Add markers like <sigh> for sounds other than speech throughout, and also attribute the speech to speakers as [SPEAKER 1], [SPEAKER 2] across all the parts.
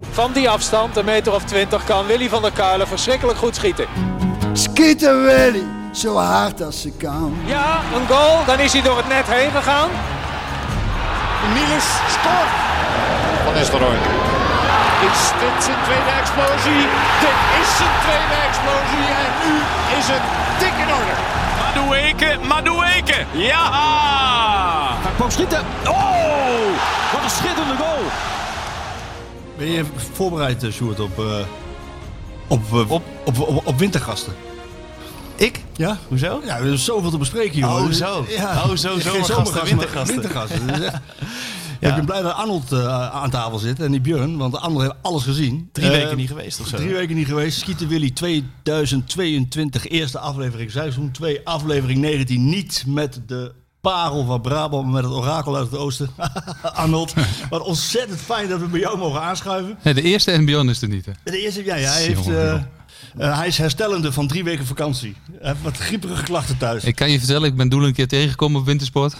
[SPEAKER 1] Van die afstand, een meter of twintig, kan Willy van der Kuilen verschrikkelijk goed schieten.
[SPEAKER 2] Schieten Willy, zo hard als ze kan.
[SPEAKER 1] Ja, een goal. Dan is hij door het net heen gegaan.
[SPEAKER 3] Niels scoort.
[SPEAKER 4] Van Nistelrooy.
[SPEAKER 3] Is dit zijn tweede explosie? Dit is zijn tweede explosie. En nu is het dik in orde.
[SPEAKER 5] Madueke, Madueke. Ja!
[SPEAKER 6] Hij kwam schieten. Oh! Wat een schitterende goal.
[SPEAKER 7] Ben je voorbereid, Sjoerd, op, eh, op, eh,
[SPEAKER 6] Op?
[SPEAKER 7] op? Op, op, op wintergasten?
[SPEAKER 6] Ik?
[SPEAKER 7] Ja?
[SPEAKER 6] Hoezo?
[SPEAKER 7] Ja, er is zoveel te bespreken, joh.
[SPEAKER 6] Oh, zo. Oh, zo,
[SPEAKER 7] Geen
[SPEAKER 6] zomergasten,
[SPEAKER 7] zomergasten, maar
[SPEAKER 6] wintergasten.
[SPEAKER 7] wintergasten. Dat is echt- Ja, Ik ben blij dat Arnold eh, aan tafel zit en die Björn, want de anderen hebben alles gezien.
[SPEAKER 6] Drie
[SPEAKER 7] Eh,
[SPEAKER 6] weken niet geweest of zo.
[SPEAKER 7] Drie weken niet geweest. Schieten Willy 2022, eerste aflevering seizoen 2, aflevering 19. Niet met de parel van Brabant, maar met het orakel uit het oosten. <laughs> Arnold, wat ontzettend fijn dat we bij jou mogen aanschuiven.
[SPEAKER 8] Nee, de eerste en Bjorn is er niet, hè?
[SPEAKER 7] De eerste, ja, ja, hij,
[SPEAKER 8] Jongen,
[SPEAKER 7] heeft, eh,
[SPEAKER 8] jongen.
[SPEAKER 7] eh, hij is herstellende van drie weken vakantie. Hij heeft wat grieperige klachten thuis.
[SPEAKER 8] Ik kan je vertellen, ik ben Doel een keer tegengekomen
[SPEAKER 7] <laughs>
[SPEAKER 8] op wintersport.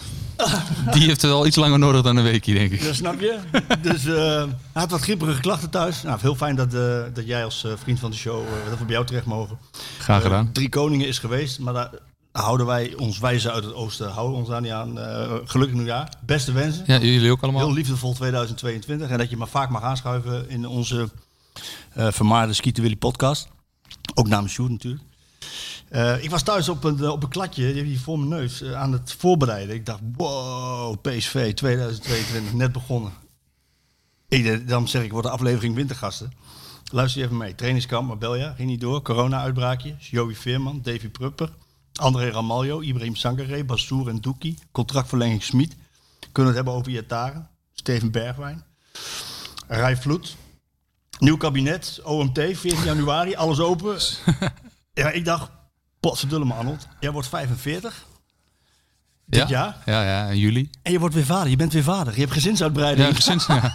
[SPEAKER 8] Die heeft wel iets langer nodig dan een weekje, denk ik.
[SPEAKER 7] Dat snap je. <laughs> dus eh, hij had wat grieperige klachten thuis. Nou, heel fijn dat, eh, dat jij als eh, vriend van de show, eh, dat we bij jou terecht mogen.
[SPEAKER 8] Graag gedaan.
[SPEAKER 7] Eh, Drie Koningen is geweest, maar daar houden wij ons wijzen uit het oosten, houden ons daar niet aan. Eh, gelukkig nieuwjaar. Beste wensen.
[SPEAKER 8] Ja, jullie ook allemaal.
[SPEAKER 7] Heel liefdevol 2022. En dat je maar vaak mag aanschuiven in onze eh vermaarde Skieten Willy podcast. Ook namens Sjoerd natuurlijk. Eh, ik was thuis op een, op een kladje, die heb je hier voor mijn neus, eh, aan het voorbereiden. Ik dacht, wow, PSV 2022, net begonnen. Ik, dacht, dan zeg ik, wordt de aflevering Wintergasten. Luister je even mee. Trainingskamp Marbella, ging niet door. Corona-uitbraakje. Joey Veerman, Davy Prupper, André Ramaljo, Ibrahim Sangaré, Bassoer en Doekie. Contractverlenging Smit. Kunnen we het hebben over Iataren, Steven Bergwijn, Rijf Vloed. Nieuw kabinet, OMT, 14 januari, alles <laughs> open. ja, ik dacht, potverdulle me Arnold, jij wordt 45
[SPEAKER 8] ja?
[SPEAKER 7] dit jaar.
[SPEAKER 8] Ja, ja, en jullie.
[SPEAKER 7] en je wordt weer vader. Je bent weer vader. Je hebt gezinsuitbreiding.
[SPEAKER 8] Ja,
[SPEAKER 7] <laughs>
[SPEAKER 8] sinds, ja.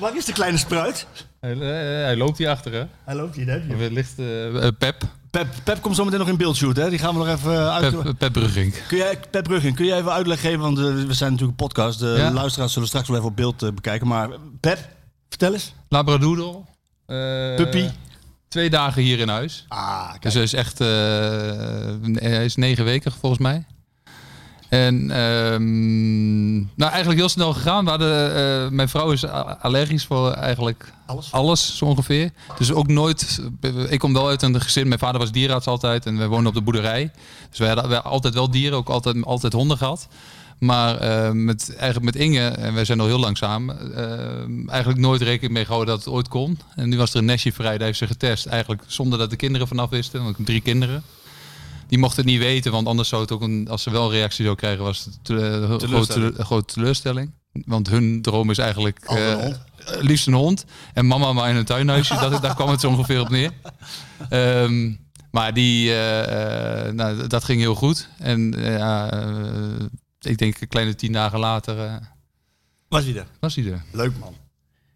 [SPEAKER 7] Waar is de kleine spruit?
[SPEAKER 8] Hij, loopt hier achter, hè?
[SPEAKER 7] Hij loopt hier, daar heb je hem.
[SPEAKER 8] Wellicht eh, Pep.
[SPEAKER 7] Pep, Pep komt zo meteen nog in beeld, Sjoerd, hè? Die gaan we nog even eh, uit.
[SPEAKER 8] Pep, Pep Brugink.
[SPEAKER 7] Kun jij, Pep Bruggen, kun jij even uitleg geven? Want eh, we zijn natuurlijk een podcast. De
[SPEAKER 8] Ja.
[SPEAKER 7] luisteraars zullen straks wel even op beeld eh, bekijken. Maar eh, Pep, vertel eens.
[SPEAKER 8] Labradoodle. Eh,
[SPEAKER 7] Puppy.
[SPEAKER 8] Twee dagen hier in huis.
[SPEAKER 7] Ah, kijk.
[SPEAKER 8] Dus hij is echt, eh, hij is negen weken volgens mij. En ehm, nou, eigenlijk heel snel gegaan. We hadden, eh, mijn vrouw is a- allergisch voor eigenlijk
[SPEAKER 7] Alles?
[SPEAKER 8] alles zo ongeveer. Dus ook nooit, ik kom wel uit een gezin, mijn vader was dierenarts altijd en wij woonden op de boerderij. Dus wij hadden, wij hadden altijd wel dieren, ook altijd, altijd honden gehad. Maar eh, met, eigenlijk met Inge, en wij zijn al heel langzaam, eh, eigenlijk nooit rekening mee gehouden dat het ooit kon. En nu was er een nestje vrij, daar heeft ze getest. Eigenlijk zonder dat de kinderen vanaf wisten, want ik heb drie kinderen. Die mochten het niet weten, want anders zou het ook, een, als ze wel een reactie zou krijgen, was het eh, een grote tele- een grote teleurstelling. Want hun droom is eigenlijk
[SPEAKER 7] Altijd een
[SPEAKER 8] eh,
[SPEAKER 7] hond.
[SPEAKER 8] eh, liefst een hond. En mama maar in een tuinhuisje. dat, daar kwam het zo ongeveer op
[SPEAKER 7] <laughs>
[SPEAKER 8] neer. Ehm, maar die, eh, eh, nou, d- dat ging heel goed. En eh, ja, eh, ik denk een kleine tien dagen later eh,
[SPEAKER 7] Was hij er?
[SPEAKER 8] was hij er.
[SPEAKER 7] Leuk man.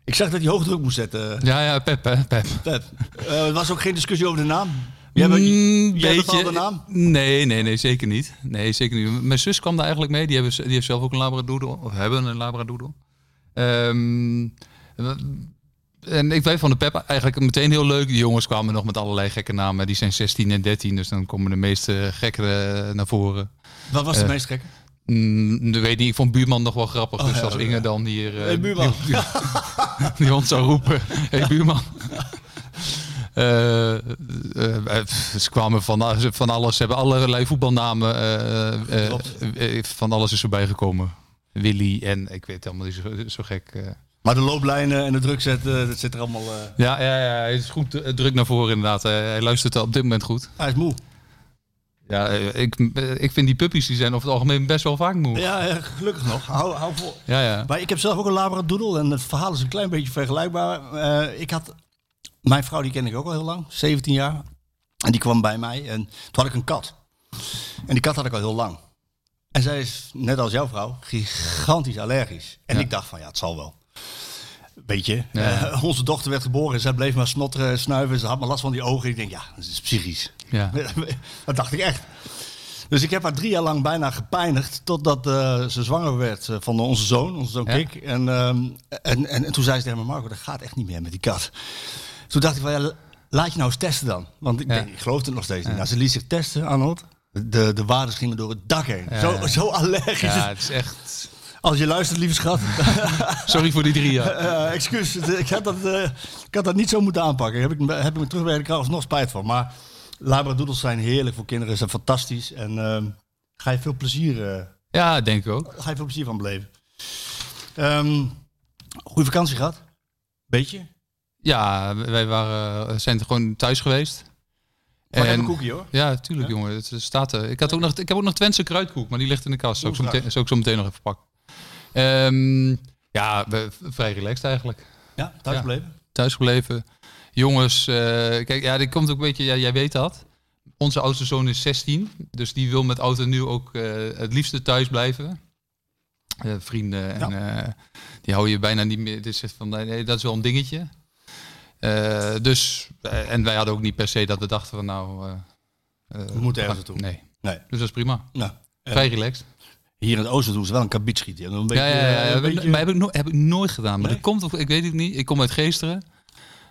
[SPEAKER 7] Ik zag dat hij hoog druk moest zetten,
[SPEAKER 8] Ja, ja, Pep, hè, Pep.
[SPEAKER 7] Pep. <laughs> Eh, er was ook geen discussie over de naam. Jij bent-
[SPEAKER 8] Mm,
[SPEAKER 7] jij
[SPEAKER 8] beetje-
[SPEAKER 7] bepaalde naam?
[SPEAKER 8] Nee, nee, nee, zeker niet. Nee, zeker niet. Mijn zus kwam daar eigenlijk mee. Die, hebben, ze- die heeft zelf ook een labradoodle. Of hebben een labradoodle. Ehm, we- en ik bleef van de Pep eigenlijk meteen heel leuk. Die jongens kwamen nog met allerlei gekke namen. Die zijn 16 en 13, dus dan komen de meeste gekkere naar voren.
[SPEAKER 7] Wat was de
[SPEAKER 8] Eh,
[SPEAKER 7] meest gekke?
[SPEAKER 8] Mm, ik weet niet, ik vond Buurman nog wel
[SPEAKER 7] Oh,
[SPEAKER 8] grappig. dus als Inge dan hier... eh,
[SPEAKER 7] Hey, buurman.
[SPEAKER 8] Die, die- <laughs> die hond zou
[SPEAKER 7] <laughs>
[SPEAKER 8] roepen. hey, Buurman. Eh, eh, eh, pff, ze kwamen van, a- ze- van alles. Ze hebben allerlei voetbalnamen. eh, eh, eh, van alles is erbij gekomen. Willy en ik weet het allemaal niet zo, zo gek. eh.
[SPEAKER 7] Maar de looplijnen en de druk zetten, dat zit er allemaal... eh,
[SPEAKER 8] Ja, ja, ja, hij is goed eh, druk naar voren inderdaad. Eh, hij luistert op dit moment goed.
[SPEAKER 7] hij is moe.
[SPEAKER 8] Ja, eh, ik, eh, ik vind die puppies die zijn over het algemeen best wel vaak moe.
[SPEAKER 7] Ja, eh, gelukkig nog. Hou, hou vol.
[SPEAKER 8] Ja, ja.
[SPEAKER 7] Maar ik heb zelf ook een labradoodle en het verhaal is een klein beetje vergelijkbaar. Eh, ik had, mijn vrouw die ken ik ook al heel lang, 17 jaar. En die kwam bij mij en toen had ik een kat. En die kat had ik al heel lang. En zij is, net als jouw vrouw, gigantisch allergisch. En
[SPEAKER 8] Ja.
[SPEAKER 7] ik dacht van, ja, het zal wel. Weet je,
[SPEAKER 8] Ja.
[SPEAKER 7] eh, onze dochter werd geboren en zij bleef maar snotteren en snuiven. Ze had maar last van die ogen. Ik denk, ja, <laughs> dat is psychisch.
[SPEAKER 8] ja.
[SPEAKER 7] dat dacht ik echt. Dus ik heb haar drie jaar lang bijna gepijnigd. Totdat eh, ze zwanger werd eh, van onze zoon, onze zoon
[SPEAKER 8] Ja.
[SPEAKER 7] Kik. En, ehm, en, en, en toen zei ze tegen me, Marco, dat gaat echt niet meer met die kat. Toen dacht ik van, ja, laat je nou eens testen dan. Want ik,
[SPEAKER 8] Ja.
[SPEAKER 7] denk, ik geloof het nog steeds niet. Nou, ze liet zich testen, Arnold. De, de waardes gingen door het dak heen. Zo, zo allergisch.
[SPEAKER 8] Ja, het is echt...
[SPEAKER 7] Als je luistert, lieve schat.
[SPEAKER 8] Sorry voor die drie jaar.
[SPEAKER 7] Eh, excuus, het- ik had, dat, eh, ik had dat niet zo moeten aanpakken. Daar heb ik, me- heb ik me terugwerkend alsnog spijt van. Maar labradoodles zijn heerlijk voor kinderen. Ze zijn fantastisch. En ehm, ga, je veel plezier, eh,
[SPEAKER 8] <laughs> Ja, denk ik ook.
[SPEAKER 7] ga je veel plezier van beleven. Ehm goede vakantie gehad? Beetje?
[SPEAKER 8] Ja, wij waren, eh, zijn gewoon thuis geweest.
[SPEAKER 7] Maar even een koekje hoor.
[SPEAKER 8] Ja, tuurlijk jongen. Het eh, staat er. Ik, had ook nog, ik heb ook nog Twentse kruidkoek, maar die ligt in de kast. Zou ik zo
[SPEAKER 7] Oeh,
[SPEAKER 8] meteen, zou ik zo meteen nog even pakken. Ehm, ja, we- vrij relaxed eigenlijk.
[SPEAKER 7] Ja, thuis
[SPEAKER 8] Ja.
[SPEAKER 7] gebleven.
[SPEAKER 8] Thuisgebleven. Jongens, eh, kijk, ja, dit komt ook een beetje, ja, jij weet dat. Onze oudste zoon is 16, dus die wil met oud en nieuw ook eh, het liefste thuis blijven. Eh, vrienden, en, eh, die hou je bijna niet meer. Het is echt van, nee, dat is wel een dingetje. Eh, dus, eh, en wij hadden ook niet per se dat we dachten van nou... eh, eh,
[SPEAKER 7] We moeten ergens naartoe.
[SPEAKER 8] Nee.
[SPEAKER 7] Nee.
[SPEAKER 8] Dus dat is prima.
[SPEAKER 7] Nou, eh,
[SPEAKER 8] Vrij relaxed.
[SPEAKER 7] hier in het oosten doen ze wel een kabiet schieten. En dan een
[SPEAKER 8] Ja, ja,
[SPEAKER 7] beetje,
[SPEAKER 8] ja,
[SPEAKER 7] eh,
[SPEAKER 8] ja.
[SPEAKER 7] een
[SPEAKER 8] Heb ik-
[SPEAKER 7] beetje-
[SPEAKER 8] Maar heb ik, no- heb ik nooit gedaan. Maar
[SPEAKER 7] Nee?
[SPEAKER 8] dat komt, ook- ik weet het niet. Ik kom uit Geesteren.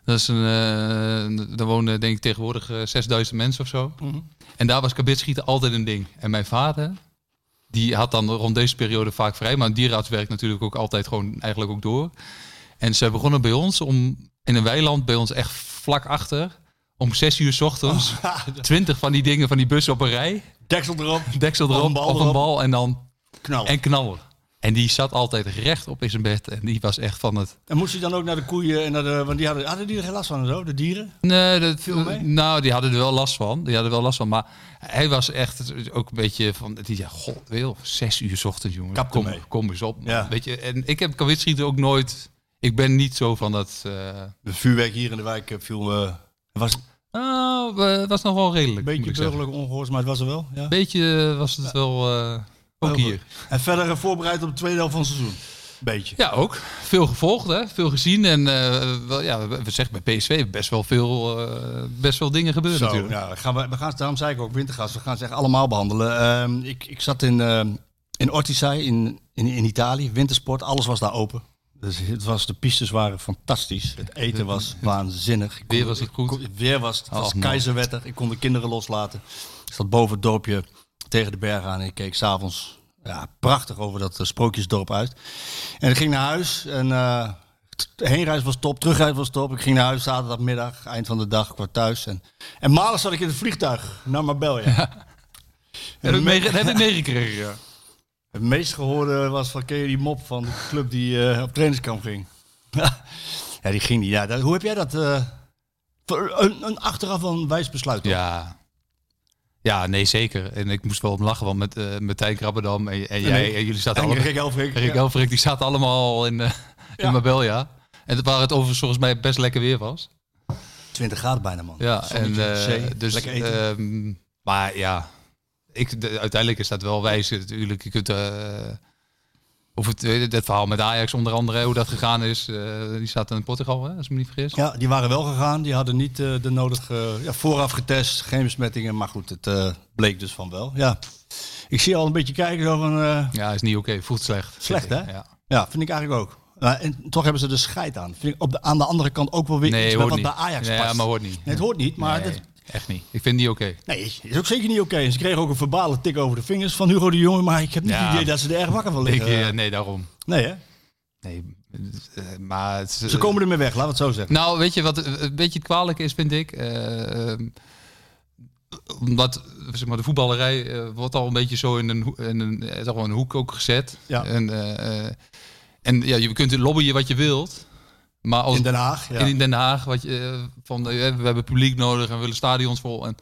[SPEAKER 8] Dat is een, eh, daar wonen denk ik tegenwoordig eh, 6000 mensen of zo.
[SPEAKER 7] Mhm.
[SPEAKER 8] En daar was kabitschieten altijd een ding. En mijn vader, die had dan rond deze periode vaak vrij. Maar een dierarts werkt natuurlijk ook altijd gewoon eigenlijk ook door. En ze begonnen bij ons om, in een weiland bij ons echt vlak achter, om 6 uur 's ochtends,
[SPEAKER 7] Oh.
[SPEAKER 8] 20 van die dingen van die bussen op een rij,
[SPEAKER 7] Deksel erop,
[SPEAKER 8] deksel
[SPEAKER 7] Of
[SPEAKER 8] erop,
[SPEAKER 7] een bal
[SPEAKER 8] of een
[SPEAKER 7] erop.
[SPEAKER 8] bal en dan
[SPEAKER 7] knal. En,
[SPEAKER 8] en knaller. En die zat altijd recht op in zijn bed. En die was echt van het.
[SPEAKER 7] moest je dan ook naar de koeien? En naar de, want die hadden, hadden die er geen last van en zo, de dieren?
[SPEAKER 8] Nee, dat,
[SPEAKER 7] mee?
[SPEAKER 8] nou, die hadden er wel last van. Die hadden er wel last van. Maar hij was echt ook een beetje van. Die zei: God wil, zes uur 's ochtends, jongen.
[SPEAKER 7] Kap
[SPEAKER 8] kom,
[SPEAKER 7] ermee."
[SPEAKER 8] kom eens op. man."
[SPEAKER 7] Ja.
[SPEAKER 8] Weet je, en ik heb kawitschieten ook nooit. Ik ben niet zo van dat. eh
[SPEAKER 7] Het vuurwerk hier in de wijk eh, viel... eh was
[SPEAKER 8] nou, eh, was nog wel redelijk.
[SPEAKER 7] een
[SPEAKER 8] moet
[SPEAKER 7] beetje
[SPEAKER 8] ik zeggen.
[SPEAKER 7] burgerlijk ongehoord, maar het was er wel. Ja.
[SPEAKER 8] beetje eh, was het wel. eh, ook
[SPEAKER 7] Heel
[SPEAKER 8] hier.
[SPEAKER 7] goed. En verder eh, voorbereid op de tweede helft van het seizoen. Beetje.
[SPEAKER 8] Ja, ook. Veel gevolgd, hè? veel gezien. En eh, wel, ja, we we zeggen bij PSV best wel veel, eh, best wel dingen gebeuren
[SPEAKER 7] Zo,
[SPEAKER 8] natuurlijk.
[SPEAKER 7] ja, gaan we, we gaan, daarom zei ik ook wintergas. We gaan ze echt allemaal behandelen. Ehm, ik, ik zat in, ehm in Ortisei in, in, in Italië, wintersport. Alles was daar open. Dus het was, de pistes waren fantastisch. Het eten was
[SPEAKER 8] <laughs>
[SPEAKER 7] waanzinnig. Ik
[SPEAKER 8] Weer was het
[SPEAKER 7] ik
[SPEAKER 8] goed.
[SPEAKER 7] het weer was het. Het was
[SPEAKER 8] Oh, man.
[SPEAKER 7] keizerwetter. Ik kon de kinderen loslaten. Ik zat boven het dorpje tegen de berg aan. En ik keek s'avonds ja, prachtig over dat eh, sprookjesdorp uit. En ik ging naar huis. En eh, t- de heenreis was top, terugreis was top. Ik ging naar huis zaterdagmiddag, eind van de dag, kwart thuis. En, en maandag zat ik in het vliegtuig naar Marbella.
[SPEAKER 8] Dat
[SPEAKER 7] En
[SPEAKER 8] heb ik,
[SPEAKER 7] de, me-
[SPEAKER 8] meege- dat heb ik meegekregen. Ja.
[SPEAKER 7] het meest gehoorde was van, ken je die mop van de club die eh, op trainingskamp ging? <laughs> ja, die ging niet. Ja, dat- hoe heb jij dat... eh, voor een, een achteraf wel een wijs besluit. toch?
[SPEAKER 8] ja. Ja, nee, zeker. En ik moest wel om lachen, want met eh Martijn Krabberdam en, en jij,
[SPEAKER 7] Nee.
[SPEAKER 8] en jullie zaten
[SPEAKER 7] En
[SPEAKER 8] allemaal...
[SPEAKER 7] Rick Elfrink.
[SPEAKER 8] Rick
[SPEAKER 7] ja.
[SPEAKER 8] Elfrink, die zaten allemaal in, eh
[SPEAKER 7] Ja.
[SPEAKER 8] in Marbella. En het- waar het overigens volgens mij best lekker weer was.
[SPEAKER 7] 20 graden bijna, man.
[SPEAKER 8] Ja, en,
[SPEAKER 7] Zonnetje,
[SPEAKER 8] eh,
[SPEAKER 7] zee,
[SPEAKER 8] dus,
[SPEAKER 7] lekker eten.
[SPEAKER 8] ehm, maar ja, ik, de- uiteindelijk is dat wel wijs. Natuurlijk, je kunt... eh, of het, eh, dat verhaal met Ajax onder andere, hoe dat gegaan is. eh, die staat in Portugal, hè, als ik me niet vergis.
[SPEAKER 7] Ja, die waren wel gegaan. Die hadden niet eh, de nodige... ja, vooraf getest, geen besmettingen. Maar goed, het eh, bleek dus van wel. Ja. Ik zie je al een beetje kijken zo van... eh,
[SPEAKER 8] Ja, is niet oké. Voelt slecht. vind
[SPEAKER 7] Slecht,
[SPEAKER 8] ik.
[SPEAKER 7] hè?
[SPEAKER 8] Ja.
[SPEAKER 7] ja, vind ik eigenlijk ook. Nou, en toch hebben ze er scheid aan. Vind ik op de, aan de andere kant ook wel weer
[SPEAKER 8] Nee,
[SPEAKER 7] iets met
[SPEAKER 8] hoort
[SPEAKER 7] wat
[SPEAKER 8] niet.
[SPEAKER 7] bij Ajax
[SPEAKER 8] Nee,
[SPEAKER 7] past.
[SPEAKER 8] maar hoort niet.
[SPEAKER 7] Nee, het hoort niet, maar...
[SPEAKER 8] Nee,
[SPEAKER 7] Dat,
[SPEAKER 8] echt niet. Ik vind die oké.
[SPEAKER 7] nee, is ook zeker niet oké. En Ze kregen ook een verbale tik over de vingers van Hugo de Jonge. Maar ik heb niet
[SPEAKER 8] Ja.
[SPEAKER 7] het idee dat ze er erg wakker van
[SPEAKER 8] Ik,
[SPEAKER 7] liggen.
[SPEAKER 8] eh, nee, daarom.
[SPEAKER 7] nee, hè?
[SPEAKER 8] Nee, eh, maar het,
[SPEAKER 7] Ze komen ermee weg, laten we het zo zeggen.
[SPEAKER 8] Nou, weet je wat eh, een beetje het kwalijke is, vind ik? Eh, ehm, omdat zeg maar, de voetballerij eh, wordt al een beetje zo in een, ho- in een, eh, toch wel een hoek ook gezet.
[SPEAKER 7] Ja.
[SPEAKER 8] En, eh, eh, en ja, je kunt lobbyen wat je wilt. Maar als
[SPEAKER 7] In Den Haag, ja.
[SPEAKER 8] En Nou, in Den Haag, wat je, eh, van, eh, we hebben publiek nodig en we willen stadions vol. En,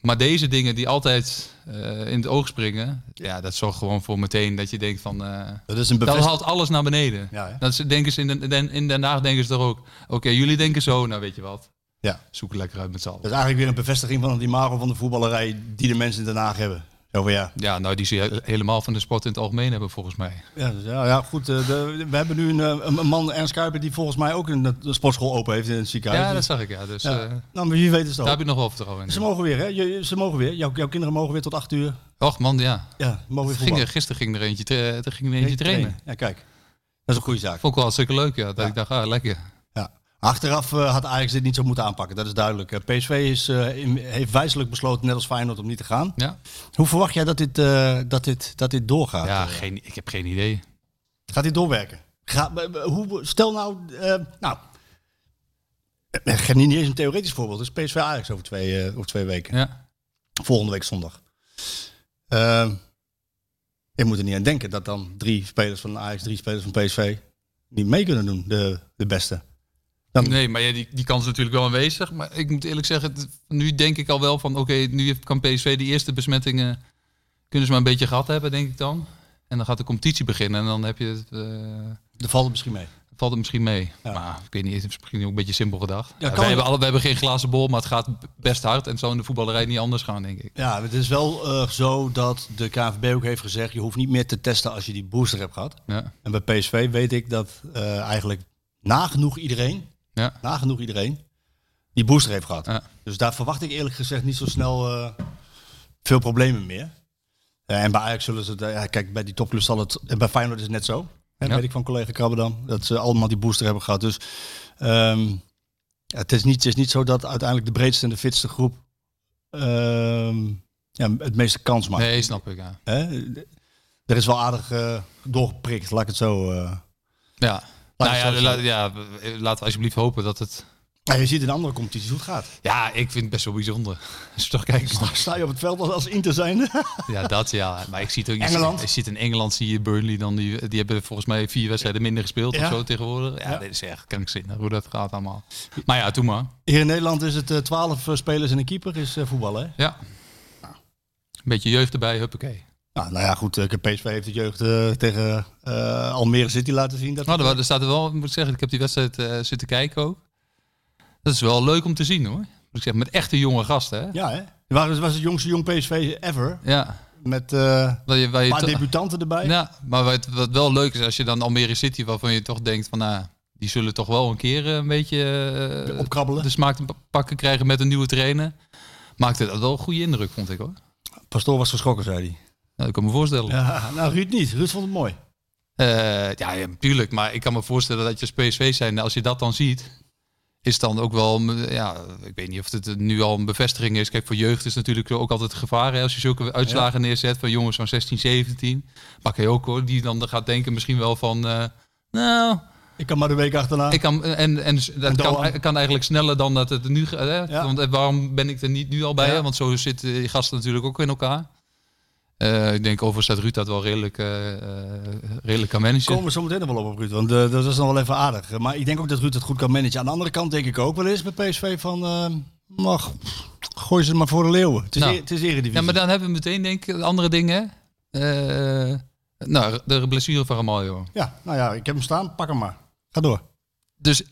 [SPEAKER 8] maar deze dingen die altijd eh, in het oog springen, ja, dat zorgt gewoon voor meteen dat je denkt van... eh,
[SPEAKER 7] dat is een
[SPEAKER 8] dat
[SPEAKER 7] bevestiging.
[SPEAKER 8] haalt alles naar beneden.
[SPEAKER 7] Ja, hè?
[SPEAKER 8] dat ze, denken ze in, Den- Den, in Den Haag denken ze er ook, oké, jullie denken zo, nou weet je wat.
[SPEAKER 7] Ja.
[SPEAKER 8] Zoek het lekker uit met z'n allen.
[SPEAKER 7] Dat is eigenlijk weer een bevestiging van het imago van de voetballerij die de mensen in Den Haag hebben. Zo van, ja.
[SPEAKER 8] Ja, nou, die ze he- helemaal van de sport in het algemeen hebben, volgens mij.
[SPEAKER 7] Ja, dus ja, ja, goed. eh, de- we hebben nu een, eh, een man, Ernst Kuiper, die volgens mij ook een, de sportschool open heeft in het ziekenhuis.
[SPEAKER 8] Ja, dat
[SPEAKER 7] Dus-
[SPEAKER 8] zag ik, ja. Dus
[SPEAKER 7] ja.
[SPEAKER 8] eh,
[SPEAKER 7] nou, maar wie weet is
[SPEAKER 8] daar
[SPEAKER 7] dat.
[SPEAKER 8] heb ik nog wel vertrouwen
[SPEAKER 7] Ze
[SPEAKER 8] in.
[SPEAKER 7] mogen weer, hè? Je- je- ze mogen weer. Jouw, jouw kinderen mogen weer tot acht uur.
[SPEAKER 8] Och man, ja.
[SPEAKER 7] Ja, mogen weer
[SPEAKER 8] Ging
[SPEAKER 7] voetballen.
[SPEAKER 8] er, gisteren ging er eentje, tra- er ging er eentje trainen.
[SPEAKER 7] Ja, kijk. Dat is een goede zaak.
[SPEAKER 8] Vond ik wel hartstikke leuk, ja. Dat ik dacht, ah, lekker.
[SPEAKER 7] Ja. Achteraf eh, had Ajax dit niet zo moeten aanpakken, dat is duidelijk. Eh, PSV is, eh, in- heeft wijzelijk besloten, net als Feyenoord, om niet te gaan.
[SPEAKER 8] Ja,
[SPEAKER 7] Hoe verwacht jij dat dit, eh, dat dit, dat dit doorgaat?
[SPEAKER 8] ja
[SPEAKER 7] Eh,
[SPEAKER 8] geen, ik heb geen idee.
[SPEAKER 7] Gaat dit doorwerken? Ga, b- b- hoe, stel nou, eh, nou, eh, geen- niet eens een theoretisch voorbeeld. Dus Het is PSV Ajax over twee, eh, over twee weken.
[SPEAKER 8] Ja.
[SPEAKER 7] Volgende week zondag. Eh, je moet er niet aan denken dat dan drie spelers van Ajax, drie spelers van PSV niet mee kunnen doen, de, de beste. Dan-
[SPEAKER 8] Nee, maar ja, die, die kans is natuurlijk wel aanwezig. Maar ik moet eerlijk zeggen, het- nu denk ik al wel van... oké, nu heeft- kan PSV die eerste besmettingen... kunnen ze maar een beetje gehad hebben, denk ik dan. En dan gaat de competitie beginnen en dan heb je het, eh,
[SPEAKER 7] Dan valt het misschien mee.
[SPEAKER 8] valt het misschien mee.
[SPEAKER 7] Ja.
[SPEAKER 8] Maar ik weet niet, het is misschien ook een beetje simpel gedacht. Ja,
[SPEAKER 7] kan
[SPEAKER 8] wij,
[SPEAKER 7] ook.
[SPEAKER 8] hebben alle, wij hebben geen glazen bol, maar het gaat b- best hard. En het zou in de voetballerij niet anders gaan, denk ik.
[SPEAKER 7] Ja, het is wel eh, zo dat de KNVB ook heeft gezegd... je hoeft niet meer te testen als je die booster hebt gehad.
[SPEAKER 8] Ja,
[SPEAKER 7] En bij PSV weet ik dat eh, eigenlijk nagenoeg iedereen...
[SPEAKER 8] ja.
[SPEAKER 7] nagenoeg iedereen die booster heeft gehad.
[SPEAKER 8] Ja.
[SPEAKER 7] Dus daar verwacht ik eerlijk gezegd niet zo snel eh, veel problemen meer. Eh, en bij Ajax zullen ze... het, eh, ja, kijk, bij die topclubs zal het... En bij Feyenoord is het net zo. Hè,
[SPEAKER 8] Ja.
[SPEAKER 7] Weet ik van collega Krabbedam. Dat ze allemaal die booster hebben gehad. Dus ehm, ja, het, is niet, het is niet zo dat uiteindelijk de breedste en de fitste groep... ehm, ja, het meeste kans maakt.
[SPEAKER 8] Nee, snap ik, ja.
[SPEAKER 7] Hè? Er is wel aardig eh, doorgeprikt, laat ik het zo... eh.
[SPEAKER 8] Ja,
[SPEAKER 7] Laat
[SPEAKER 8] nou
[SPEAKER 7] het
[SPEAKER 8] ja,
[SPEAKER 7] zo
[SPEAKER 8] la-
[SPEAKER 7] zijn.
[SPEAKER 8] ja, we- laten we alsjeblieft hopen dat het...
[SPEAKER 7] Ja, je ziet in andere competities hoe het gaat.
[SPEAKER 8] Ja, ik vind het best wel bijzonder. <laughs> Als je toch kijkt, man.
[SPEAKER 7] Sta je op het veld als, als Inter zijnde?
[SPEAKER 8] Ja, dat ja. Maar ik zie het ook. je
[SPEAKER 7] Engeland.
[SPEAKER 8] ziet- Je ziet in Engeland zie je Burnley dan. Die, die hebben volgens mij vier wedstrijden minder gespeeld
[SPEAKER 7] Ja.
[SPEAKER 8] of zo tegenwoordig. Ja,
[SPEAKER 7] Ja.
[SPEAKER 8] dit is echt. Kan ik zien hoe dat gaat allemaal. Maar ja, toen maar.
[SPEAKER 7] <laughs> Hier in Nederland is het eh, 12 spelers en een keeper is eh, voetbal, hè?
[SPEAKER 8] Ja. Een beetje jeugd erbij, huppakee.
[SPEAKER 7] Nou, nou ja, goed. eh, PSV heeft het jeugd eh, tegen eh, Almere City laten zien. Dat
[SPEAKER 8] Nou, er, wa- er staat er wel, moet ik zeggen, ik heb die wedstrijd eh, zitten kijken ook. Dat is wel leuk om te zien hoor. Moet ik zeggen, met echte jonge gasten. Hè? Ja.
[SPEAKER 7] Ja, hè? Het was, het was het jongste jong PSV ever. Met eh,
[SPEAKER 8] Waar je, waar
[SPEAKER 7] een
[SPEAKER 8] je
[SPEAKER 7] paar
[SPEAKER 8] to-
[SPEAKER 7] debutanten erbij.
[SPEAKER 8] ja, maar wat, wat wel leuk is als je dan Almere City, waarvan je toch denkt van, nou, die zullen toch wel een keer eh, een beetje eh,
[SPEAKER 7] Opkrabbelen.
[SPEAKER 8] de smaak te pakken krijgen met een nieuwe trainer. Maakte dat wel een goede indruk, vond ik hoor.
[SPEAKER 7] Pastoor was geschrokken, zei hij.
[SPEAKER 8] Nou, dat kan me voorstellen. Ja.
[SPEAKER 7] Ja, nou, Ruud niet. Ruud vond het mooi.
[SPEAKER 8] ja, ja, tuurlijk. Maar ik kan me voorstellen dat je als PSV zijn, als je dat dan ziet, is dan ook wel, mm, ja, ik weet niet of het nu al een bevestiging is. Kijk, voor jeugd is natuurlijk ook altijd het gevaar. Hè? Als je zulke uitslagen neerzet van jongens van 16, 17, pak je ook hoor, die dan gaat denken misschien wel van, eh, nou,
[SPEAKER 7] Ik kan maar de week achterna.
[SPEAKER 8] Ik kan, en, en dat
[SPEAKER 7] Ah. Doan.
[SPEAKER 8] kan, e-, kan eigenlijk sneller dan dat het nu gaat. hè?
[SPEAKER 7] Ja.
[SPEAKER 8] Want eh, waarom ben ik er niet nu al bij?
[SPEAKER 7] Ja.
[SPEAKER 8] hè? Want zo zitten die gasten natuurlijk ook in elkaar. Eh, ik denk overigens dat Ruud dat wel redelijk, eh, eh, redelijk kan managen.
[SPEAKER 7] Komen we zo meteen nog wel op, op Ruud. Want eh, dat is nog wel even aardig. Eh, Maar ik denk ook dat Ruud het goed kan managen. Aan de andere kant denk ik ook wel eens bij PSV van... eh, mag, gooi ze maar voor de leeuwen. Het is,
[SPEAKER 8] Nou.
[SPEAKER 7] e- het is eredivisie.
[SPEAKER 8] Ja, maar dan hebben we meteen denk ik andere dingen. Eh, nou, de blessure van Ramaljo.
[SPEAKER 7] Ja, nou ja, ik heb hem staan. Pak hem maar. Ga door.
[SPEAKER 8] Dus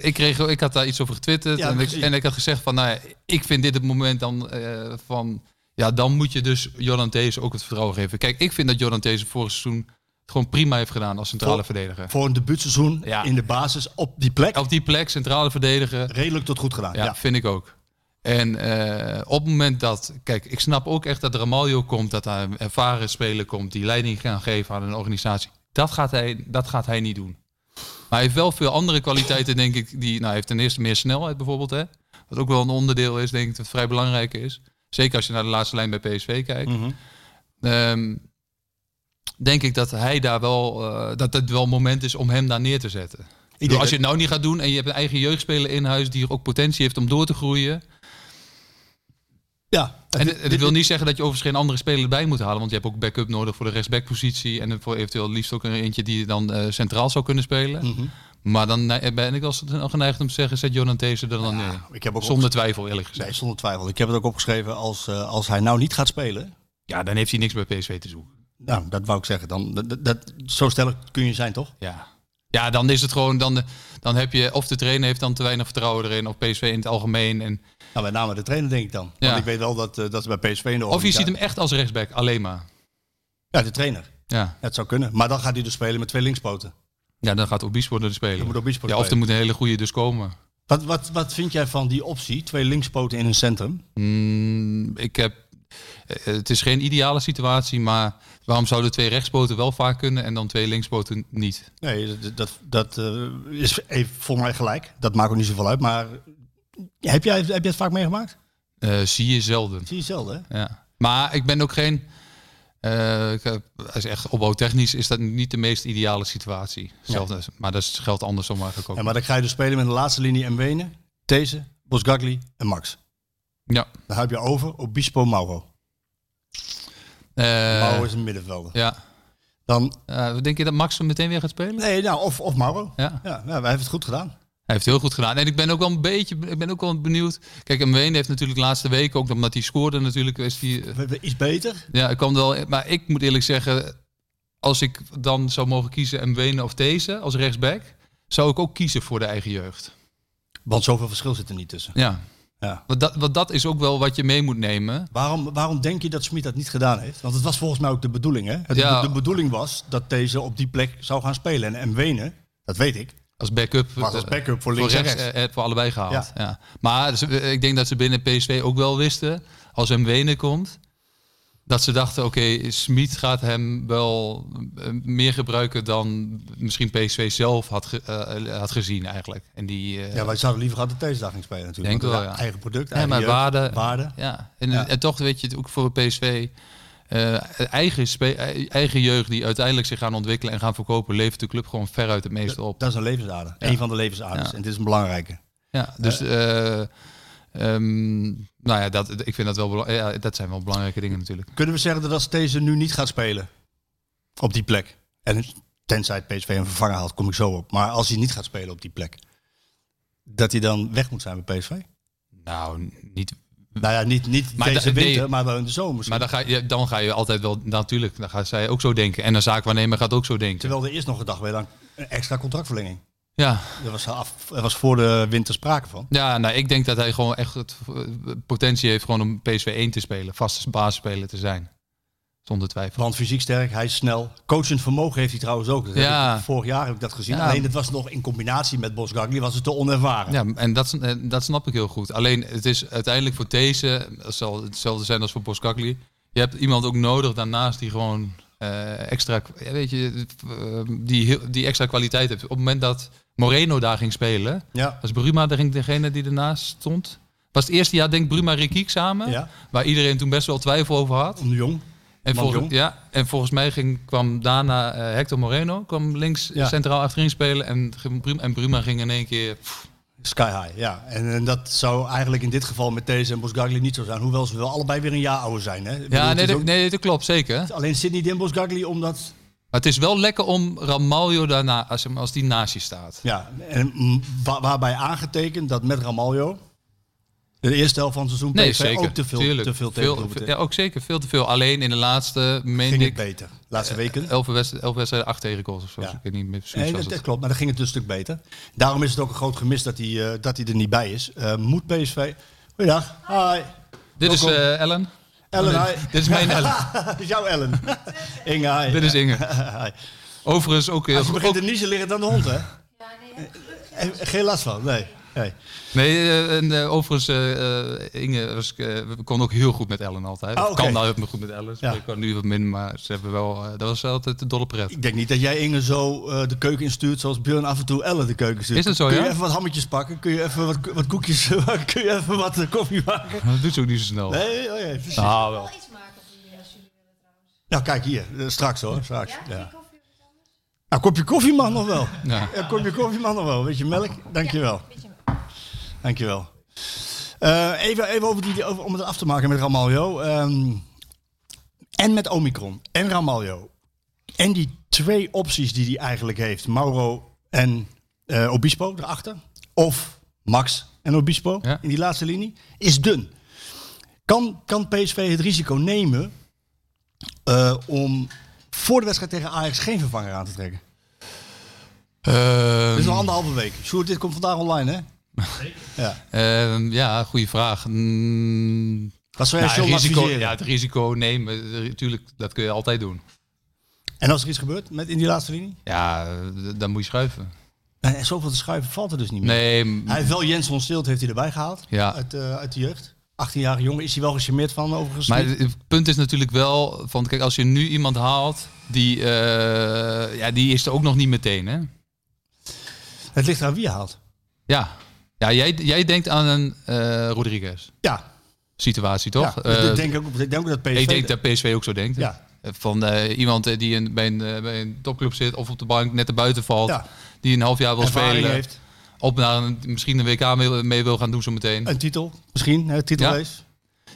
[SPEAKER 8] ik, kreeg, ik had daar iets over getwitterd.
[SPEAKER 7] Ja, dat
[SPEAKER 8] en, ik,
[SPEAKER 7] gezien.
[SPEAKER 8] en ik had gezegd van, nou ja, ik vind dit het moment dan eh, van... Ja, dan moet je dus Jordan Thees ook het vertrouwen geven. Kijk, ik vind dat Jordan Thees vorig seizoen het gewoon prima heeft gedaan als centrale
[SPEAKER 7] Voor-
[SPEAKER 8] verdediger.
[SPEAKER 7] Voor een debuutseizoen
[SPEAKER 8] Ja.
[SPEAKER 7] in de basis op die plek.
[SPEAKER 8] Op die plek, centrale verdediger,
[SPEAKER 7] Redelijk tot goed gedaan.
[SPEAKER 8] ja,
[SPEAKER 7] Ja,
[SPEAKER 8] vind ik ook. En eh, op het moment dat... Kijk, ik snap ook echt dat Ramaljo komt, dat daar een ervaren speler komt... die leiding gaan geven aan een organisatie. Dat gaat hij, dat gaat hij niet doen. Maar hij heeft wel veel andere kwaliteiten, denk ik. Die, nou, hij heeft ten eerste meer snelheid bijvoorbeeld. Hè? Wat ook wel een onderdeel is, denk ik, dat vrij belangrijk is. Zeker als je naar de laatste lijn bij PSV kijkt. Ehm, denk ik dat hij daar wel, eh, dat het wel een moment is om hem daar neer te zetten. Ik bedoel, als je het nou niet gaat doen en je hebt een eigen jeugdspeler in huis die ook potentie heeft om door te groeien.
[SPEAKER 7] Ja.
[SPEAKER 8] En dat wil niet zeggen dat je overigens geen andere speler erbij moet halen. Want je hebt ook backup nodig voor de rechtsbackpositie. En voor eventueel liefst ook een eentje die dan eh, centraal zou kunnen spelen. Maar dan ne- ben ik wel s- al geneigd om te zeggen, zet Jonan These er dan neer.
[SPEAKER 7] ik heb ook
[SPEAKER 8] Zonder twijfel, eerlijk gezegd.
[SPEAKER 7] Nee, zonder twijfel. Ik heb het ook opgeschreven als, eh, als hij nou niet gaat spelen.
[SPEAKER 8] Ja, dan heeft hij niks bij PSV te zoeken.
[SPEAKER 7] Nou, dat wou ik zeggen. Dan, dat, dat, dat- zo stellig kun je zijn, toch?
[SPEAKER 8] Ja. Ja, dan is het gewoon, dan, dan heb je of de trainer heeft dan te weinig vertrouwen erin, of PSV in het algemeen. En,
[SPEAKER 7] Nou, met name de trainer denk ik dan. Want
[SPEAKER 8] Ja.
[SPEAKER 7] ik weet wel dat, eh, dat ze bij PSV in de
[SPEAKER 8] of je
[SPEAKER 7] organisatie-
[SPEAKER 8] ziet hem echt als rechtsback, alleen maar.
[SPEAKER 7] Ja, de trainer.
[SPEAKER 8] Ja,
[SPEAKER 7] Ja, het zou kunnen. Maar dan gaat hij dus spelen met twee linkspoten.
[SPEAKER 8] ja dan gaat Obispo er spelen.
[SPEAKER 7] Dan moet Obispo
[SPEAKER 8] ja, of er
[SPEAKER 7] spelen.
[SPEAKER 8] moet een hele goede dus komen.
[SPEAKER 7] Wat, wat, wat vind jij van die optie? Twee linkspoten in een centrum?
[SPEAKER 8] Mm, ik heb, eh, het is geen ideale situatie, maar waarom zouden twee rechtsboten wel vaak kunnen en dan twee linksboten niet?
[SPEAKER 7] Nee, dat, dat, dat eh, is even, volgens mij gelijk. Dat maakt ook niet zoveel uit. Maar heb jij, heb jij het vaak meegemaakt?
[SPEAKER 8] Eh, zie je zelden.
[SPEAKER 7] Zie je zelden, hè?
[SPEAKER 8] Ja. Maar ik ben ook geen. eh, ik heb- als je echt opbouwtechnisch is dat niet de meest ideale situatie. Zelfde, Maar dat is- geldt andersom eigenlijk ook.
[SPEAKER 7] Ja, maar dan ga je dus spelen met de laatste linie Mwene, These, Bosgagli en Max.
[SPEAKER 8] ja.
[SPEAKER 7] Dan heb je over Obispo Mauro.
[SPEAKER 8] Eh,
[SPEAKER 7] Mauro is een middenvelder.
[SPEAKER 8] ja.
[SPEAKER 7] Dan,
[SPEAKER 8] Eh, denk je dat Max hem meteen weer gaat spelen?
[SPEAKER 7] nee, nou, of, of Mauro.
[SPEAKER 8] Ja.
[SPEAKER 7] Ja, nou, wij hebben het goed gedaan.
[SPEAKER 8] Hij heeft heel goed gedaan. En ik ben ook wel een beetje ik ben ook wel benieuwd. Kijk, Mwene heeft natuurlijk de laatste weken, ook omdat hij scoorde natuurlijk, is die, eh,
[SPEAKER 7] We hebben iets beter.
[SPEAKER 8] Ja, ik kwam er wel. Maar ik moet eerlijk zeggen, als ik dan zou mogen kiezen Mwene of deze als rechtsback, zou ik ook kiezen voor de eigen jeugd.
[SPEAKER 7] Want zoveel verschil zit er niet tussen.
[SPEAKER 8] Ja.
[SPEAKER 7] Ja.
[SPEAKER 8] Want dat, want dat is ook wel wat je mee moet nemen.
[SPEAKER 7] Waarom, waarom denk je dat Smit dat niet gedaan heeft? Want het was volgens mij ook de bedoeling, hè? Het,
[SPEAKER 8] Ja.
[SPEAKER 7] De bedoeling was dat deze op die plek zou gaan spelen. En Mwene, dat weet ik.
[SPEAKER 8] Als backup.
[SPEAKER 7] Maar als
[SPEAKER 8] eh,
[SPEAKER 7] backup voor links en rechts.
[SPEAKER 8] eh, eh, voor allebei gehaald.
[SPEAKER 7] Ja.
[SPEAKER 8] Ja. Maar ze- eh, ik denk dat ze binnen PSV ook wel wisten, als Mwene komt, dat ze dachten, oké, Smit gaat hem wel eh, meer gebruiken dan misschien PSV zelf had, ge- eh, had gezien eigenlijk. En die, eh,
[SPEAKER 7] Ja, wij zouden liever gehad dat deze dag ging spelen natuurlijk.
[SPEAKER 8] Denk
[SPEAKER 7] Want
[SPEAKER 8] wel, ja.
[SPEAKER 7] Eigen product,
[SPEAKER 8] Ja,
[SPEAKER 7] eigen
[SPEAKER 8] maar
[SPEAKER 7] jeugd,
[SPEAKER 8] waarde.
[SPEAKER 7] eh, waarde.
[SPEAKER 8] Ja. En,
[SPEAKER 7] Ja.
[SPEAKER 8] en toch weet je het ook voor PSV. eh, eigen, spe- eh, eigen jeugd die uiteindelijk zich gaan ontwikkelen en gaan verkopen, levert de club gewoon veruit het meeste op.
[SPEAKER 7] Dat is een levensader. Een van de levensaders.
[SPEAKER 8] Ja.
[SPEAKER 7] En dit is een belangrijke.
[SPEAKER 8] Ja, dus eh, ehm, nou ja, dat, ik vind dat wel belang- ja, dat zijn wel belangrijke dingen natuurlijk.
[SPEAKER 7] Kunnen we zeggen dat als deze nu niet gaat spelen op die plek, en tenzij het PSV een vervanger haalt, kom ik zo op. Maar als hij niet gaat spelen op die plek, dat hij dan weg moet zijn bij PSV?
[SPEAKER 8] Nou, n- niet.
[SPEAKER 7] Nou ja, niet, niet
[SPEAKER 8] Maar
[SPEAKER 7] deze
[SPEAKER 8] da- nee.
[SPEAKER 7] winter, maar wel in de zomer. misschien.
[SPEAKER 8] Maar dan ga, je, dan ga je altijd wel, natuurlijk, dan gaat zij ook zo denken. En een zaakwaarnemer gaat ook zo denken.
[SPEAKER 7] Terwijl er eerst nog een dag weer aan een extra contractverlenging.
[SPEAKER 8] Ja,
[SPEAKER 7] Er was, af, er was voor de winter sprake van.
[SPEAKER 8] ja nou, ik denk dat hij gewoon echt het eh, potentie heeft gewoon om PSV 1 te spelen, vaste basisspeler te zijn. Zonder twijfel.
[SPEAKER 7] Want fysiek sterk, hij is snel. Coachend vermogen heeft hij trouwens ook. Dat heb
[SPEAKER 8] Ja.
[SPEAKER 7] ik- vorig jaar heb ik dat gezien.
[SPEAKER 8] Ja.
[SPEAKER 7] Alleen dat was nog in combinatie met Bos Gagli, was het te onervaren.
[SPEAKER 8] Ja, en dat, eh, dat snap ik heel goed. Alleen, het is uiteindelijk voor deze, dat zal hetzelfde zijn als voor Boskakli. Je hebt iemand ook nodig daarnaast die gewoon eh, extra, ja, weet je, eh, die, heel- die extra kwaliteit heeft. Op het moment dat Moreno daar ging spelen,
[SPEAKER 7] Ja.
[SPEAKER 8] was Bruma daar ging degene die ernaast stond. Was het eerste jaar, denk ik, Bruma Rikiek samen,
[SPEAKER 7] Ja.
[SPEAKER 8] waar iedereen toen best wel twijfel over had.
[SPEAKER 7] Om de jong.
[SPEAKER 8] En,
[SPEAKER 7] Man
[SPEAKER 8] volgens,
[SPEAKER 7] jong.
[SPEAKER 8] ja, en volgens mij ging, kwam daarna eh, Hector Moreno, kwam links
[SPEAKER 7] Ja.
[SPEAKER 8] centraal achterin spelen en, ging Bruma- en Bruma ging in één keer...
[SPEAKER 7] Sky high, ja. En, en dat zou eigenlijk in dit geval met deze en Bosgagli niet zo zijn. Hoewel ze wel allebei weer een jaar ouder zijn. Hè? Ik bedoel,
[SPEAKER 8] Ja,
[SPEAKER 7] het
[SPEAKER 8] nee,
[SPEAKER 7] is
[SPEAKER 8] dat,
[SPEAKER 7] ook-
[SPEAKER 8] nee, dat klopt, zeker. Maar
[SPEAKER 7] Alleen Sidney en Bosgagli, omdat...
[SPEAKER 8] het is wel lekker om Ramaljo daarna, als, hem- als die naast je staat.
[SPEAKER 7] Ja, en, mm, wa- waarbij aangetekend dat met Ramaljo... De eerste helft van het seizoen
[SPEAKER 8] Nee,
[SPEAKER 7] PSV
[SPEAKER 8] zeker.
[SPEAKER 7] ook te veel,
[SPEAKER 8] Tuurlijk.
[SPEAKER 7] te veel
[SPEAKER 8] veel,
[SPEAKER 7] tegendoelpunten.
[SPEAKER 8] Ja, ook zeker. Veel te veel. Alleen in de laatste, meen
[SPEAKER 7] Ging het
[SPEAKER 8] ik, Eh,
[SPEAKER 7] beter. Laatste weken.
[SPEAKER 8] elf wedstrijden, elf wedstrijden, acht tegengoals of zo.
[SPEAKER 7] Ja.
[SPEAKER 8] Ik weet niet meer precies.
[SPEAKER 7] Nee,
[SPEAKER 8] was
[SPEAKER 7] dat, dat
[SPEAKER 8] het.
[SPEAKER 7] klopt, maar dan ging het dus een stuk beter. Daarom is het ook een groot gemis dat hij, eh, dat hij er niet bij is. Eh, moet PSV... Goeiedag. Hi.
[SPEAKER 8] Dit is
[SPEAKER 7] Welkom.
[SPEAKER 8] eh, Ellen.
[SPEAKER 7] Ellen,
[SPEAKER 8] Oh, nee,
[SPEAKER 7] hi.
[SPEAKER 8] Dit is mijn Ellen.
[SPEAKER 7] Dit <laughs> is jouw
[SPEAKER 8] <laughs>
[SPEAKER 7] Ellen. Inge, hi.
[SPEAKER 8] Dit is Inge.
[SPEAKER 7] <laughs> Hi.
[SPEAKER 8] Overigens ook... eh,
[SPEAKER 7] Als je begint
[SPEAKER 8] ook-
[SPEAKER 7] te niezen, ligt het aan de hond, hè? Eh, Geen last van, nee. nee.
[SPEAKER 8] nee, eh, en, eh, overigens, eh, eh, Inge was, eh, we kon ook heel goed met Ellen altijd.
[SPEAKER 7] Ah,
[SPEAKER 8] Of
[SPEAKER 7] oké.
[SPEAKER 8] Kan nou heel goed met Ellen.
[SPEAKER 7] Ja.
[SPEAKER 8] Ik kan nu wat minder, maar ze hebben wel... eh, dat was altijd de dolle pret.
[SPEAKER 7] Ik denk niet dat jij Inge zo eh, de keuken instuurt zoals Björn af en toe Ellen de keuken stuurt.
[SPEAKER 8] Is dat zo,
[SPEAKER 7] Kun je
[SPEAKER 8] ja?
[SPEAKER 7] even wat hammetjes pakken? Kun je even wat, ko- wat koekjes <laughs> maken? Kun je even wat eh, koffie maken?
[SPEAKER 8] <laughs> Dat doet ze ook niet zo snel.
[SPEAKER 7] Nee, oh ja, precies.
[SPEAKER 8] Nou, wel.
[SPEAKER 9] iets maken voor jullie als jullie willen trouwens.
[SPEAKER 7] Nou, kijk hier. Eh, Straks hoor, straks. Ja,
[SPEAKER 9] Ja, koffie of iets anders?
[SPEAKER 7] Nou, kopje koffie man nog wel.
[SPEAKER 8] Ja.
[SPEAKER 7] Ja, kopje koffie man nog wel. Weet je melk? Dankjewel.
[SPEAKER 9] Beetje melk.
[SPEAKER 7] Dankjewel. Eh even, even over die, over, om het af te maken met Ramaljo. Ehm, en met Omicron. En Ramaljo. En die twee opties die hij eigenlijk heeft. Mauro en eh, Obispo erachter. Of Max en Obispo
[SPEAKER 8] Ja.
[SPEAKER 7] in die laatste linie. Is dun. Kan, kan PSV het risico nemen eh, om voor de wedstrijd tegen Ajax geen vervanger aan te trekken?
[SPEAKER 8] Ehm,
[SPEAKER 7] Dit is al anderhalve week. Sjoerd, dit komt vandaag online, hè? Ja.
[SPEAKER 8] ehm, ja, goede vraag. Mm,
[SPEAKER 7] Wat zou jij
[SPEAKER 8] nou,
[SPEAKER 7] John
[SPEAKER 8] risico,
[SPEAKER 7] adviseren?
[SPEAKER 8] ja, het risico nemen, natuurlijk, dat kun je altijd doen.
[SPEAKER 7] En als er iets gebeurt met, in die laatste linie?
[SPEAKER 8] Ja, eh, dan moet je schuiven.
[SPEAKER 7] En zoveel te schuiven valt er dus niet meer.
[SPEAKER 8] Nee, m-
[SPEAKER 7] Hij heeft wel Jens van Stilt heeft hij erbij gehaald.
[SPEAKER 8] Ja.
[SPEAKER 7] Uit, eh, uit de jeugd. 18-jarige jongen is hij wel gecharmeerd van overigens.
[SPEAKER 8] maar
[SPEAKER 7] niet.
[SPEAKER 8] het punt is natuurlijk wel, van, kijk, als je nu iemand haalt, die, eh, ja, die is er ook nog niet meteen, hè?
[SPEAKER 7] Het ligt aan wie je haalt.
[SPEAKER 8] Ja, ja jij, jij denkt aan een eh, Rodriguez-situatie,
[SPEAKER 7] Ja.
[SPEAKER 8] toch?
[SPEAKER 7] ja.
[SPEAKER 8] Eh,
[SPEAKER 7] ik, denk ook, ik denk ook dat PSV...
[SPEAKER 8] ik denk dat PSV ook zo denkt.
[SPEAKER 7] Ja.
[SPEAKER 8] Eh, Van eh, iemand eh, die in, bij, een, eh, bij een topclub zit of op de bank net erbuiten valt.
[SPEAKER 7] Ja.
[SPEAKER 8] Die een half jaar wil
[SPEAKER 7] ervaring
[SPEAKER 8] spelen.
[SPEAKER 7] heeft.
[SPEAKER 8] Op naar een, misschien een WK mee, mee wil gaan doen zo meteen.
[SPEAKER 7] Een titel. Misschien. Hè, titelrace.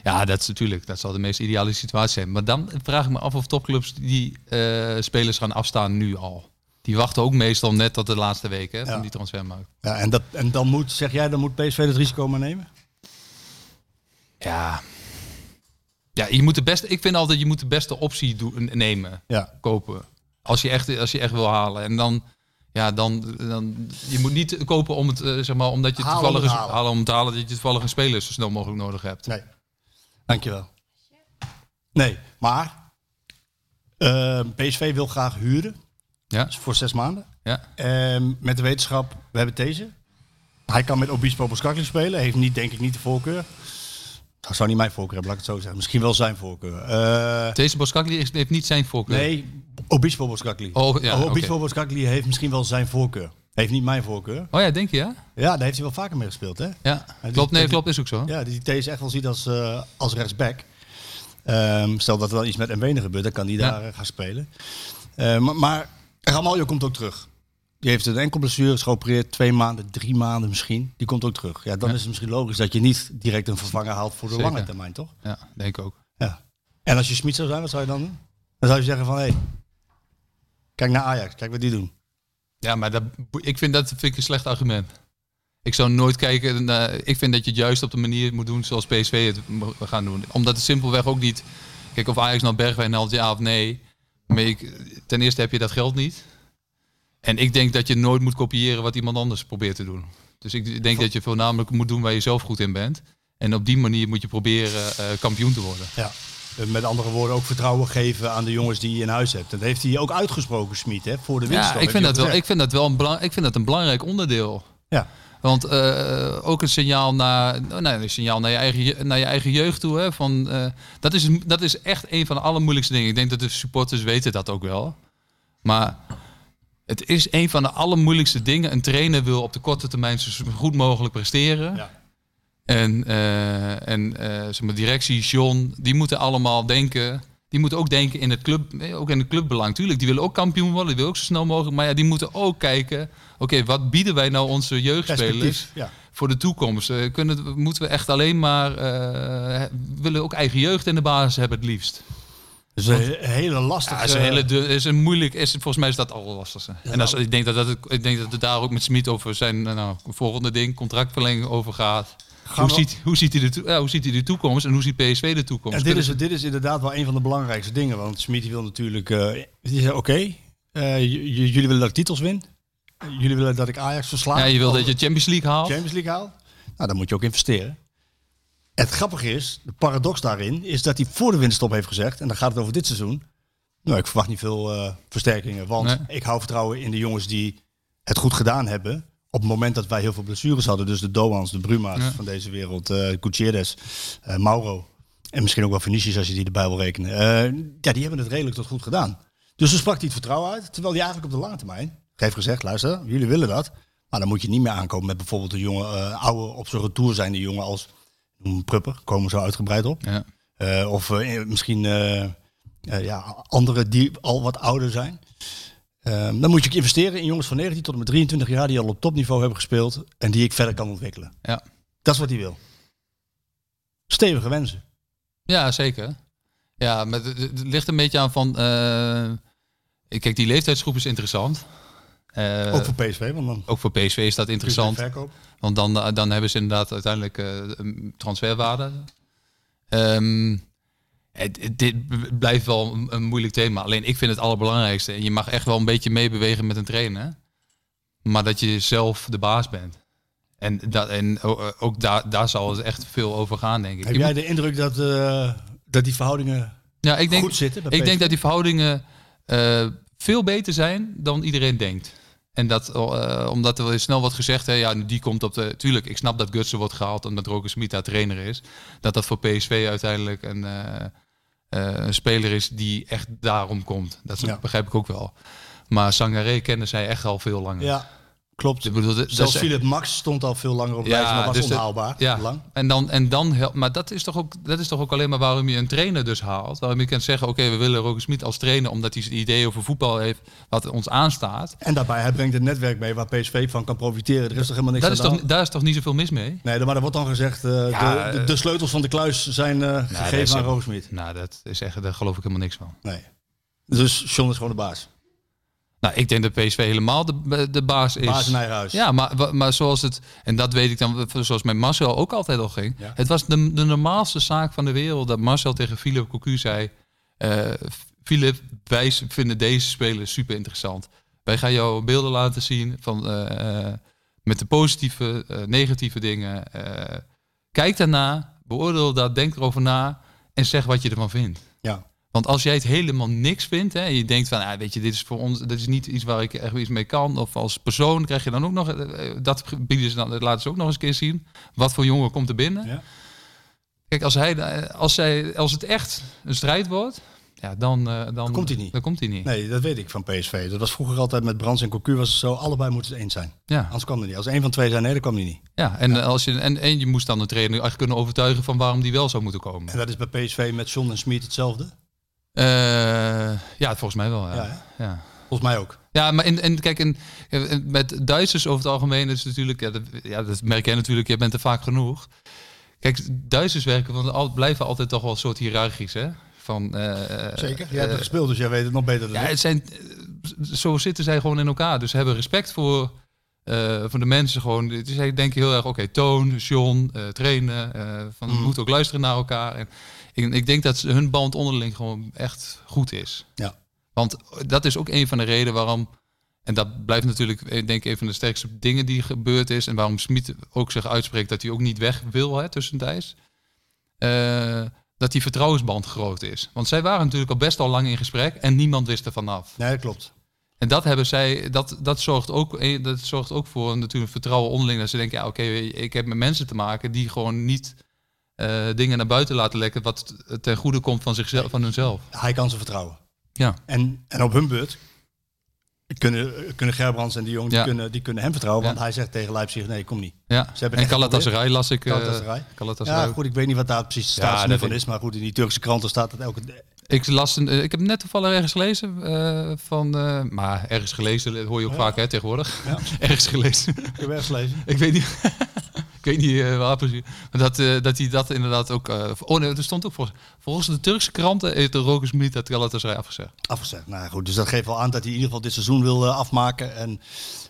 [SPEAKER 8] Ja, dat is natuurlijk. Dat zal de meest ideale situatie zijn. Maar dan vraag ik me af of topclubs die eh, spelers gaan afstaan nu al. Die wachten ook meestal net tot de laatste week hè,
[SPEAKER 7] Ja.
[SPEAKER 8] van die transfermarkt.
[SPEAKER 7] Ja, en, dat, en dan moet, zeg jij, dan moet PSV het risico maar nemen?
[SPEAKER 8] Ja. Ja, je moet de beste, ik vind altijd, je moet de beste optie doen, nemen.
[SPEAKER 7] Ja.
[SPEAKER 8] kopen. Als je echt, als je echt wil halen. En dan, ja, dan, dan je moet niet kopen om het, eh, zeg maar, omdat je
[SPEAKER 7] Halen om
[SPEAKER 8] toevallig
[SPEAKER 7] het halen.
[SPEAKER 8] halen om het te halen dat je toevallig een speler zo snel mogelijk nodig hebt.
[SPEAKER 7] Nee. Dankjewel. Nee, maar eh, PSV wil graag huren.
[SPEAKER 8] Ja.
[SPEAKER 7] Dat is voor zes maanden.
[SPEAKER 8] Ja,
[SPEAKER 7] Ehm, met de wetenschap, we hebben deze. Hij kan met Obispo Boskakli spelen. Heeft niet, denk ik niet de voorkeur. Dat zou niet mijn voorkeur hebben, laat ik het zo zeggen. Misschien wel zijn voorkeur. Eh,
[SPEAKER 8] deze Boskakli is- heeft niet zijn voorkeur.
[SPEAKER 7] nee, Obispo Boskakli.
[SPEAKER 8] Oh, ja,
[SPEAKER 7] Obispo
[SPEAKER 8] oké.
[SPEAKER 7] Boskakli heeft misschien wel zijn voorkeur. Heeft niet mijn voorkeur.
[SPEAKER 8] Oh ja, denk je ja?
[SPEAKER 7] Ja, daar heeft hij wel vaker mee gespeeld, hè?
[SPEAKER 8] Ja.
[SPEAKER 7] die-
[SPEAKER 8] Klopt, nee,
[SPEAKER 7] die-
[SPEAKER 8] klopt, is ook zo.
[SPEAKER 7] Ja, die Thees echt wel ziet als, eh, als rechtsback. Ehm, stel dat er dan iets met Mbene gebeurt, dan kan die
[SPEAKER 8] Ja.
[SPEAKER 7] daar eh, gaan spelen. Eh, maar, maar Ramaljo komt ook terug. Die heeft een enkel blessure, is geopereerd twee maanden, drie maanden misschien. Die komt ook terug. Ja, dan
[SPEAKER 8] Ja.
[SPEAKER 7] is het misschien logisch dat je niet direct een vervanger haalt voor de
[SPEAKER 8] Zeker.
[SPEAKER 7] lange termijn, toch?
[SPEAKER 8] Ja, denk ik ook.
[SPEAKER 7] Ja. En als je Smit zou zijn, wat zou je dan doen? Dan zou je zeggen van, hé, hey, kijk naar Ajax, kijk wat die doen.
[SPEAKER 8] Ja, maar dat, ik vind dat vind ik een slecht argument. Ik zou nooit kijken. Naar, ik vind dat je het juist op de manier moet doen zoals PSV het mo- gaan doen. Omdat het simpelweg ook niet. Kijk, of Ajax nou Bergwijn haalt, ja of nee. Maar ik, ten eerste heb je dat geld niet. En ik denk dat je nooit moet kopiëren wat iemand anders probeert te doen. Dus ik denk dat je voornamelijk moet doen waar je zelf goed in bent. En op die manier moet je proberen eh, kampioen te worden.
[SPEAKER 7] Ja. Eh, Met andere woorden, ook vertrouwen geven aan de jongens die je in huis hebt. Dat heeft hij ook uitgesproken, Smit, hè, voor de winst.
[SPEAKER 8] Ja, ik vind, dat wel, ik vind dat wel een, belang, ik vind dat een belangrijk onderdeel.
[SPEAKER 7] Ja.
[SPEAKER 8] Want eh, ook een signaal, naar, nou, nee, een signaal naar, je eigen, je- naar je eigen jeugd toe. Hè, van, eh, dat, is, dat is echt een van de allermoeilijkste dingen. Ik denk dat de supporters weten dat ook wel. Maar het is een van de allermoeilijkste dingen. Een trainer wil op de korte termijn zo goed mogelijk presteren.
[SPEAKER 7] Ja.
[SPEAKER 8] En, eh, en eh, zeg maar, directie, John, die moeten allemaal denken. Die moeten ook denken in het club, eh, ook in het clubbelang. Tuurlijk, die willen ook kampioen worden, die willen ook zo snel mogelijk. Maar ja, die moeten ook kijken, oké, wat bieden wij nou onze jeugdspelers?
[SPEAKER 7] Perspectief, ja.
[SPEAKER 8] voor de toekomst? Eh, kunnen, we- moeten we echt alleen maar. eh, he- willen ook eigen jeugd in de basis hebben, het liefst?
[SPEAKER 7] Dat is een he- hele lastige...
[SPEAKER 8] Dus Ja, is een hele dun- is een moeilijk. Is, volgens mij is dat al lastigste. en als, ik, denk dat dat, het- ik denk dat het daar ook met Smit over zijn eh, nou, volgende ding, contractverlenging over gaat. Hoe
[SPEAKER 7] we-
[SPEAKER 8] ziet, hoe, ziet hij de, toe- ja, hoe ziet hij de toekomst en hoe ziet PSV de toekomst?
[SPEAKER 7] Ja, dit, is, dit is inderdaad wel een van de belangrijkste dingen. Want Smit wil natuurlijk... eh, die zei, oké, eh, j- j- jullie willen dat ik titels win. Jullie willen dat ik Ajax versla.
[SPEAKER 8] ja, je wil
[SPEAKER 7] Of
[SPEAKER 8] dat je Champions League haalt.
[SPEAKER 7] Champions League haal. Nou, dan moet je ook investeren. Het grappige is, de paradox daarin, is dat hij voor de winterstop heeft gezegd... en dan gaat het over dit seizoen... Nou, ik verwacht niet veel eh, versterkingen. Want
[SPEAKER 8] Nee.
[SPEAKER 7] ik hou vertrouwen in de jongens die het goed gedaan hebben. Op het moment dat wij heel veel blessures hadden. Dus de Doans, de Bruma's
[SPEAKER 8] Ja.
[SPEAKER 7] van deze wereld. eh Gutierrez, eh, Mauro. En misschien ook wel Vinicius als je die erbij wil rekenen. Eh, ja, die hebben het redelijk tot goed gedaan. Dus toen sprak hij het vertrouwen uit. Terwijl hij eigenlijk op de lange termijn heeft gezegd... luister, jullie willen dat. Maar dan moet je niet meer aankomen met bijvoorbeeld een jongen... eh, oude, op zijn retour zijnde jongen als... noem hem Prupper, komen we zo uitgebreid op.
[SPEAKER 8] Ja.
[SPEAKER 7] Eh, of eh, misschien eh, eh, ja, anderen die al wat ouder zijn. Ehm, dan moet je investeren in jongens van 19 tot en met 23 jaar die al op topniveau hebben gespeeld en die ik verder kan ontwikkelen.
[SPEAKER 8] Ja.
[SPEAKER 7] Dat is wat hij wil. Stevige wensen.
[SPEAKER 8] Ja, zeker. Ja, maar het, het- het ligt een beetje aan van. eh, kijk, die leeftijdsgroep is interessant. Eh,
[SPEAKER 7] ook voor PSV, want dan
[SPEAKER 8] ook voor PSV is dat interessant.
[SPEAKER 7] verkoop.
[SPEAKER 8] Want dan, eh, dan hebben ze inderdaad uiteindelijk eh, een transferwaarde. Ehm, het- het- dit b- blijft wel een, een moeilijk thema. Alleen ik vind het allerbelangrijkste. En je mag echt wel een beetje meebewegen met een trainer. Maar dat je zelf de baas bent. En, dat, en o- eh, ook daar, daar zal het echt veel over gaan, denk ik.
[SPEAKER 7] Heb
[SPEAKER 8] Ik-
[SPEAKER 7] jij de indruk dat, eh, dat die verhoudingen
[SPEAKER 8] ja, ik denk,
[SPEAKER 7] goed zitten? bij
[SPEAKER 8] Ik denk
[SPEAKER 7] PSV?
[SPEAKER 8] dat die verhoudingen eh, veel beter zijn dan iedereen denkt. En dat, eh, omdat er wel eens snel wordt gezegd, hè, ja, die komt op de... Tuurlijk, ik snap dat Gutsen wordt gehaald omdat Roger Smit daar trainer is. Dat dat voor PSV uiteindelijk een, eh, eh, een speler is die echt daarom komt. Dat
[SPEAKER 7] Ja.
[SPEAKER 8] begrijp ik ook wel. Maar Sangaré kennen zij echt al veel langer.
[SPEAKER 7] Ja, klopt.
[SPEAKER 8] Ik bedoel, dat- dat
[SPEAKER 7] Zelfs
[SPEAKER 8] is-
[SPEAKER 7] Philip Max stond al veel langer op de
[SPEAKER 8] Ja,
[SPEAKER 7] lijst, maar was
[SPEAKER 8] dus dat-
[SPEAKER 7] onhaalbaar.
[SPEAKER 8] ja,
[SPEAKER 7] Lang.
[SPEAKER 8] en dan, en dan helpt. Maar dat is, toch ook, dat is toch ook alleen maar waarom je een trainer dus haalt. Waarom je kan zeggen: oké, we willen Roger Smit als trainer, omdat hij het idee over voetbal heeft wat ons aanstaat.
[SPEAKER 7] En daarbij, hij brengt een netwerk mee waar PSV van kan profiteren. Er is toch helemaal niks aan
[SPEAKER 8] Dat is
[SPEAKER 7] de
[SPEAKER 8] toch,
[SPEAKER 7] hand?
[SPEAKER 8] daar is toch niet zoveel mis mee?
[SPEAKER 7] Nee, maar er wordt dan gezegd, eh,
[SPEAKER 8] Ja,
[SPEAKER 7] de, de,
[SPEAKER 8] eh,
[SPEAKER 7] de sleutels van de kluis zijn eh,
[SPEAKER 8] dat is
[SPEAKER 7] gegeven aan
[SPEAKER 8] ook-
[SPEAKER 7] Roosmit.
[SPEAKER 8] Nou, dat is echt, daar geloof ik helemaal niks van.
[SPEAKER 7] Nee. Dus John is gewoon de baas.
[SPEAKER 8] Nou, ik denk dat PSV helemaal de, de baas is.
[SPEAKER 7] Baas in eigen huis.
[SPEAKER 8] Ja, maar, wa- maar zoals het, en dat weet ik dan, zoals met Marcel ook altijd al ging.
[SPEAKER 7] Ja.
[SPEAKER 8] Het was de, de normaalste zaak van de wereld dat Marcel tegen Philip Cocu zei: eh, Philip, wij s- vinden deze speler super interessant. Wij gaan jou beelden laten zien van, eh, eh, met de positieve, eh, negatieve dingen. Eh, kijk daarna, beoordeel dat, denk erover na en zeg wat je ervan vindt.
[SPEAKER 7] Ja.
[SPEAKER 8] Want als jij het helemaal niks vindt hè, en je denkt van, ah, weet je, dit is voor ons, dit is niet iets waar ik echt iets mee kan, of als persoon krijg je dan ook nog, eh, eh, dat bieden ze dan, dat laten ze ook nog eens een keer zien. Wat voor jongen komt er binnen?
[SPEAKER 7] Ja.
[SPEAKER 8] Kijk, als hij, eh, als zij, als het echt een strijd wordt, ja, dan, eh, dan,
[SPEAKER 7] komt hij niet.
[SPEAKER 8] Dan komt hij niet.
[SPEAKER 7] Nee, dat weet ik van PSV. Dat was vroeger altijd met Brands en Cocu was het zo. Allebei moeten het eens zijn.
[SPEAKER 8] Ja,
[SPEAKER 7] Anders kwam er niet. Als één van twee zei nee, dan kwam hij niet.
[SPEAKER 8] ja. En, eh, Als je, en, en je moest dan de trainer echt kunnen overtuigen van waarom die wel zou moeten komen.
[SPEAKER 7] En dat is bij PSV met John en Smit hetzelfde.
[SPEAKER 8] Eh, ja, volgens mij wel.
[SPEAKER 7] Ja,
[SPEAKER 8] Ja, ja.
[SPEAKER 7] Volgens mij ook.
[SPEAKER 8] Ja, maar en, en kijk, en, en met Duitsers over het algemeen is het natuurlijk, ja dat, ja, dat merk jij natuurlijk, je bent er vaak genoeg. Kijk, Duitsers werken van, al, blijven altijd toch wel een soort hiërarchisch, hè? Van, eh,
[SPEAKER 7] Zeker. Jij
[SPEAKER 8] eh,
[SPEAKER 7] hebt er gespeeld, dus jij weet het nog beter dan
[SPEAKER 8] ja,
[SPEAKER 7] ik.
[SPEAKER 8] het zijn, eh, zo zitten zij gewoon in elkaar. Dus ze hebben respect voor, eh, voor de mensen gewoon. Dus zij denken heel erg, oké, toon, John, eh, trainen. eh van, We moeten ook luisteren naar elkaar. En ik, ik denk dat ze- hun band onderling gewoon echt goed is.
[SPEAKER 7] Ja.
[SPEAKER 8] Want dat is ook een van de redenen waarom... En dat blijft natuurlijk, eh, denk ik, een van de sterkste dingen die gebeurd is. En waarom Smit ook zich uitspreekt dat hij ook niet weg wil hè, tussentijds. Eh, dat die vertrouwensband groot is. Want zij waren natuurlijk al best al lang in gesprek en niemand wist er vanaf.
[SPEAKER 7] Nee, dat klopt.
[SPEAKER 8] En dat hebben zij, dat, dat, zorgt ook, eh, dat zorgt ook voor een natuurlijk vertrouwen onderling. Dat ze denken, ja, oké, ik heb met mensen te maken die gewoon niet eh, dingen naar buiten laten lekken. wat ten goede komt van zichzelf, van hunzelf.
[SPEAKER 7] Hij kan ze vertrouwen.
[SPEAKER 8] Ja.
[SPEAKER 7] En, en op hun beurt kunnen, kunnen Gerbrands en die jongen,
[SPEAKER 8] Ja.
[SPEAKER 7] die, kunnen, die kunnen hem vertrouwen.
[SPEAKER 8] Ja.
[SPEAKER 7] Want hij zegt tegen Leipzig, nee, kom niet.
[SPEAKER 8] ja.
[SPEAKER 7] hebben
[SPEAKER 8] En
[SPEAKER 7] echt
[SPEAKER 8] Galatasaray las ik. eh,
[SPEAKER 7] Galatasaray.
[SPEAKER 8] Galatasaray.
[SPEAKER 7] Ja, goed, ik weet niet wat daar precies de
[SPEAKER 8] Ja,
[SPEAKER 7] status nu
[SPEAKER 8] dat
[SPEAKER 7] van
[SPEAKER 8] weet
[SPEAKER 7] is. Maar goed, in die Turkse kranten staat dat elke...
[SPEAKER 8] Ik, las een, eh, ik heb net toevallig ergens gelezen eh, van, eh, maar ergens gelezen dat hoor je ook vaak hè, tegenwoordig.
[SPEAKER 7] Ja.
[SPEAKER 8] <laughs> ergens gelezen.
[SPEAKER 7] Ik heb ergens gelezen.
[SPEAKER 8] Ik weet niet. <laughs> ik weet niet eh, waar precies. Maar dat, eh, dat hij dat inderdaad ook. eh, oh nee, er stond ook volgens, volgens de Turkse kranten heeft de Rokus Miet dat Galatasaray afgezegd.
[SPEAKER 7] Afgezegd. Nou goed, dus dat geeft wel aan dat hij in ieder geval dit seizoen wil eh, afmaken. En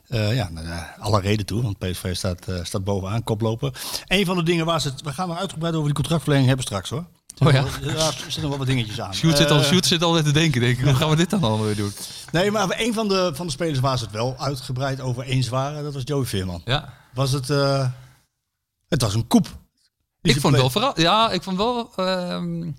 [SPEAKER 7] eh, ja, nou, ja, alle reden toe, want PSV staat, eh, staat bovenaan, koplopen. Een van de dingen waar ze het... We gaan nog uitgebreid over die contractverlenging hebben straks hoor. Er
[SPEAKER 8] Oh ja.
[SPEAKER 7] zitten wel- Daar zitten nog wel wat dingetjes aan.
[SPEAKER 8] Sjoerd zit, al,
[SPEAKER 7] Eh,
[SPEAKER 8] Sjoerd zit al net te denken, denk ik. Hoe gaan we dit dan allemaal weer doen?
[SPEAKER 7] Nee, maar een van de, van de spelers waar ze het wel uitgebreid over eens waren, dat was Joey Veerman.
[SPEAKER 8] Ja.
[SPEAKER 7] Was het... eh, het was een koep.
[SPEAKER 8] Ik vond wel verra- Ja, ik vond wel. ehm,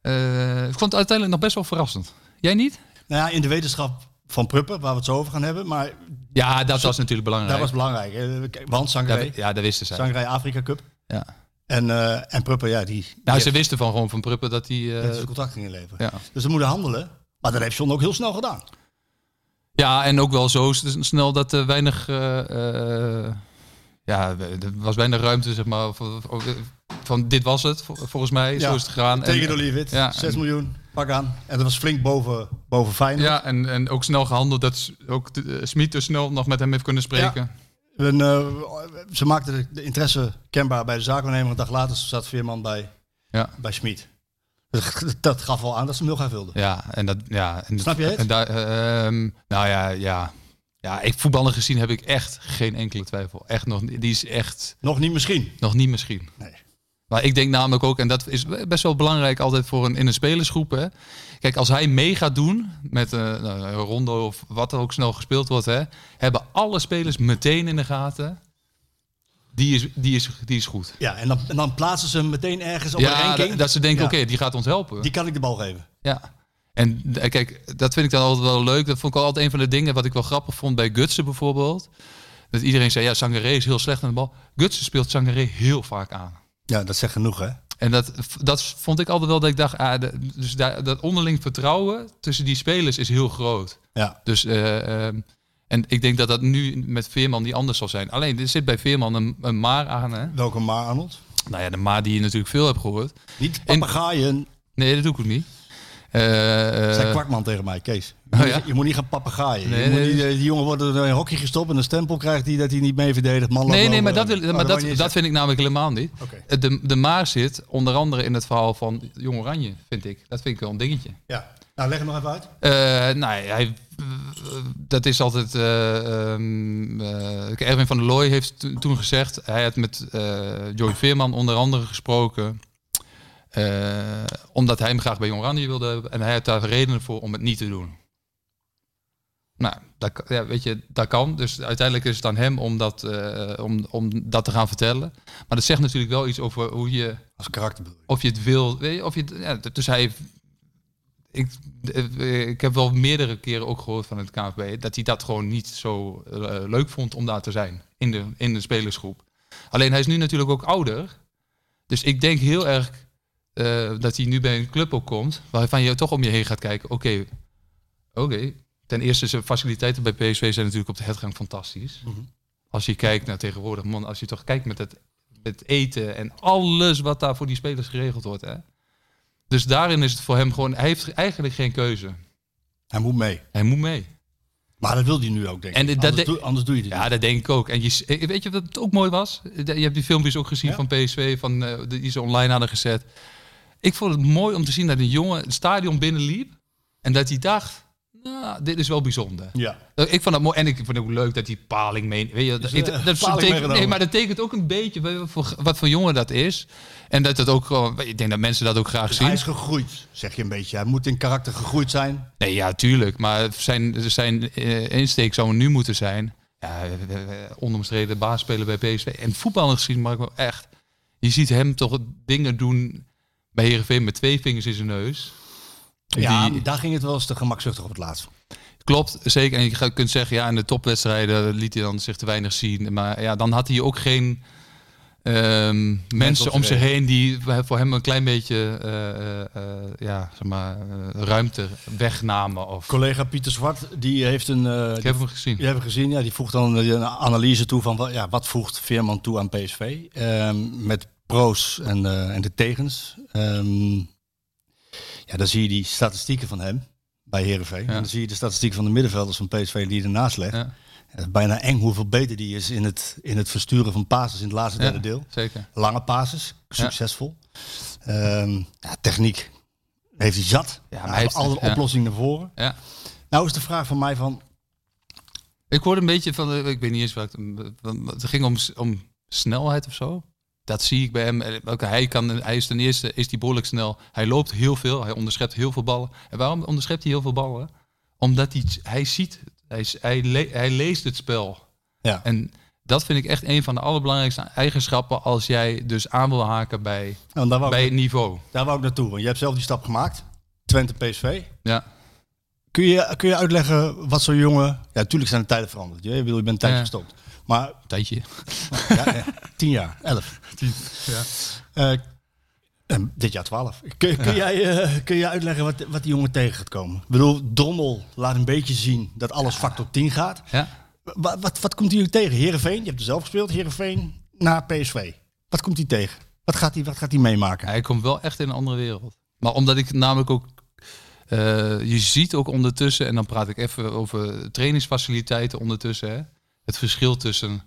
[SPEAKER 8] eh, ik vond het uiteindelijk nog best wel verrassend. Jij niet?
[SPEAKER 7] Nou ja, in de wetenschap van Pruppen, waar we het zo over gaan hebben. Maar
[SPEAKER 8] Ja, dat was natuurlijk belangrijk.
[SPEAKER 7] dat was belangrijk. hè. Kijk, Want
[SPEAKER 8] Ja,
[SPEAKER 7] Sangaré,
[SPEAKER 8] we- ja, dat wisten zij.
[SPEAKER 7] Sangaré Afrika Cup.
[SPEAKER 8] Ja.
[SPEAKER 7] En, eh, en Pruppen, ja, die, die
[SPEAKER 8] Nou,
[SPEAKER 7] heeft
[SPEAKER 8] ze wisten van gewoon van Pruppen dat hij. eh,
[SPEAKER 7] net zijn contract ging inleveren.
[SPEAKER 8] ja.
[SPEAKER 7] Dus ze moeten handelen. Maar dat heeft John ook heel snel gedaan.
[SPEAKER 8] Ja, en ook wel zo s- snel dat er weinig. eh, eh, ja, we- er was weinig ruimte, zeg maar. voor- voor- van dit was het, vol- volgens mij.
[SPEAKER 7] Ja,
[SPEAKER 8] Zo is het gegaan.
[SPEAKER 7] Tegen de
[SPEAKER 8] en, eh,
[SPEAKER 7] Leavitt,
[SPEAKER 8] ja,
[SPEAKER 7] 6
[SPEAKER 8] en-
[SPEAKER 7] miljoen, pak aan. En dat was flink boven, boven Feyenoord.
[SPEAKER 8] ja, en, en ook snel gehandeld dat s- ook de- eh, Smit dus snel nog met hem heeft kunnen spreken.
[SPEAKER 7] En, eh, ze maakten de, de interesse kenbaar bij de zaakwaarnemer. Een dag later zat Veerman bij,
[SPEAKER 8] Ja.
[SPEAKER 7] bij Schmid. Dat, dat gaf wel aan dat ze hem heel graag wilden.
[SPEAKER 8] Ja, en dat. Ja, en
[SPEAKER 7] Snap je het?
[SPEAKER 8] En daar, eh, ehm, nou ja, ja. Ja, ik, voetballen gezien heb ik echt geen enkele twijfel. Echt nog, niet- die is echt
[SPEAKER 7] Nog niet misschien.
[SPEAKER 8] nog niet misschien.
[SPEAKER 7] Nee.
[SPEAKER 8] Maar ik denk namelijk ook, en dat is best wel belangrijk altijd voor een, in een spelersgroep. Hè. Kijk, als hij mee gaat doen met eh, nou, een rondo of wat er ook snel gespeeld wordt, hè, hebben alle spelers meteen in de gaten. Die is, die is, die is goed.
[SPEAKER 7] Ja, en dan, en dan plaatsen ze hem meteen ergens op een
[SPEAKER 8] Ja,
[SPEAKER 7] ranking.
[SPEAKER 8] dat, dat ze denken,
[SPEAKER 7] Ja,
[SPEAKER 8] oké, die gaat ons helpen.
[SPEAKER 7] Die kan ik de bal geven.
[SPEAKER 8] Ja. En eh, kijk, dat vind ik dan altijd wel leuk. Dat vond ik altijd een van de dingen wat ik wel grappig vond bij Gutsen bijvoorbeeld. Dat iedereen zei, ja, Sangaré is heel slecht aan de bal. Gutsen speelt Sangaré heel vaak aan.
[SPEAKER 7] Ja, dat zegt genoeg, hè?
[SPEAKER 8] En dat, dat vond ik altijd wel dat ik dacht, ah, de- dus daar, dat onderling vertrouwen tussen die spelers is heel groot.
[SPEAKER 7] Ja.
[SPEAKER 8] Dus, eh, ehm, en ik denk dat dat nu met Veerman die anders zal zijn. Alleen, er zit bij Veerman een, een maar aan. Hè?
[SPEAKER 7] Welke maar, Arnold?
[SPEAKER 8] Nou ja, de maar die je natuurlijk veel hebt gehoord.
[SPEAKER 7] Niet
[SPEAKER 8] En-
[SPEAKER 7] papegaaien.
[SPEAKER 8] Nee, dat doe ik ook niet. Eh, eh,
[SPEAKER 7] Zei Kwakman tegen mij, Kees. Je,
[SPEAKER 8] Oh,
[SPEAKER 7] moet-
[SPEAKER 8] ja?
[SPEAKER 7] je moet niet gaan papegaaien.
[SPEAKER 8] Nee,
[SPEAKER 7] je moet
[SPEAKER 8] nee.
[SPEAKER 7] niet, eh, die jongen wordt in een hokje gestopt en een stempel krijgt hij dat hij niet mee verdedigt. Man, laat
[SPEAKER 8] nee, nee,
[SPEAKER 7] lopen.
[SPEAKER 8] maar dat, wil,
[SPEAKER 7] Oh,
[SPEAKER 8] maar
[SPEAKER 7] wou
[SPEAKER 8] dat,
[SPEAKER 7] je
[SPEAKER 8] dat,
[SPEAKER 7] niet zeggen.
[SPEAKER 8] vind ik namelijk helemaal niet. Eh,
[SPEAKER 7] Oké.
[SPEAKER 8] De, de maar zit onder andere in het verhaal van Jong Oranje, vind ik. Dat vind ik wel een dingetje.
[SPEAKER 7] Ja. Nou, leg hem nog even uit.
[SPEAKER 8] Eh, nou, ja, hij, dat is altijd. eh, ehm, eh, Erwin van der Looy heeft to- toen gezegd. Hij had met eh Joey Veerman onder andere gesproken. eh, omdat hij hem graag bij Jong Oranje wilde hebben. En hij had daar redenen voor om het niet te doen. Nou, dat, kan- ja, weet je, dat kan. Dus uiteindelijk is het aan hem om dat, eh, om, om dat te gaan vertellen. Maar dat zegt natuurlijk wel iets over hoe je
[SPEAKER 7] Als karakter bedoel je.
[SPEAKER 8] of je het wil. Weet je, of je het, ja, d- dus hij. Ik, eh, ik heb wel meerdere keren ook gehoord van het KNVB dat hij dat gewoon niet zo eh, leuk vond om daar te zijn in de, in de spelersgroep. Alleen hij is nu natuurlijk ook ouder. Dus ik denk heel erg eh, dat hij nu bij een club ook komt waarvan je toch om je heen gaat kijken. Oké, oké. Ten eerste zijn faciliteiten bij PSV zijn natuurlijk op de headgang fantastisch. Als je kijkt naar tegenwoordig, man, als je toch kijkt met het het eten en alles wat daar voor die spelers geregeld wordt. Hè? Dus daarin is het voor hem gewoon, hij heeft eigenlijk geen keuze.
[SPEAKER 7] Hij moet mee.
[SPEAKER 8] Hij moet mee.
[SPEAKER 7] Maar dat wil hij nu ook, denk ik.
[SPEAKER 8] En dat
[SPEAKER 7] anders,
[SPEAKER 8] de-
[SPEAKER 7] doe, anders doe je het
[SPEAKER 8] Ja,
[SPEAKER 7] niet.
[SPEAKER 8] dat denk ik ook. En je, s- eh, weet je wat ook mooi was? Eh, Je hebt die filmpjes ook gezien
[SPEAKER 7] Ja.
[SPEAKER 8] van PSV, van, eh, die ze online hadden gezet. Ik vond het mooi om te zien dat een jongen het stadion binnenliep en dat hij dacht, nou, dit is wel bijzonder.
[SPEAKER 7] Ja.
[SPEAKER 8] Eh, Ik vond dat mooi en ik vond het ook leuk dat die paling mee. Weet je, dat,
[SPEAKER 7] eh,
[SPEAKER 8] dat- dat
[SPEAKER 7] paling
[SPEAKER 8] betekent-
[SPEAKER 7] meegenomen.
[SPEAKER 8] nee, maar dat tekent ook een beetje wat voor, wat voor jongen dat is. En dat dat ook gewoon. Ik denk dat mensen dat ook graag
[SPEAKER 7] Hij
[SPEAKER 8] zien.
[SPEAKER 7] is gegroeid, zeg je een beetje. Hij moet in karakter gegroeid zijn.
[SPEAKER 8] Nee, ja, tuurlijk. Maar zijn, zijn eh, insteek zou nu moeten zijn. Ja, eh, eh, onomstreden baasspeler bij PSV. En voetballend gezien, Marco, echt. Je ziet hem toch dingen doen bij Heerenveen met twee vingers in zijn neus.
[SPEAKER 7] Ja,
[SPEAKER 8] Die-
[SPEAKER 7] daar ging het wel eens te gemakzuchtig op het laatst.
[SPEAKER 8] Klopt, zeker. En je gaat- kunt zeggen, ja, in de topwedstrijden liet hij dan zich te weinig zien. Maar ja, dan had hij ook geen ehm, mensen
[SPEAKER 7] om
[SPEAKER 8] om
[SPEAKER 7] zich
[SPEAKER 8] zich heen die voor hem een klein beetje eh, eh, eh, ja, zeg maar, eh, ruimte wegnamen. Of...
[SPEAKER 7] Collega Pieter Zwart, die heeft een... eh,
[SPEAKER 8] Ik heb hem gezien.
[SPEAKER 7] Die hebben we gezien, ja, die voegt dan een analyse toe van wa- ja, wat voegt Veerman toe aan PSV. Ehm, met pro's en, eh, en de tegens. Ehm, ja, dan zie je die statistieken van hem bij Herenveen. En dan zie je de statistieken van de middenvelders van PSV die ernaast legt.
[SPEAKER 8] Ja.
[SPEAKER 7] Het is bijna eng hoeveel beter die is in het, in het versturen van passes in het laatste
[SPEAKER 8] Ja,
[SPEAKER 7] derde deel.
[SPEAKER 8] Zeker.
[SPEAKER 7] Lange passes, succesvol. Ehm, ja, techniek heeft hij zat.
[SPEAKER 8] maar
[SPEAKER 7] Ja,
[SPEAKER 8] hij
[SPEAKER 7] hij heeft
[SPEAKER 8] heeft-
[SPEAKER 7] alle
[SPEAKER 8] ja.
[SPEAKER 7] oplossingen naar voren.
[SPEAKER 8] Ja.
[SPEAKER 7] Nou is de vraag van mij van,
[SPEAKER 8] Ik hoorde een beetje van, eh, ik weet niet eens waar het, want het ging om, s- om snelheid of zo. Dat zie ik bij hem. Eh, Oké, hij, kan, hij is ten eerste is die behoorlijk snel. Hij loopt heel veel, hij onderschept heel veel ballen. En waarom onderschept hij heel veel ballen? Omdat hij, hij ziet, hij, is- hij, le- hij leest het spel.
[SPEAKER 7] ja.
[SPEAKER 8] En dat vind ik echt een van de allerbelangrijkste eigenschappen als jij dus aan wil haken bij,
[SPEAKER 7] Nou, daar wou ik
[SPEAKER 8] bij het niveau.
[SPEAKER 7] Daar wou ik naartoe, want je hebt zelf die stap gemaakt. Twente PSV.
[SPEAKER 8] Ja.
[SPEAKER 7] Kun je, kun je uitleggen wat zo'n jongen... Ja, natuurlijk zijn de tijden veranderd. Je, ik bedoel, je bent een tijdje
[SPEAKER 8] Ja.
[SPEAKER 7] gestopt. Maar
[SPEAKER 8] Tijdje.
[SPEAKER 7] ja, eh, tien jaar, elf. Eh, en dit jaar twaalf. Kun, kun, jij, eh, kun je uitleggen wat, wat die jongen tegen gaat komen? Ik bedoel, Drommel laat een beetje zien dat alles factor 10 gaat.
[SPEAKER 8] Ja.
[SPEAKER 7] Wat, wat, wat komt hij nu tegen? Heerenveen, je hebt er zelf gespeeld. Heerenveen naar PSV. Wat komt hij tegen? Wat gaat hij, wat gaat hij meemaken?
[SPEAKER 8] Hij komt wel echt in een andere wereld. Maar omdat ik namelijk ook. eh, je ziet ook ondertussen, en dan praat ik even over trainingsfaciliteiten ondertussen. Hè, het verschil tussen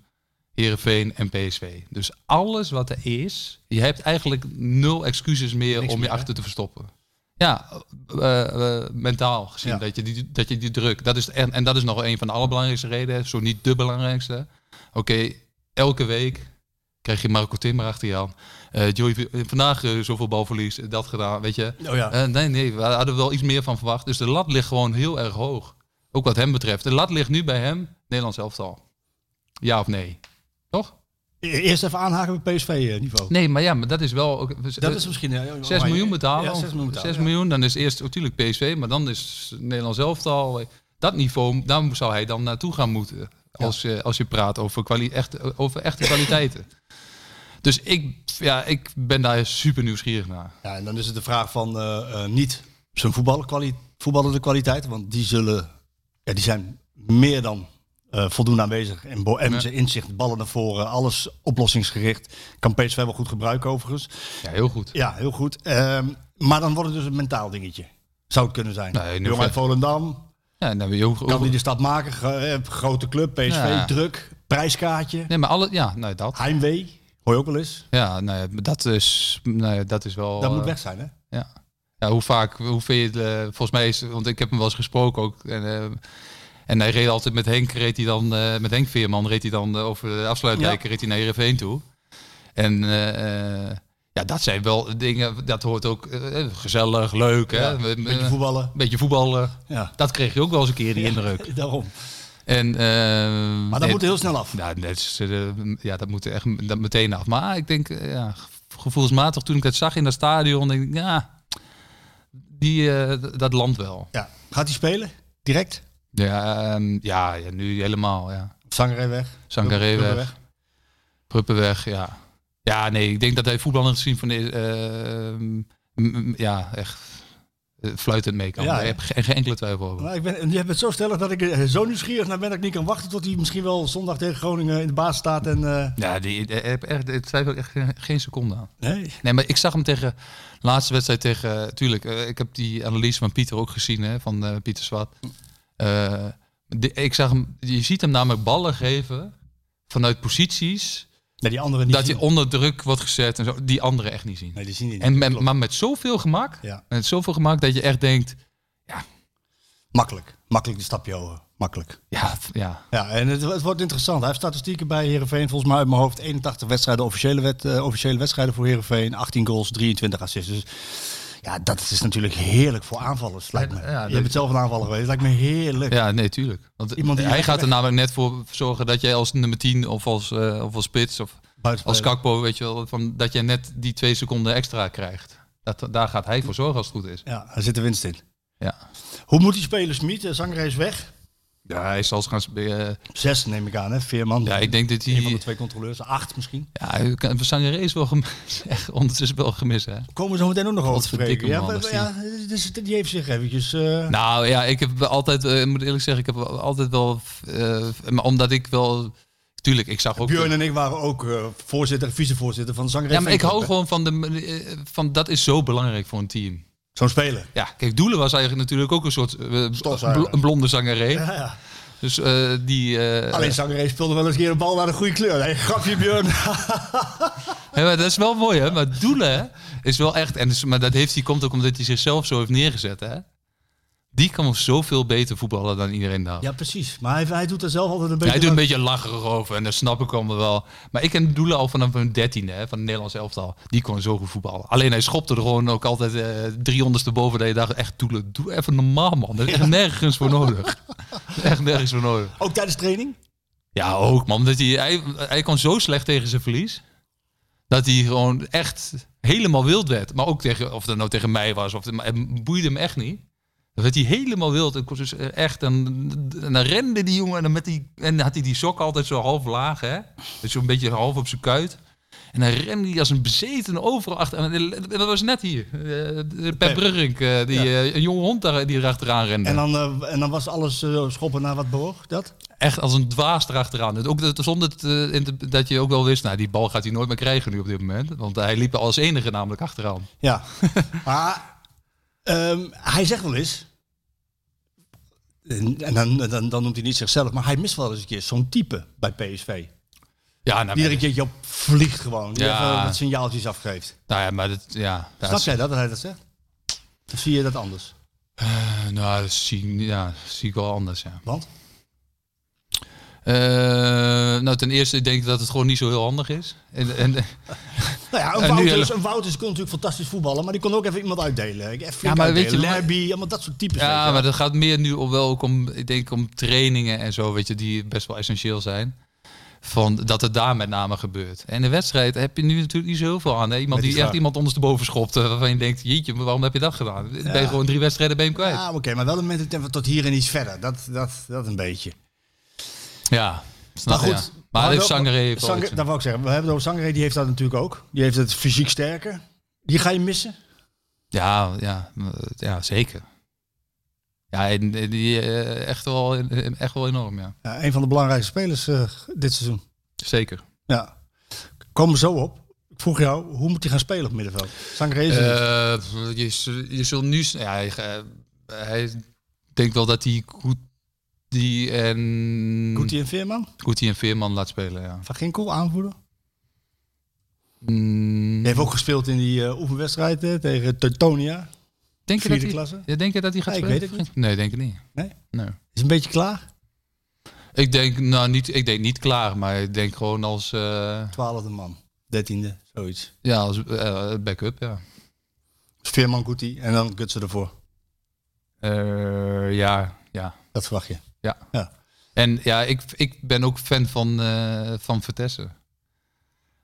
[SPEAKER 8] Herenveen en PSV. Dus alles wat er is, je hebt eigenlijk nul excuses meer
[SPEAKER 7] Niks
[SPEAKER 8] om je
[SPEAKER 7] meer, hè?
[SPEAKER 8] achter te verstoppen. Ja, eh, eh, mentaal gezien,
[SPEAKER 7] Ja.
[SPEAKER 8] dat, je die, dat je die druk. Dat is, en, en dat is nog wel een van de allerbelangrijkste redenen, zo niet de belangrijkste. Oké, elke week Kreeg je Marco Timmer achter je aan. Eh, Joey, eh, vandaag eh, zoveel balverlies, eh, dat gedaan, weet je.
[SPEAKER 7] Oh ja.
[SPEAKER 8] Eh, nee, nee, we hadden wel iets meer van verwacht. Dus de lat ligt gewoon heel erg hoog. Ook wat hem betreft. De lat ligt nu bij hem, Nederlands elftal. Ja of nee? Toch?
[SPEAKER 7] E- Eerst even aanhaken met PSV-niveau.
[SPEAKER 8] Nee, maar ja, maar dat is wel... Ook,
[SPEAKER 7] Dat is misschien... Ja,
[SPEAKER 8] 6
[SPEAKER 7] maar-
[SPEAKER 8] miljoen betalen.
[SPEAKER 7] Ja, 6 miljoen betalen.
[SPEAKER 8] Zes
[SPEAKER 7] ja.
[SPEAKER 8] miljoen, dan is eerst natuurlijk PSV, maar dan is Nederlands elftal. eh, Dat niveau, daar zou hij dan naartoe gaan moeten. Als, je, als je praat over, kwali- echt, over echte kwaliteiten. <laughs> Dus ik, ja, ik ben daar super nieuwsgierig naar.
[SPEAKER 7] Ja, en dan is het de vraag van eh, eh, niet zijn voetballerkwali- voetballende kwaliteiten, want die zullen, ja, die zijn meer dan eh, voldoende aanwezig. En, bo- en
[SPEAKER 8] Ja.
[SPEAKER 7] zijn inzicht, ballen naar voren, alles oplossingsgericht. Kan PSV wel goed gebruiken overigens.
[SPEAKER 8] Ja, heel goed.
[SPEAKER 7] Ja, heel goed. Ehm, maar dan wordt het dus een mentaal dingetje. Zou het kunnen zijn.
[SPEAKER 8] Nee, in ieder
[SPEAKER 7] Jong uit
[SPEAKER 8] geval-
[SPEAKER 7] Volendam,
[SPEAKER 8] Ja, en dan heb je ook,
[SPEAKER 7] kan die de stad maken? Ge- eh, grote club, PSV,
[SPEAKER 8] Ja.
[SPEAKER 7] druk, prijskaartje,
[SPEAKER 8] Nee, maar alle, ja, nou, dat.
[SPEAKER 7] heimwee. Hoor je ook wel eens?
[SPEAKER 8] Ja, nou, ja, dat is, nou, ja, dat is wel.
[SPEAKER 7] Dat moet
[SPEAKER 8] eh,
[SPEAKER 7] weg zijn, hè?
[SPEAKER 8] Ja. ja, hoe vaak, hoe vind je het, eh, volgens mij is, want ik heb hem wel eens gesproken ook. En, eh, en hij reed altijd met Henk, reed hij dan, eh, met Henk Veerman, reed hij dan eh, over de afsluitdijk, reed hij naar Heerenveen toe. En eh, eh, ja, dat zijn wel dingen, dat hoort ook eh, gezellig, leuk. Hè?
[SPEAKER 7] Ja,
[SPEAKER 8] Een
[SPEAKER 7] Beetje voetballen.
[SPEAKER 8] beetje voetballen.
[SPEAKER 7] Ja,
[SPEAKER 8] Dat kreeg je ook wel eens een keer, die
[SPEAKER 7] <laughs>
[SPEAKER 8] indruk.
[SPEAKER 7] daarom.
[SPEAKER 8] En, eh,
[SPEAKER 7] Maar dat moet heel snel af.
[SPEAKER 8] Ja, dat, is, eh, ja, dat moet echt dat meteen af. Maar ik denk, eh, ja, gevoelsmatig toen ik dat zag in dat stadion, denk ik, ja, die, eh, d- dat landt wel.
[SPEAKER 7] Ja. Gaat hij spelen? Direct?
[SPEAKER 8] Ja, ehm, ja, ja, nu helemaal, ja.
[SPEAKER 7] Zangerij weg.
[SPEAKER 8] Sangaré
[SPEAKER 7] Prupper
[SPEAKER 8] weg, Pruppen weg, ja. Ja, nee, ik denk dat hij voetballend gezien van, de, eh, m- m- ja, echt eh, fluitend mee kan.
[SPEAKER 7] Ja,
[SPEAKER 8] Ja,
[SPEAKER 7] ja.
[SPEAKER 8] Ik heb geen, geen enkele twijfel over.
[SPEAKER 7] Nou, ik ben, je bent zo stellig dat ik er zo nieuwsgierig naar ben dat ik niet kan wachten tot hij misschien wel zondag tegen Groningen in de baas staat. En, eh,
[SPEAKER 8] Ja, die, ik heb echt, ik twijfel echt geen- geen seconde aan.
[SPEAKER 7] nee.
[SPEAKER 8] Nee, maar ik zag hem tegen laatste wedstrijd tegen. eh, tuurlijk, eh, ik heb die analyse van Pieter ook gezien, hè, van eh, Pieter Zwart. Eh, de- ik zag hem, je ziet hem namelijk ballen geven vanuit posities
[SPEAKER 7] nee, die anderen niet.
[SPEAKER 8] dat je
[SPEAKER 7] zien.
[SPEAKER 8] onder druk wordt gezet en zo, die anderen echt niet zien.
[SPEAKER 7] Nee, die zien die niet.
[SPEAKER 8] en met,
[SPEAKER 7] Klopt.
[SPEAKER 8] maar met zoveel gemak,
[SPEAKER 7] Ja.
[SPEAKER 8] met zoveel gemak dat je echt denkt,
[SPEAKER 7] Makkelijk. Makkelijk de stapje over. Makkelijk.
[SPEAKER 8] ja, f- ja,
[SPEAKER 7] Ja, en het, het wordt interessant. Hij heeft statistieken bij Herenveen. Volgens mij uit mijn hoofd 81 wedstrijden, officiële, wed, eh, officiële wedstrijden voor Herenveen. 18 goals, 23 assists. Dus ja, dat is natuurlijk heerlijk voor aanvallers. Lijkt me.
[SPEAKER 8] Ja, ja,
[SPEAKER 7] je bent zelf een aanvaller geweest. Lijkt me heerlijk.
[SPEAKER 8] ja, nee, tuurlijk. Want
[SPEAKER 7] Iemand die
[SPEAKER 8] hij
[SPEAKER 7] echt
[SPEAKER 8] gaat er
[SPEAKER 7] weg-
[SPEAKER 8] namelijk net voor zorgen dat jij als nummer 10 of als, eh, of als spits of Als
[SPEAKER 7] Buitenspeler.
[SPEAKER 8] Kakpo, weet je wel, van, dat je net die twee seconden extra krijgt. Dat, daar gaat hij voor zorgen als het goed is.
[SPEAKER 7] Ja, daar zit de winst in.
[SPEAKER 8] Ja.
[SPEAKER 7] Hoe moet die spelers Smit? Zangrij is weg.
[SPEAKER 8] Ja, hij zal eens gaan spelen.
[SPEAKER 7] Zes neem ik aan, hè? Veerman.
[SPEAKER 8] Ja, ik denk dat
[SPEAKER 7] Een van de
[SPEAKER 8] hij...
[SPEAKER 7] twee controleurs. Acht misschien.
[SPEAKER 8] Ja, Sangaré is wel gemist. <laughs> Echt ondertussen wel gemist, hè?
[SPEAKER 7] Komen we zo meteen ook nog over te spreken.
[SPEAKER 8] Godverdikke
[SPEAKER 7] Ja,
[SPEAKER 8] man,
[SPEAKER 7] maar-
[SPEAKER 8] dat is
[SPEAKER 7] ja, dus die heeft zich eventjes... eh,
[SPEAKER 8] Nou ja, ik heb altijd, eh, ik moet eerlijk zeggen, ik heb altijd wel... eh, maar omdat ik wel... Tuurlijk, ik zag ook...
[SPEAKER 7] Björn en ik waren ook eh, voorzitter, vicevoorzitter van de Zangrij.
[SPEAKER 8] ja, maar ik
[SPEAKER 7] Fanclub,
[SPEAKER 8] hou
[SPEAKER 7] hè.
[SPEAKER 8] gewoon van de... eh, Van, dat is zo belangrijk voor een team.
[SPEAKER 7] Zo'n speler.
[SPEAKER 8] Ja, kijk, Doelen was eigenlijk natuurlijk ook een soort... eh,
[SPEAKER 7] Stofzuiger.
[SPEAKER 8] bl- een blonde zangeré.
[SPEAKER 7] Ja, ja.
[SPEAKER 8] Dus eh, die... eh,
[SPEAKER 7] Alleen Zangrij speelde wel eens een keer een bal naar de goede kleur. Nee, grapje
[SPEAKER 8] <laughs>
[SPEAKER 7] Björn.
[SPEAKER 8] Ja, maar dat is wel mooi, hè? Maar doelen is wel echt. En dus, maar dat heeft, die komt ook omdat hij zichzelf zo heeft neergezet, hè? Die kan zoveel beter voetballen dan iedereen daar.
[SPEAKER 7] ja, precies. Maar hij, hij doet er zelf altijd een beetje...
[SPEAKER 8] hij doet een beetje lacherig over en dat snap ik allemaal wel. Maar ik ken doelen al vanaf mijn dertiende, hè, van het Nederlands elftal. Die kon zo goed voetballen. Alleen hij schopte er gewoon ook altijd eh drie onderste boven. Dat je dacht, echt doelen, doe even normaal, man. Er is echt nergens voor nodig. echt nergens voor nodig.
[SPEAKER 7] Ook tijdens training?
[SPEAKER 8] Ja, ook man. Omdat hij, hij, hij kon zo slecht tegen zijn verlies. Dat hij gewoon echt helemaal wild werd. Maar ook tegen, of dat nou tegen mij was. Of, maar het boeide hem echt niet. Dan werd hij helemaal wild. En kon dus echt, en, en dan rende die jongen. En dan, met die, en dan had hij die sok altijd zo half laag. Hè? Dus zo'n beetje half op zijn kuit. En dan rende hij als een bezeten overal achter. En dat was net hier. eh, Pep Brugink. eh, die, eh, een jonge hond daar, die erachteraan rende.
[SPEAKER 7] En dan, eh, en dan was alles eh, schoppen naar wat behoog, dat?
[SPEAKER 8] Echt als een dwaas erachteraan. Het- Ook dat- zonder het, eh, in te- dat je ook wel wist, nou, die bal gaat hij nooit meer krijgen nu op dit moment. Want hij liep er als enige namelijk achteraan.
[SPEAKER 7] Ja. <laughs> maar ehm, hij zegt wel eens. En en dan, dan, dan noemt hij niet zichzelf, maar hij mist wel eens een keer zo'n type bij PSV.
[SPEAKER 8] Ja, nou,
[SPEAKER 7] Die er een
[SPEAKER 8] maar,
[SPEAKER 7] keertje op vliegt gewoon. Die
[SPEAKER 8] Ja.
[SPEAKER 7] even wat signaaltjes afgeeft.
[SPEAKER 8] nou ja, maar dat, ja, dat
[SPEAKER 7] Snap
[SPEAKER 8] is-
[SPEAKER 7] jij dat, dat hij dat zegt? Of zie je dat anders?
[SPEAKER 8] nou, dat zie, ik- ja, dat zie ik wel anders. Ja.
[SPEAKER 7] Want?
[SPEAKER 8] Eh, nou, ten eerste denk ik dat het gewoon niet zo heel handig is. En, en,
[SPEAKER 7] Nou ja,
[SPEAKER 8] En nu
[SPEAKER 7] een Wouters,
[SPEAKER 8] hele-
[SPEAKER 7] een Wouters kon natuurlijk fantastisch voetballen, maar die kon ook even iemand uitdelen. Ik- Even
[SPEAKER 8] Ja,
[SPEAKER 7] ja,
[SPEAKER 8] maar
[SPEAKER 7] maar
[SPEAKER 8] weet
[SPEAKER 7] uitdelen.
[SPEAKER 8] je, maar-
[SPEAKER 7] Lerby, allemaal dat soort types. weet
[SPEAKER 8] ja,
[SPEAKER 7] je.
[SPEAKER 8] maar dat gaat meer nu om, wel ook om, ik denk om trainingen en zo, weet je, die best wel essentieel zijn. Van dat het daar met name gebeurt. En de wedstrijd heb je nu natuurlijk niet zo heel veel aan. Hè? Iemand
[SPEAKER 7] Met die
[SPEAKER 8] die echt
[SPEAKER 7] vraag.
[SPEAKER 8] iemand ondersteboven schopt, eh, waarvan je denkt, jeetje, maar waarom heb je dat gedaan? Ben je gewoon drie wedstrijden bij hem kwijt.
[SPEAKER 7] Ja, Ah, oké, maar wel een moment tot hier en iets verder. Dat, dat, dat een beetje.
[SPEAKER 8] Ja, snap
[SPEAKER 7] Maar
[SPEAKER 8] je.
[SPEAKER 7] goed.
[SPEAKER 8] Maar
[SPEAKER 7] we
[SPEAKER 8] dat heeft
[SPEAKER 7] hadden ook-
[SPEAKER 8] Sangaré heeft wel
[SPEAKER 7] Sangaré-
[SPEAKER 8] iets in.
[SPEAKER 7] Dat wou ik zeggen. We hebben het over Sangaré, die heeft dat natuurlijk ook. Die heeft het fysiek sterker. Die ga je missen.
[SPEAKER 8] Ja, ja, eh, ja zeker. Ja, en, en die, eh, echt, wel, echt wel enorm, ja.
[SPEAKER 7] Ja, een van de belangrijkste spelers eh, dit seizoen.
[SPEAKER 8] Zeker.
[SPEAKER 7] Ja. Kom er zo op. Ik vroeg jou, hoe moet hij gaan spelen op middenveld? Sangaré is er niet.
[SPEAKER 8] Eh, je, zul- je zult nu... s- Ja, hij, eh, hij denkt wel dat hij Goetie en,
[SPEAKER 7] Goetie en Veerman?
[SPEAKER 8] Guti en Veerman laat spelen, ja.
[SPEAKER 7] Van Ginkel aanvoerder?
[SPEAKER 8] Mm,
[SPEAKER 7] Die heeft ook gespeeld in die eh, oefenwedstrijd eh, tegen Teutonia.
[SPEAKER 8] denk je dat
[SPEAKER 7] vierde
[SPEAKER 8] hij-
[SPEAKER 7] klasse?
[SPEAKER 8] Ja, denk je dat hij gaat
[SPEAKER 7] Ja, ik
[SPEAKER 8] spelen?
[SPEAKER 7] weet het niet.
[SPEAKER 8] Nee, denk ik niet.
[SPEAKER 7] Nee?
[SPEAKER 8] Nee.
[SPEAKER 7] Is een beetje klaar?
[SPEAKER 8] Ik denk, nou, niet, ik denk niet klaar, maar ik denk gewoon als, eh,
[SPEAKER 7] Twaalfde man. Dertiende, zoiets.
[SPEAKER 8] ja, als eh, backup, ja.
[SPEAKER 7] Dus Veerman, Goetie en dan Gutsen ervoor.
[SPEAKER 8] Eh, ja, ja.
[SPEAKER 7] Dat verwacht je.
[SPEAKER 8] En ja, ik, ik ben ook fan van, eh van Vertessen.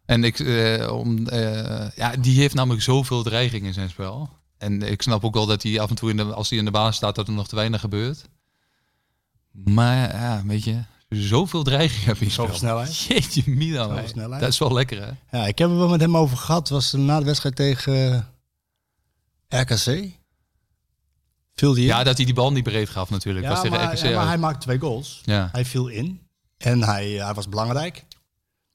[SPEAKER 8] En ik, eh, om, eh, ja, die heeft namelijk zoveel dreiging in zijn spel. En ik snap ook wel dat hij af en toe, in de, als hij in de baas staat, dat er nog te weinig gebeurt. Maar ja, weet je, zoveel dreiging heb je in
[SPEAKER 7] Zoveel
[SPEAKER 8] spel.
[SPEAKER 7] snelheid.
[SPEAKER 8] Jeetje, Mina,
[SPEAKER 7] Zoveel
[SPEAKER 8] hé.
[SPEAKER 7] snelheid.
[SPEAKER 8] dat is wel lekker hè.
[SPEAKER 7] Ja, ik heb er wel met hem over gehad. Was na de wedstrijd tegen eh, RKC. Viel die in?
[SPEAKER 8] Ja, dat hij die bal niet breed gaf natuurlijk.
[SPEAKER 7] Ja,
[SPEAKER 8] was tegen
[SPEAKER 7] maar,
[SPEAKER 8] RKC
[SPEAKER 7] ja, maar
[SPEAKER 8] uit.
[SPEAKER 7] hij maakte twee goals.
[SPEAKER 8] Ja.
[SPEAKER 7] Hij viel in en hij, eh, hij was belangrijk.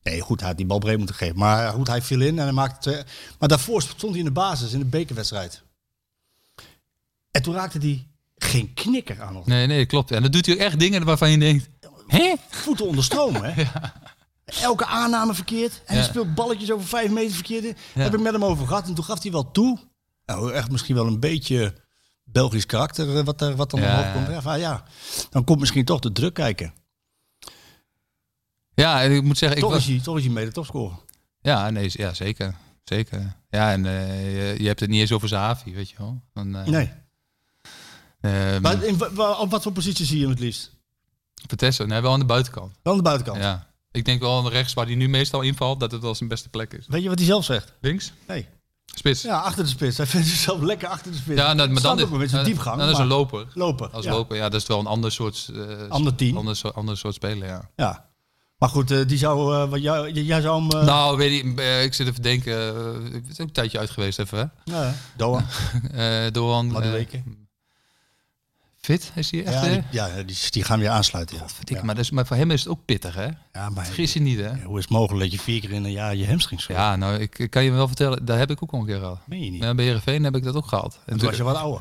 [SPEAKER 7] Nee, goed, hij had die bal breed moeten geven. Maar goed, hij viel in en hij maakte twee. Maar daarvoor stond hij in de basis in de bekerwedstrijd. En toen raakte hij geen knikker aan. ons.
[SPEAKER 8] Nee, nee, klopt. En dan doet hij ook echt dingen waarvan je denkt, hè?
[SPEAKER 7] Voeten onder stroom,
[SPEAKER 8] <laughs>
[SPEAKER 7] hè? Elke aanname verkeerd. En hij
[SPEAKER 8] Ja.
[SPEAKER 7] speelt balletjes over vijf meter verkeerd. in.
[SPEAKER 8] Ja.
[SPEAKER 7] Heb ik met hem over gehad. En toen gaf hij wel toe. Nou, echt misschien wel een beetje Belgisch karakter eh, wat, er, wat dan
[SPEAKER 8] Ja,
[SPEAKER 7] omhoog komt.
[SPEAKER 8] ja.
[SPEAKER 7] Ja, van, ja, dan komt misschien toch de druk kijken.
[SPEAKER 8] Ja, en ik moet zeggen, ik
[SPEAKER 7] toch,
[SPEAKER 8] was...
[SPEAKER 7] is hij, toch is hij mede topscorer.
[SPEAKER 8] Ja, nee, z- ja, zeker. Zeker. Ja, en eh, je, je hebt het niet eens over Zavi, weet je wel. Dan, eh,
[SPEAKER 7] Nee.
[SPEAKER 8] ehm,
[SPEAKER 7] Maar in, wa- wa- op wat voor positie zie je hem het liefst?
[SPEAKER 8] Vitesse, nee, wel aan de buitenkant.
[SPEAKER 7] Dan de buitenkant.
[SPEAKER 8] Ja. Ik denk wel aan rechts, waar hij nu meestal invalt, dat het wel zijn beste plek is.
[SPEAKER 7] Weet je wat hij zelf zegt?
[SPEAKER 8] Links?
[SPEAKER 7] Nee.
[SPEAKER 8] Spits. Ja,
[SPEAKER 7] Ja, achter de spits. Hij <laughs> vindt zichzelf lekker achter de spits.
[SPEAKER 8] nou, maar dan
[SPEAKER 7] Snapt ook wel met zijn
[SPEAKER 8] nou,
[SPEAKER 7] diepgang.
[SPEAKER 8] nou, dat is een
[SPEAKER 7] maar-
[SPEAKER 8] loper.
[SPEAKER 7] lopen.
[SPEAKER 8] Als
[SPEAKER 7] ja.
[SPEAKER 8] loper, ja, dat is wel een ander soort... eh,
[SPEAKER 7] Ander team.
[SPEAKER 8] Ander, soort- ander soort speler, ja.
[SPEAKER 7] Ja. Maar goed, eh, die zou, eh, wat jou, j- jij zou hem... eh,
[SPEAKER 8] Nou, weet je, eh, ik zit even te denken. eh, het is ook een tijdje uit geweest even, hè.
[SPEAKER 7] nou, ja. Doan.
[SPEAKER 8] Eh Doan...
[SPEAKER 7] Maar de
[SPEAKER 8] eh,
[SPEAKER 7] weken.
[SPEAKER 8] fit is hij echt,
[SPEAKER 7] Ja,
[SPEAKER 8] hè?
[SPEAKER 7] die, ja die, die gaan weer aansluiten. Ja,
[SPEAKER 8] Verdikke,
[SPEAKER 7] ja.
[SPEAKER 8] Maar, dat is, maar voor hem is het ook pittig, hè?
[SPEAKER 7] Ja, maar
[SPEAKER 8] Vergis je niet, hè?
[SPEAKER 7] ja, hoe is het mogelijk dat je vier keer in een jaar je hamstring scheurt?
[SPEAKER 8] Ja, nou, ik, ik kan je wel vertellen, daar heb ik ook al een keer gehad.
[SPEAKER 7] Meen je niet?
[SPEAKER 8] Ja, bij Heerenveen heb ik dat ook gehad. En
[SPEAKER 7] Toen was je wat ouder.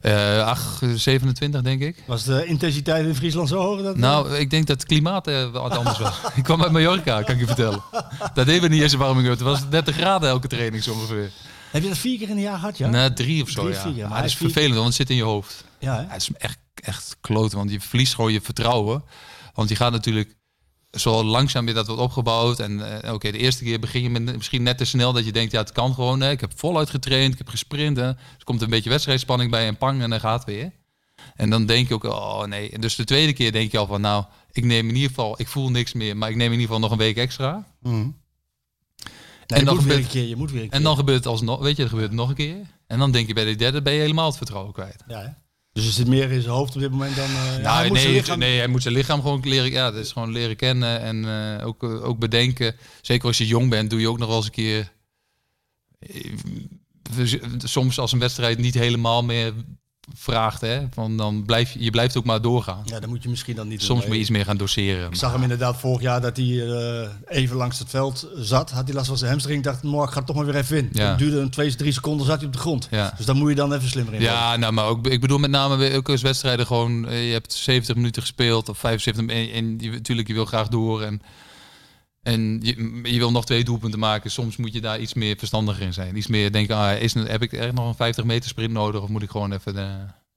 [SPEAKER 8] eh, ach, 27 denk ik.
[SPEAKER 7] Was de intensiteit in Friesland zo hoog? Dat,
[SPEAKER 8] Nou, ik denk dat het klimaat eh, wat anders was.
[SPEAKER 7] <laughs>
[SPEAKER 8] ik kwam uit Mallorca, kan ik je vertellen. Dat deden we niet eens een warming up. Het was 30 graden elke training zo ongeveer.
[SPEAKER 7] Heb je dat vier keer in een jaar gehad, ja?
[SPEAKER 8] Na drie of zo,
[SPEAKER 7] Drie,
[SPEAKER 8] ja.
[SPEAKER 7] vier, ja.
[SPEAKER 8] Maar
[SPEAKER 7] Maar
[SPEAKER 8] dat is
[SPEAKER 7] vier-
[SPEAKER 8] vervelend, want het zit in je hoofd.
[SPEAKER 7] Ja, hè?
[SPEAKER 8] Ja, het is echt, echt kloten, want je verliest gewoon je vertrouwen. Want je gaat natuurlijk zo langzaam weer dat wordt opgebouwd. En eh, oké, de eerste keer begin je met, misschien net te snel dat je denkt, ja, het kan gewoon. Hè. Ik heb voluit getraind, ik heb gesprint. Hè. Dus er komt een beetje wedstrijdspanning bij en pang en dan gaat het weer. En dan denk je ook, oh nee. En dus de tweede keer denk je al van, nou, ik neem in ieder geval, ik voel niks meer, maar ik neem in ieder geval nog een week extra.
[SPEAKER 7] Nee, je
[SPEAKER 8] en dan
[SPEAKER 7] moet weer
[SPEAKER 8] gebeurt-
[SPEAKER 7] een keer. Je moet weer een keer.
[SPEAKER 8] En dan gebeurt het alsnog, weet je, er gebeurt het nog een keer. En dan denk je bij de derde, ben je helemaal het vertrouwen kwijt.
[SPEAKER 7] Ja, hè? Dus er zit meer in zijn hoofd op dit moment dan... eh, ja, hij
[SPEAKER 8] Nou,
[SPEAKER 7] moet zijn
[SPEAKER 8] nee,
[SPEAKER 7] lichaam-
[SPEAKER 8] nee, hij moet zijn lichaam gewoon leren, ja, dat is gewoon leren kennen en eh, ook, eh, ook bedenken. Zeker als je jong bent, doe je ook nog wel eens een keer. eh, dus, eh, Soms als een wedstrijd niet helemaal meer vraagt, hè, van dan blijf je, je blijft ook maar doorgaan.
[SPEAKER 7] Ja, dan moet je misschien dan niet doen.
[SPEAKER 8] Soms
[SPEAKER 7] Nee.
[SPEAKER 8] moet je iets meer gaan doseren.
[SPEAKER 7] Ik zag hem inderdaad vorig jaar dat hij eh, even langs het veld zat. Had hij last van zijn hamstring. Dacht, morgen ga ik toch maar weer even in.
[SPEAKER 8] Ja.
[SPEAKER 7] Het duurde een twee, drie seconden, zat hij op de grond.
[SPEAKER 8] Ja.
[SPEAKER 7] Dus dan moet je dan even slimmer in. worden.
[SPEAKER 8] Ja, nou, maar ook, ik bedoel met name weer ook als wedstrijden gewoon, eh, je hebt 70 minuten gespeeld of 75 minuten en, en je, natuurlijk je wil graag door en, en je, je wil nog twee doelpunten maken. Soms moet je daar iets meer verstandiger in zijn. Iets meer denken, ah, is, heb ik echt nog een 50 meter sprint nodig of moet ik gewoon even... eh,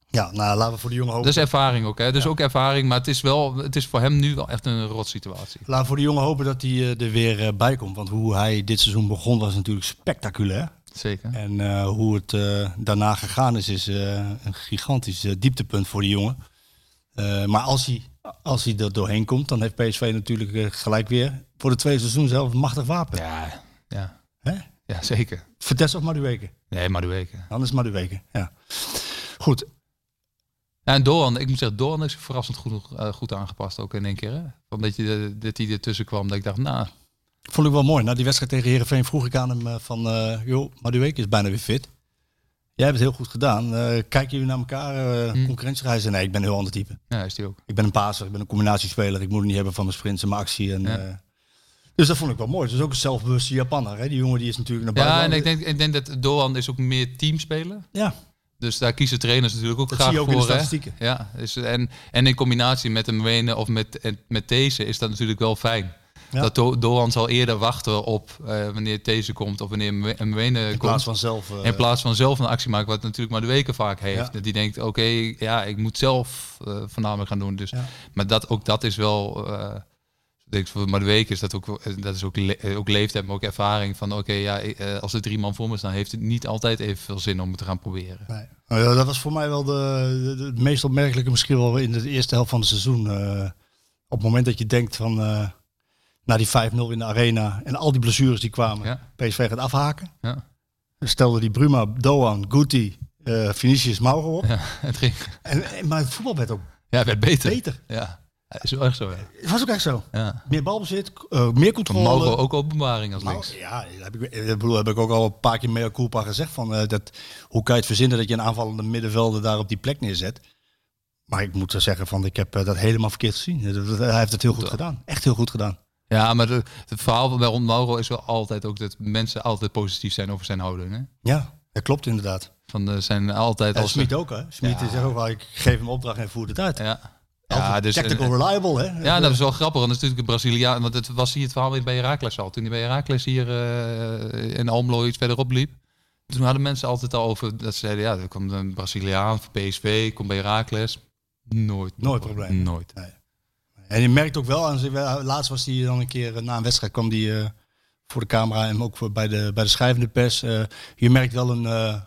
[SPEAKER 7] Ja, nou laten we voor de jongen hopen.
[SPEAKER 8] Dat is ervaring ook, hè? Dus ook ervaring, maar het is, wel, het is voor hem nu wel echt een rot situatie.
[SPEAKER 7] Laten we voor de jongen hopen dat hij eh, er weer eh, bij komt. Want hoe hij dit seizoen begon was natuurlijk spectaculair.
[SPEAKER 8] Zeker.
[SPEAKER 7] En eh, hoe het eh, daarna gegaan is, is eh, een gigantisch eh, dieptepunt voor die jongen. Eh, maar als hij, als hij er doorheen komt, dan heeft PSV natuurlijk eh, gelijk weer voor het tweede seizoen zelf een machtig wapen.
[SPEAKER 8] Ja, ja.
[SPEAKER 7] Hè?
[SPEAKER 8] ja zeker.
[SPEAKER 7] Vertes of Madueke.
[SPEAKER 8] Nee, Madueke.
[SPEAKER 7] Anders Madueke, ja. Goed,
[SPEAKER 8] Ja, en Doan, ik moet zeggen, Doan is verrassend goed, eh, goed aangepast ook in één keer. Hè? Van dat, je, de- dat hij ertussen kwam, dat ik dacht, nou,
[SPEAKER 7] vond ik wel mooi. Na die wedstrijd tegen Heerenveen vroeg ik aan hem eh, van... eh joh, Madueke is bijna weer fit. Jij hebt het heel goed gedaan. Eh, kijken jullie naar elkaar? eh
[SPEAKER 8] Hm.
[SPEAKER 7] Concurrentiereis? Nee, ik ben een heel ander type.
[SPEAKER 8] ja, nou, is die ook.
[SPEAKER 7] Ik ben een paser, ik ben een combinatiespeler. Ik moet het niet hebben van mijn sprints en mijn actie. En,
[SPEAKER 8] Ja.
[SPEAKER 7] eh, dus dat vond ik wel mooi. Het is ook een zelfbewuste Japanner. Hè? Die jongen die is natuurlijk naar buiten.
[SPEAKER 8] Ja, en ik denk, ik denk dat Doan is ook meer teamspeler.
[SPEAKER 7] Ja,
[SPEAKER 8] Dus daar kiezen trainers natuurlijk ook
[SPEAKER 7] Dat
[SPEAKER 8] graag
[SPEAKER 7] zie je ook in
[SPEAKER 8] voor.
[SPEAKER 7] de
[SPEAKER 8] hè?
[SPEAKER 7] statistieken.
[SPEAKER 8] Ja, is, en, en in combinatie met een Wenen of met, en- met deze is dat natuurlijk wel fijn.
[SPEAKER 7] Ja.
[SPEAKER 8] Dat Do- Doan zal eerder wachten op eh, wanneer deze komt of wanneer Mwe- Mwene
[SPEAKER 7] in
[SPEAKER 8] komt.
[SPEAKER 7] plaats van zelf. eh,
[SPEAKER 8] in plaats van zelf een actie maken, wat natuurlijk maar de weken vaak heeft.
[SPEAKER 7] Ja.
[SPEAKER 8] Dat die denkt, oké, ja, ik moet zelf eh voornamelijk gaan doen. Dus,
[SPEAKER 7] Ja.
[SPEAKER 8] Maar dat, ook dat is wel, eh, ik denk voor maar de weken is dat ook, wel- eh, dat is ook, le- eh, ook leeftijd, maar ook ervaring van, oké, ja, eh, als er drie man voor me staan, heeft het niet altijd evenveel zin om het te gaan proberen.
[SPEAKER 7] nee. Nou ja, dat was voor mij wel de, de- de- het meest opmerkelijke misschien wel in de eerste helft van het seizoen. eh, op het moment dat je denkt van eh na die 5-0 in de arena en al die blessures die kwamen.
[SPEAKER 8] Ja. <laughs>
[SPEAKER 7] PSV gaat afhaken.
[SPEAKER 8] Ja.
[SPEAKER 7] Stelde die Bruma, Doan, Guti, eh Vinicius, Mauro op.
[SPEAKER 8] Ja, het ging,
[SPEAKER 7] En, en- maar het voetbal werd ook
[SPEAKER 8] ja, het werd beter.
[SPEAKER 7] beter.
[SPEAKER 8] Ja, dat is wel echt zo. hè.
[SPEAKER 7] Het was ook echt zo.
[SPEAKER 8] Ja.
[SPEAKER 7] Meer balbezit, k- eh, meer controle.
[SPEAKER 8] Mauro ook openbaring als
[SPEAKER 7] Nou,
[SPEAKER 8] links.
[SPEAKER 7] ja, dat heb ik, dat bedoel, heb ik ook al een paar keer mea culpa gezegd. Van, eh, dat, hoe kan je het verzinnen dat je een aanvallende middenvelder daar op die plek neerzet? Maar ik moet wel zeggen, van, ik heb eh, dat helemaal verkeerd gezien. Dat- dat- Hij heeft het heel goed
[SPEAKER 8] Toch.
[SPEAKER 7] gedaan. Echt heel goed gedaan.
[SPEAKER 8] Ja, maar de- het verhaal bij rond Mauro is wel altijd ook dat mensen altijd positief zijn over zijn houding. Hè?
[SPEAKER 7] Ja, dat klopt inderdaad.
[SPEAKER 8] Van eh, zijn altijd
[SPEAKER 7] En
[SPEAKER 8] als
[SPEAKER 7] Smit ook, hè? Smit
[SPEAKER 8] Ja.
[SPEAKER 7] zegt ook wel, ik geef hem opdracht en voer het uit.
[SPEAKER 8] Ja. Ja,
[SPEAKER 7] Altijd
[SPEAKER 8] dus,
[SPEAKER 7] Tactical
[SPEAKER 8] en-
[SPEAKER 7] reliable, hè?
[SPEAKER 8] ja, dat is wel grappig. Want dat is natuurlijk een Braziliaan. Want het was hier het verhaal weer bij Herakles al. Toen hij bij Herakles hier eh, in Almelo iets verderop liep. Toen hadden mensen altijd al over dat ze zeiden: ja, er komt een Braziliaan van PSV, komt bij Herakles. Nooit.
[SPEAKER 7] Nooit probleem.
[SPEAKER 8] Nooit.
[SPEAKER 7] En je merkt ook wel, aan zijn- laatst was hij dan een keer eh, na een wedstrijd kwam hij eh, voor de camera en ook voor bij, de, bij de schrijvende pers. eh, je merkt wel een, eh,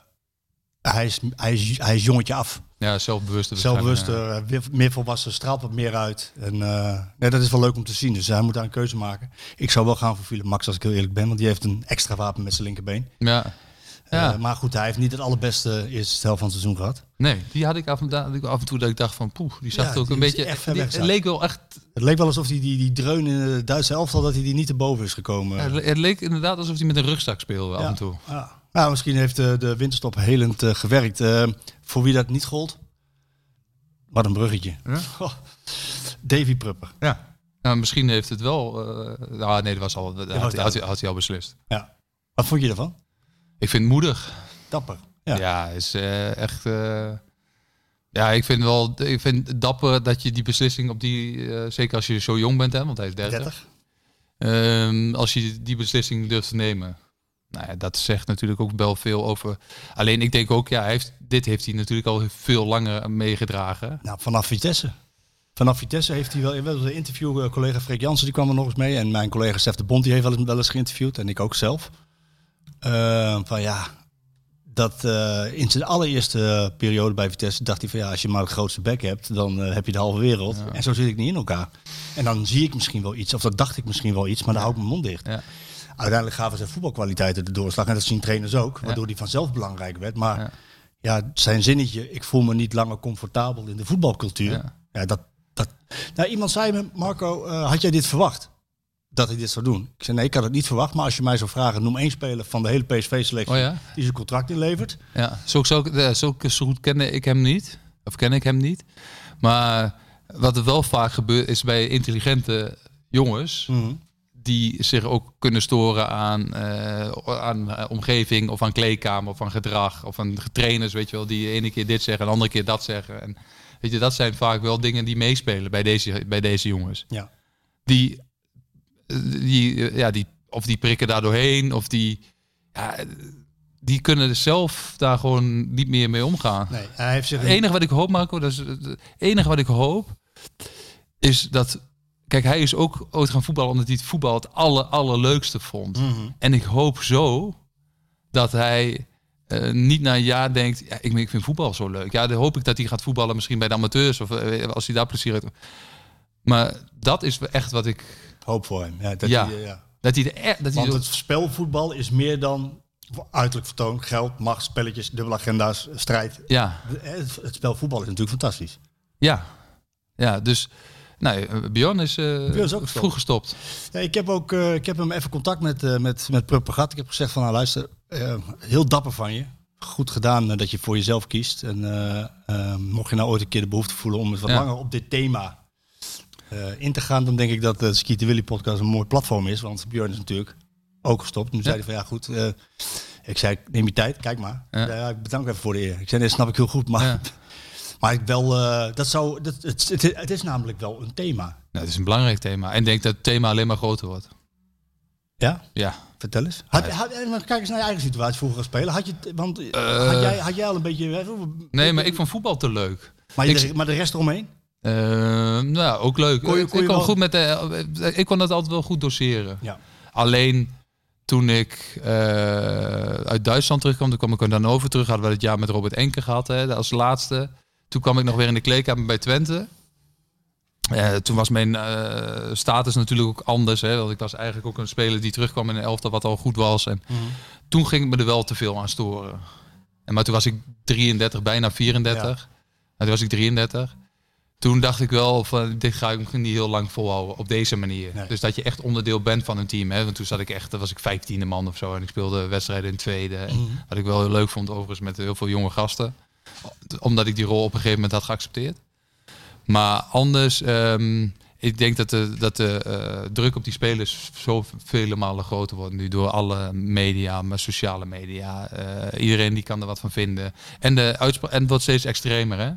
[SPEAKER 7] hij, is, hij, is, hij is jongetje af.
[SPEAKER 8] Ja, zelfbewuste.
[SPEAKER 7] Zelfbewuster, eh, weer- meer volwassen, straalt wat meer uit. En eh, nee, dat is wel leuk om te zien, dus hij moet daar een keuze maken. Ik zou wel gaan voor Philip Max als ik heel eerlijk ben, want die heeft een extra wapen met zijn linkerbeen.
[SPEAKER 8] Ja. Ja.
[SPEAKER 7] Eh, maar goed, hij heeft niet het allerbeste eerste stel van het seizoen gehad.
[SPEAKER 8] Nee, die had ik af en, da- had ik af en toe dat ik dacht van poeh, die zag
[SPEAKER 7] Ja,
[SPEAKER 8] het ook
[SPEAKER 7] die
[SPEAKER 8] een
[SPEAKER 7] is
[SPEAKER 8] beetje.
[SPEAKER 7] echt ver
[SPEAKER 8] die-
[SPEAKER 7] weg,
[SPEAKER 8] het
[SPEAKER 7] zag.
[SPEAKER 8] leek wel echt.
[SPEAKER 7] Het leek wel alsof hij die, die dreun in de Duitse elftal, dat hij die niet te boven is gekomen.
[SPEAKER 8] Het, le- het leek inderdaad alsof hij met een rugzak speelde af
[SPEAKER 7] Ja.
[SPEAKER 8] en toe.
[SPEAKER 7] Ja. Nou, misschien heeft eh, de winterstop helend eh, gewerkt. Eh, voor wie dat niet gold, wat een bruggetje.
[SPEAKER 8] Ja.
[SPEAKER 7] <laughs> Goh. Davy Prupper.
[SPEAKER 8] Ja. Nou, misschien heeft het wel. eh, nou, nee, dat was al. Dat had,
[SPEAKER 7] was
[SPEAKER 8] hij- had, hij- had hij al beslist.
[SPEAKER 7] Ja. Wat vond je ervan?
[SPEAKER 8] Ik vind het moedig.
[SPEAKER 7] Dapper. Ja.
[SPEAKER 8] Ja, is eh, echt. eh, ja, ik vind wel. Ik vind het dapper dat je die beslissing op die. eh, zeker als je zo jong bent, hè, want hij is 30.
[SPEAKER 7] 30.
[SPEAKER 8] Ehm, als je die beslissing durft te nemen. Nou ja, dat zegt natuurlijk ook wel veel over. Alleen ik denk ook, ja, hij heeft, dit heeft hij natuurlijk al veel langer meegedragen.
[SPEAKER 7] Nou, vanaf Vitesse. Vanaf Vitesse heeft hij wel, we hadden een interview, eh, collega Freek Jansen die kwam er nog eens mee. En mijn collega Stef de Bond die heeft wel eens, wel eens geïnterviewd. En ik ook zelf. Eh, van ja, dat eh, in zijn allereerste eh, periode bij Vitesse dacht hij van ja, als je maar het grootste bek hebt, dan eh, heb je de halve wereld. En zo zit ik niet in elkaar. En dan zie ik misschien wel iets, of dat dacht ik misschien wel iets, maar dan hou ik mijn mond dicht.
[SPEAKER 8] Ja.
[SPEAKER 7] Uiteindelijk gaven zijn voetbalkwaliteiten de doorslag en dat zien trainers ook, waardoor hij vanzelf belangrijk werd. Maar ja.
[SPEAKER 8] Ja.
[SPEAKER 7] zijn zinnetje, ik voel me niet langer comfortabel in de voetbalcultuur. Ja.
[SPEAKER 8] Ja.
[SPEAKER 7] dat, dat. Nou, iemand zei me, Marco, eh, had jij dit verwacht? Dat hij dit zou doen. Ik zei nee, ik had het niet verwacht, maar als je mij zou vragen, noem één speler van de hele PSV-selectie
[SPEAKER 8] Oh ja?
[SPEAKER 7] die zijn contract inlevert.
[SPEAKER 8] Ja, zo, zo, eh, zo, zo goed kende ik hem niet. Of ken ik hem niet. Maar wat er wel vaak gebeurt is bij intelligente jongens. Die zich ook kunnen storen aan, eh, aan eh, omgeving of aan kleedkamer of aan gedrag of aan trainers, weet je wel, die de ene keer dit zeggen, de andere keer dat zeggen. En weet je, dat zijn vaak wel dingen die meespelen bij deze, bij deze jongens.
[SPEAKER 7] Ja.
[SPEAKER 8] Die, eh, die, eh, ja, die, of die prikken daar doorheen, of die, ja, die kunnen er zelf daar gewoon niet meer mee omgaan.
[SPEAKER 7] Nee, hij heeft zich...
[SPEAKER 8] Het enige wat ik hoop, Marco, dat is, het enige wat ik hoop, is dat... Kijk, hij is ook ooit gaan voetballen omdat hij het voetbal het aller, allerleukste vond.
[SPEAKER 7] Mm. Mhm.
[SPEAKER 8] En ik hoop zo dat hij eh, niet na een jaar denkt, ja, ik, ik vind voetbal zo leuk. Ja, dan hoop ik dat hij gaat voetballen misschien bij de amateurs of eh, als hij daar plezier uit... Maar dat is echt wat ik...
[SPEAKER 7] Hoop voor hem. Ja, dat
[SPEAKER 8] Ja.
[SPEAKER 7] Hij, eh, ja.
[SPEAKER 8] Dat hij, de, e- dat hij
[SPEAKER 7] Want het spelvoetbal is meer dan uiterlijk vertoon, geld, macht, spelletjes, dubbele agenda's, strijd.
[SPEAKER 8] Ja,
[SPEAKER 7] Eh, Het, het spel voetbal is natuurlijk fantastisch.
[SPEAKER 8] ja. Ja, dus... Nou, eh, Bjorn is, eh,
[SPEAKER 7] is ook gestopt.
[SPEAKER 8] vroeg gestopt.
[SPEAKER 7] Ja, ik, heb ook, eh, ik heb hem even contact met, eh met, met Prup Vergat. Ik heb gezegd van, nou luister, eh, heel dapper van je. Goed gedaan eh, dat je voor jezelf kiest. En eh, eh, mocht je nou ooit een keer de behoefte voelen om eens wat
[SPEAKER 8] Ja.
[SPEAKER 7] langer op dit thema eh, in te gaan, dan denk ik dat eh, de Ski de Willy podcast een mooi platform is. Want Björn is natuurlijk ook gestopt. Nu zei hij van, ja goed, eh, ik zei, neem je tijd, kijk maar.
[SPEAKER 8] Ja.
[SPEAKER 7] Ja. ja, ik bedank even voor de eer. Ik zei, nee, snap ik heel goed, maar...
[SPEAKER 8] Ja.
[SPEAKER 7] <laughs> Maar ik wel, eh, dat zou, dat, het, het, het is namelijk wel een thema.
[SPEAKER 8] Nou, het is een belangrijk thema. En ik denk dat het thema alleen maar groter wordt.
[SPEAKER 7] Ja?
[SPEAKER 8] Ja.
[SPEAKER 7] Vertel eens. Had, had, en dan kijk eens naar je eigen situatie vroeger als speler. Had je, het- want eh, had, jij, had jij al een beetje... hè,
[SPEAKER 8] Nee, maar ik vond voetbal te leuk.
[SPEAKER 7] maar, je-
[SPEAKER 8] ik-
[SPEAKER 7] maar de rest eromheen?
[SPEAKER 8] Eh, nou, ook leuk.
[SPEAKER 7] Kon je- kon je
[SPEAKER 8] ik, kon
[SPEAKER 7] wel-
[SPEAKER 8] goed met de, eh, ik kon dat altijd wel goed doseren.
[SPEAKER 7] Ja.
[SPEAKER 8] Alleen toen ik eh, uit Duitsland terugkwam, toen kwam ik dan over terug. Hadden we het jaar met Robert Enke gehad hè, als laatste. Toen kwam ik nog weer in de kleedkamer bij Twente. Eh, toen was mijn eh, status natuurlijk ook anders. Hè, want ik was eigenlijk ook een speler die terugkwam in een elftal wat al goed was. En toen ging ik me er wel te veel aan storen. En, maar toen was ik 33, bijna 34. Nou, toen was ik 33. Toen dacht ik wel van dit ga ik nog niet heel lang volhouden op deze manier.
[SPEAKER 7] Nee.
[SPEAKER 8] Dus dat je echt onderdeel bent van een team. Hè? Want toen zat ik echt, dan was ik vijftiende man of zo. En ik speelde wedstrijden in tweede. En Wat ik wel heel leuk vond overigens met heel veel jonge gasten. Omdat ik die rol op een gegeven moment had geaccepteerd. Maar anders, ehm, ik denk dat de, dat de eh, druk op die spelers zo vele malen groter wordt nu door alle media, maar sociale media. Eh, iedereen die kan er wat van vinden. En, de uitspra- en het wordt steeds extremer, hè?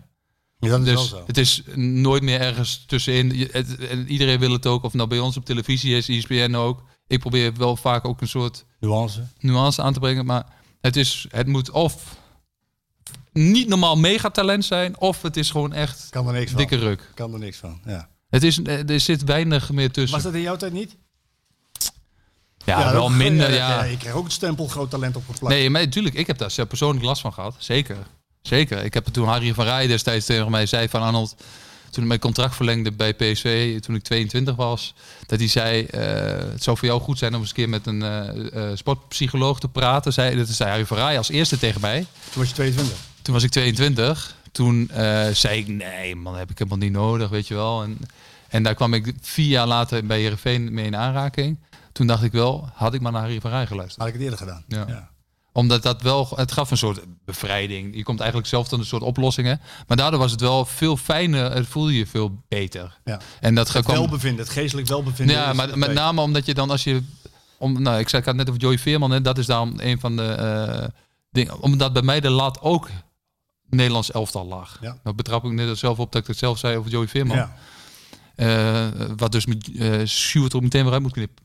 [SPEAKER 7] Ja, dat is
[SPEAKER 8] Dus
[SPEAKER 7] wel zo.
[SPEAKER 8] het is nooit meer ergens tussenin. Je- het- en iedereen wil het ook, of het nou bij ons op televisie is, ESPN ook. Ik probeer wel vaak ook een soort
[SPEAKER 7] Nuance.
[SPEAKER 8] nuance aan te brengen, maar het, is, het moet of niet normaal megatalent zijn, of het is gewoon echt
[SPEAKER 7] Kan er niks van.
[SPEAKER 8] dikke ruk.
[SPEAKER 7] Kan er niks van, ja.
[SPEAKER 8] Het is, eh, er zit weinig meer tussen.
[SPEAKER 7] Was dat in jouw tijd niet?
[SPEAKER 8] Dus ja, wel
[SPEAKER 7] ook-
[SPEAKER 8] minder,
[SPEAKER 7] dat-
[SPEAKER 8] ja.
[SPEAKER 7] Ik kreeg ook het stempel groot talent opgeplakt.
[SPEAKER 8] Nee, maar natuurlijk, ik heb daar zelf persoonlijk last van gehad. Zeker. Zeker. Ik heb toen Harry van Rij destijds tegen mij zei van Arnold, toen ik mijn contract verlengde bij PSV, toen ik 22 was, dat hij zei, eh, het zou voor jou goed zijn om eens een keer met een eh, eh, sportpsycholoog te praten. Zei, dat zei Harry van Rij als eerste tegen mij.
[SPEAKER 7] Toen was je 22.
[SPEAKER 8] Toen was ik 22. Toen eh, zei ik, nee man, dat heb ik helemaal niet nodig, weet je wel. En, en daar kwam ik vier jaar later bij Heerenveen mee in aanraking. Toen dacht ik wel, had ik maar naar Harry van Rij geluisterd.
[SPEAKER 7] Had ik het eerder gedaan.
[SPEAKER 8] Ja. Omdat dat wel, het gaf een soort bevrijding. Je komt eigenlijk zelf tot een soort oplossingen. Maar daardoor was het wel veel fijner, het voelde je veel beter.
[SPEAKER 7] Ja.
[SPEAKER 8] En dat
[SPEAKER 7] Het
[SPEAKER 8] kwam...
[SPEAKER 7] welbevinden, het geestelijk welbevinden.
[SPEAKER 8] Ja,
[SPEAKER 7] is-
[SPEAKER 8] maar met name omdat je dan als je... Om, nou, ik zei ik had het net over Joey Veerman. Hè, dat is daarom een van de eh, dingen. Omdat bij mij de lat ook Nederlands elftal lag.
[SPEAKER 7] Ja.
[SPEAKER 8] Dat betrap ik net zelf op dat ik het zelf zei over Joey Veerman.
[SPEAKER 7] Ja,
[SPEAKER 8] Eh, wat dus met eh Sjoerd er meteen weer uit moet knippen.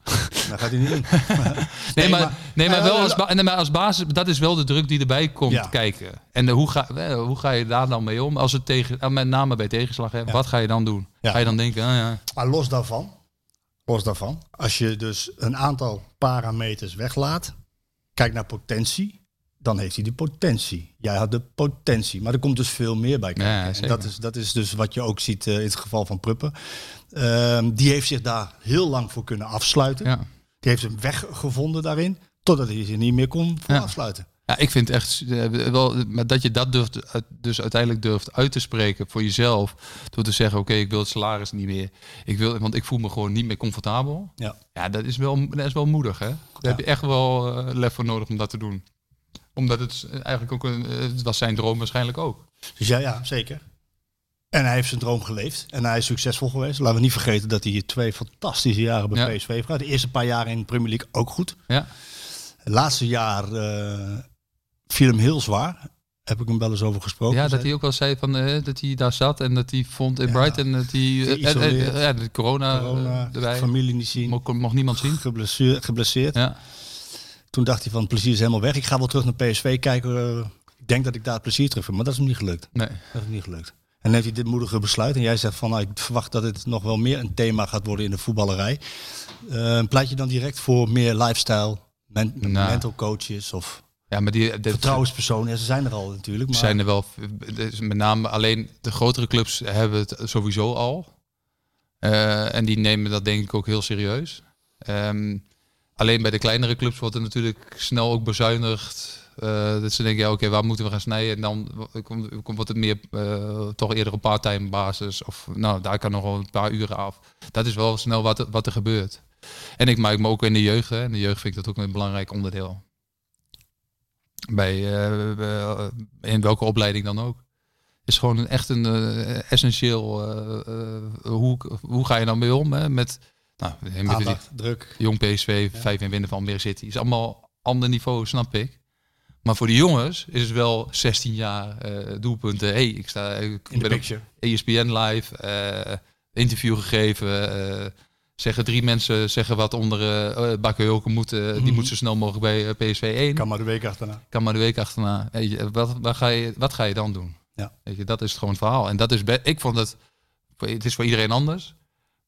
[SPEAKER 7] dat gaat hij niet in.
[SPEAKER 8] Nee,
[SPEAKER 7] Nee,
[SPEAKER 8] maar,
[SPEAKER 7] maar-
[SPEAKER 8] nee, maar
[SPEAKER 7] Ja,
[SPEAKER 8] wel
[SPEAKER 7] ja,
[SPEAKER 8] als, ba- nee, maar als basis, dat is wel de druk die erbij komt
[SPEAKER 7] Ja.
[SPEAKER 8] kijken. En eh, hoe, ga, eh, hoe ga je daar dan mee om? Als het tegen, eh, met name bij tegenslag, hè, wat ga je dan doen?
[SPEAKER 7] Ja.
[SPEAKER 8] Ga je dan denken, ah, ja.
[SPEAKER 7] Maar los daarvan, los daarvan, als je dus een aantal parameters weglaat, kijk naar potentie, dan heeft hij de potentie. Jij had de potentie, maar er komt dus veel meer bij kijken.
[SPEAKER 8] Ja,
[SPEAKER 7] en
[SPEAKER 8] zeker.
[SPEAKER 7] dat is, dat is dus wat je ook ziet eh, in het geval van Pruppen. Ehm, die heeft zich daar heel lang voor kunnen afsluiten.
[SPEAKER 8] ja.
[SPEAKER 7] Die heeft een weg gevonden daarin, totdat hij zich niet meer kon voor
[SPEAKER 8] Ja.
[SPEAKER 7] afsluiten.
[SPEAKER 8] Ja, ik vind echt eh, wel, maar dat je dat durft, uit- dus uiteindelijk durft uit te spreken voor jezelf. Door te zeggen, oké, ik wil het salaris niet meer. Ik wil, want ik voel me gewoon niet meer comfortabel.
[SPEAKER 7] Ja.
[SPEAKER 8] Ja, dat is wel, dat is wel moedig, hè? Daar heb je echt wel eh, lef voor nodig om dat te doen. Omdat het eh, eigenlijk ook een, eh, het was zijn droom waarschijnlijk ook.
[SPEAKER 7] Dus ja, ja, zeker. En hij heeft zijn droom geleefd. En hij is succesvol geweest. Laten we niet vergeten dat hij hier twee fantastische jaren bij
[SPEAKER 8] Ja.
[SPEAKER 7] PSV heeft gehad. De eerste paar jaren in de Premier League ook goed.
[SPEAKER 8] Ja.
[SPEAKER 7] Het laatste jaar eh, viel hem heel zwaar. Heb ik hem wel eens over gesproken.
[SPEAKER 8] Ja, dat hij ook wel zei van, eh, dat hij daar zat en dat hij vond in Brighton dat hij... eh, eh,
[SPEAKER 7] Geïsoleerd.
[SPEAKER 8] eh, ja, de corona, eh,
[SPEAKER 7] Corona,
[SPEAKER 8] erbij.
[SPEAKER 7] familie niet zien,
[SPEAKER 8] Mocht, mocht niemand zien.
[SPEAKER 7] geblesseerd. geblesseerd.
[SPEAKER 8] Ja.
[SPEAKER 7] Toen dacht hij van, plezier is helemaal weg. Ik ga wel terug naar PSV kijken. eh, ik denk dat ik daar het plezier terug vind. Maar dat is hem niet gelukt.
[SPEAKER 8] Nee.
[SPEAKER 7] Dat is niet gelukt. En heeft hij dit moedige besluit. En jij zegt van, nou, ik verwacht dat het nog wel meer een thema gaat worden in de voetballerij. Eh, pleit je dan direct voor meer lifestyle, men-
[SPEAKER 8] Nou.
[SPEAKER 7] mental coaches of
[SPEAKER 8] Ja, maar die, de,
[SPEAKER 7] vertrouwenspersonen? Ja, ze zijn er al natuurlijk. Maar
[SPEAKER 8] zijn er wel, dus met name alleen de grotere clubs hebben het sowieso al. Eh, en die nemen dat denk ik ook heel serieus. Ehm, alleen bij de kleinere clubs wordt er natuurlijk snel ook bezuinigd. Eh, dat ze denken, ja oké, waar moeten we gaan snijden? En dan komt, komt- wordt het meer eh, toch eerder op part-time basis. Of nou, daar kan nog wel een paar uren af. Dat is wel snel wat, er- wat er gebeurt. En ik maak me ook in de jeugd. Hè. In de jeugd vind ik dat ook een belangrijk onderdeel bij, eh, eh, in welke opleiding dan ook. Is gewoon een- echt een eh, essentieel. eh, eh, hoe, hoe ga je dan mee om? Hè? Met, nou, met die-
[SPEAKER 7] aandacht, druk.
[SPEAKER 8] jong PSV, vijf in winnen van Almere City. Is allemaal ander niveau, snap ik. Maar voor de jongens is het wel 16 jaar eh, doelpunten. hey, ik sta ik
[SPEAKER 7] In de
[SPEAKER 8] ben op
[SPEAKER 7] picture.
[SPEAKER 8] ESPN live, eh, interview gegeven. eh, zeggen drie mensen zeggen wat onder eh Bakker Hulken moet. eh, Die moet zo snel mogelijk bij eh, PSV 1
[SPEAKER 7] Mhm. Kan maar de week achterna.
[SPEAKER 8] kan maar de week achterna. Weet je, wat, waar ga je, wat ga je dan doen?
[SPEAKER 7] Ja.
[SPEAKER 8] Weet je, dat is het gewoon het verhaal. En dat is, be- ik vond dat, het is voor iedereen anders.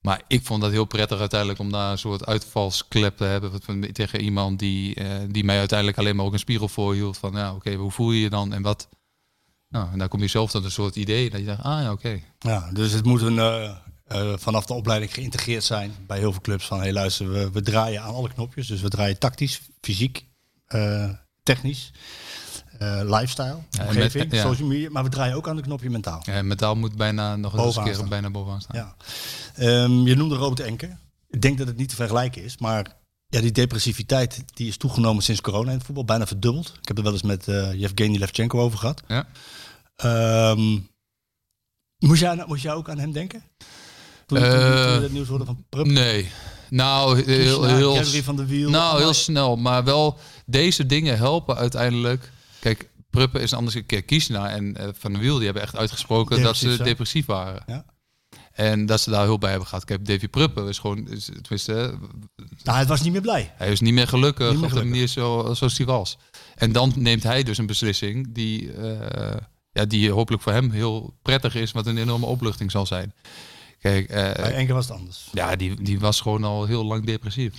[SPEAKER 8] Maar ik vond dat heel prettig uiteindelijk om daar een soort uitvalsklep te hebben wat van- tegen iemand die, eh, die mij uiteindelijk alleen maar ook een spiegel voorhield. Van ja, oké, hoe voel je je dan en wat? Nou, en dan kom je zelf tot een soort idee dat je dacht, ah ja, oké.
[SPEAKER 7] Ja, dus het moet een, eh, eh, vanaf de opleiding geïntegreerd zijn bij heel veel clubs. Van hey, luister, we, we draaien aan alle knopjes. Dus we draaien tactisch, fysiek, eh, technisch, eh, lifestyle,
[SPEAKER 8] en
[SPEAKER 7] omgeving,
[SPEAKER 8] met- ja.
[SPEAKER 7] social media. Maar we draaien ook aan de knopje mentaal.
[SPEAKER 8] Ja, metaal moet bijna nog eens een
[SPEAKER 7] Bovenaan
[SPEAKER 8] keer
[SPEAKER 7] staan.
[SPEAKER 8] bijna bovenaan staan.
[SPEAKER 7] Ja. Ehm, je noemde Robert Enke. Ik denk dat het niet te vergelijken is, maar ja, die depressiviteit die is toegenomen sinds corona in het voetbal, bijna verdubbeld. Ik heb er wel eens met eh Yevgeny Levchenko over gehad.
[SPEAKER 8] Ja.
[SPEAKER 7] Ehm, moest, jij, nou- moest jij ook aan hem denken? Toen, toen,
[SPEAKER 8] Eh,
[SPEAKER 7] toen we het nieuws hoorde van Prup,
[SPEAKER 8] Nee. Nou, Mm, heel, heel,
[SPEAKER 7] Jerry van de Wiel.
[SPEAKER 8] Nou, heel
[SPEAKER 7] Allemaal-
[SPEAKER 8] snel. Maar wel deze dingen helpen uiteindelijk. Kijk, Pruppen is anders. een keer Kiesna en eh, Van der Wiel die hebben echt uitgesproken dat ze
[SPEAKER 7] Depressief, hè?
[SPEAKER 8] depressief waren.
[SPEAKER 7] Ja.
[SPEAKER 8] En dat ze daar hulp bij hebben gehad. Kijk, Davy Pruppen is gewoon, is, tenminste, eh,
[SPEAKER 7] Nou, hij was niet meer blij.
[SPEAKER 8] hij is niet meer gelukkig
[SPEAKER 7] Niet meer
[SPEAKER 8] op de manier zo, zoals hij was. En dan neemt hij dus een beslissing die, eh, ja, die hopelijk voor hem heel prettig is, wat een enorme opluchting zal zijn. Kijk, eh,
[SPEAKER 7] Bij Enke was het anders.
[SPEAKER 8] ja, die, die was gewoon al heel lang depressief.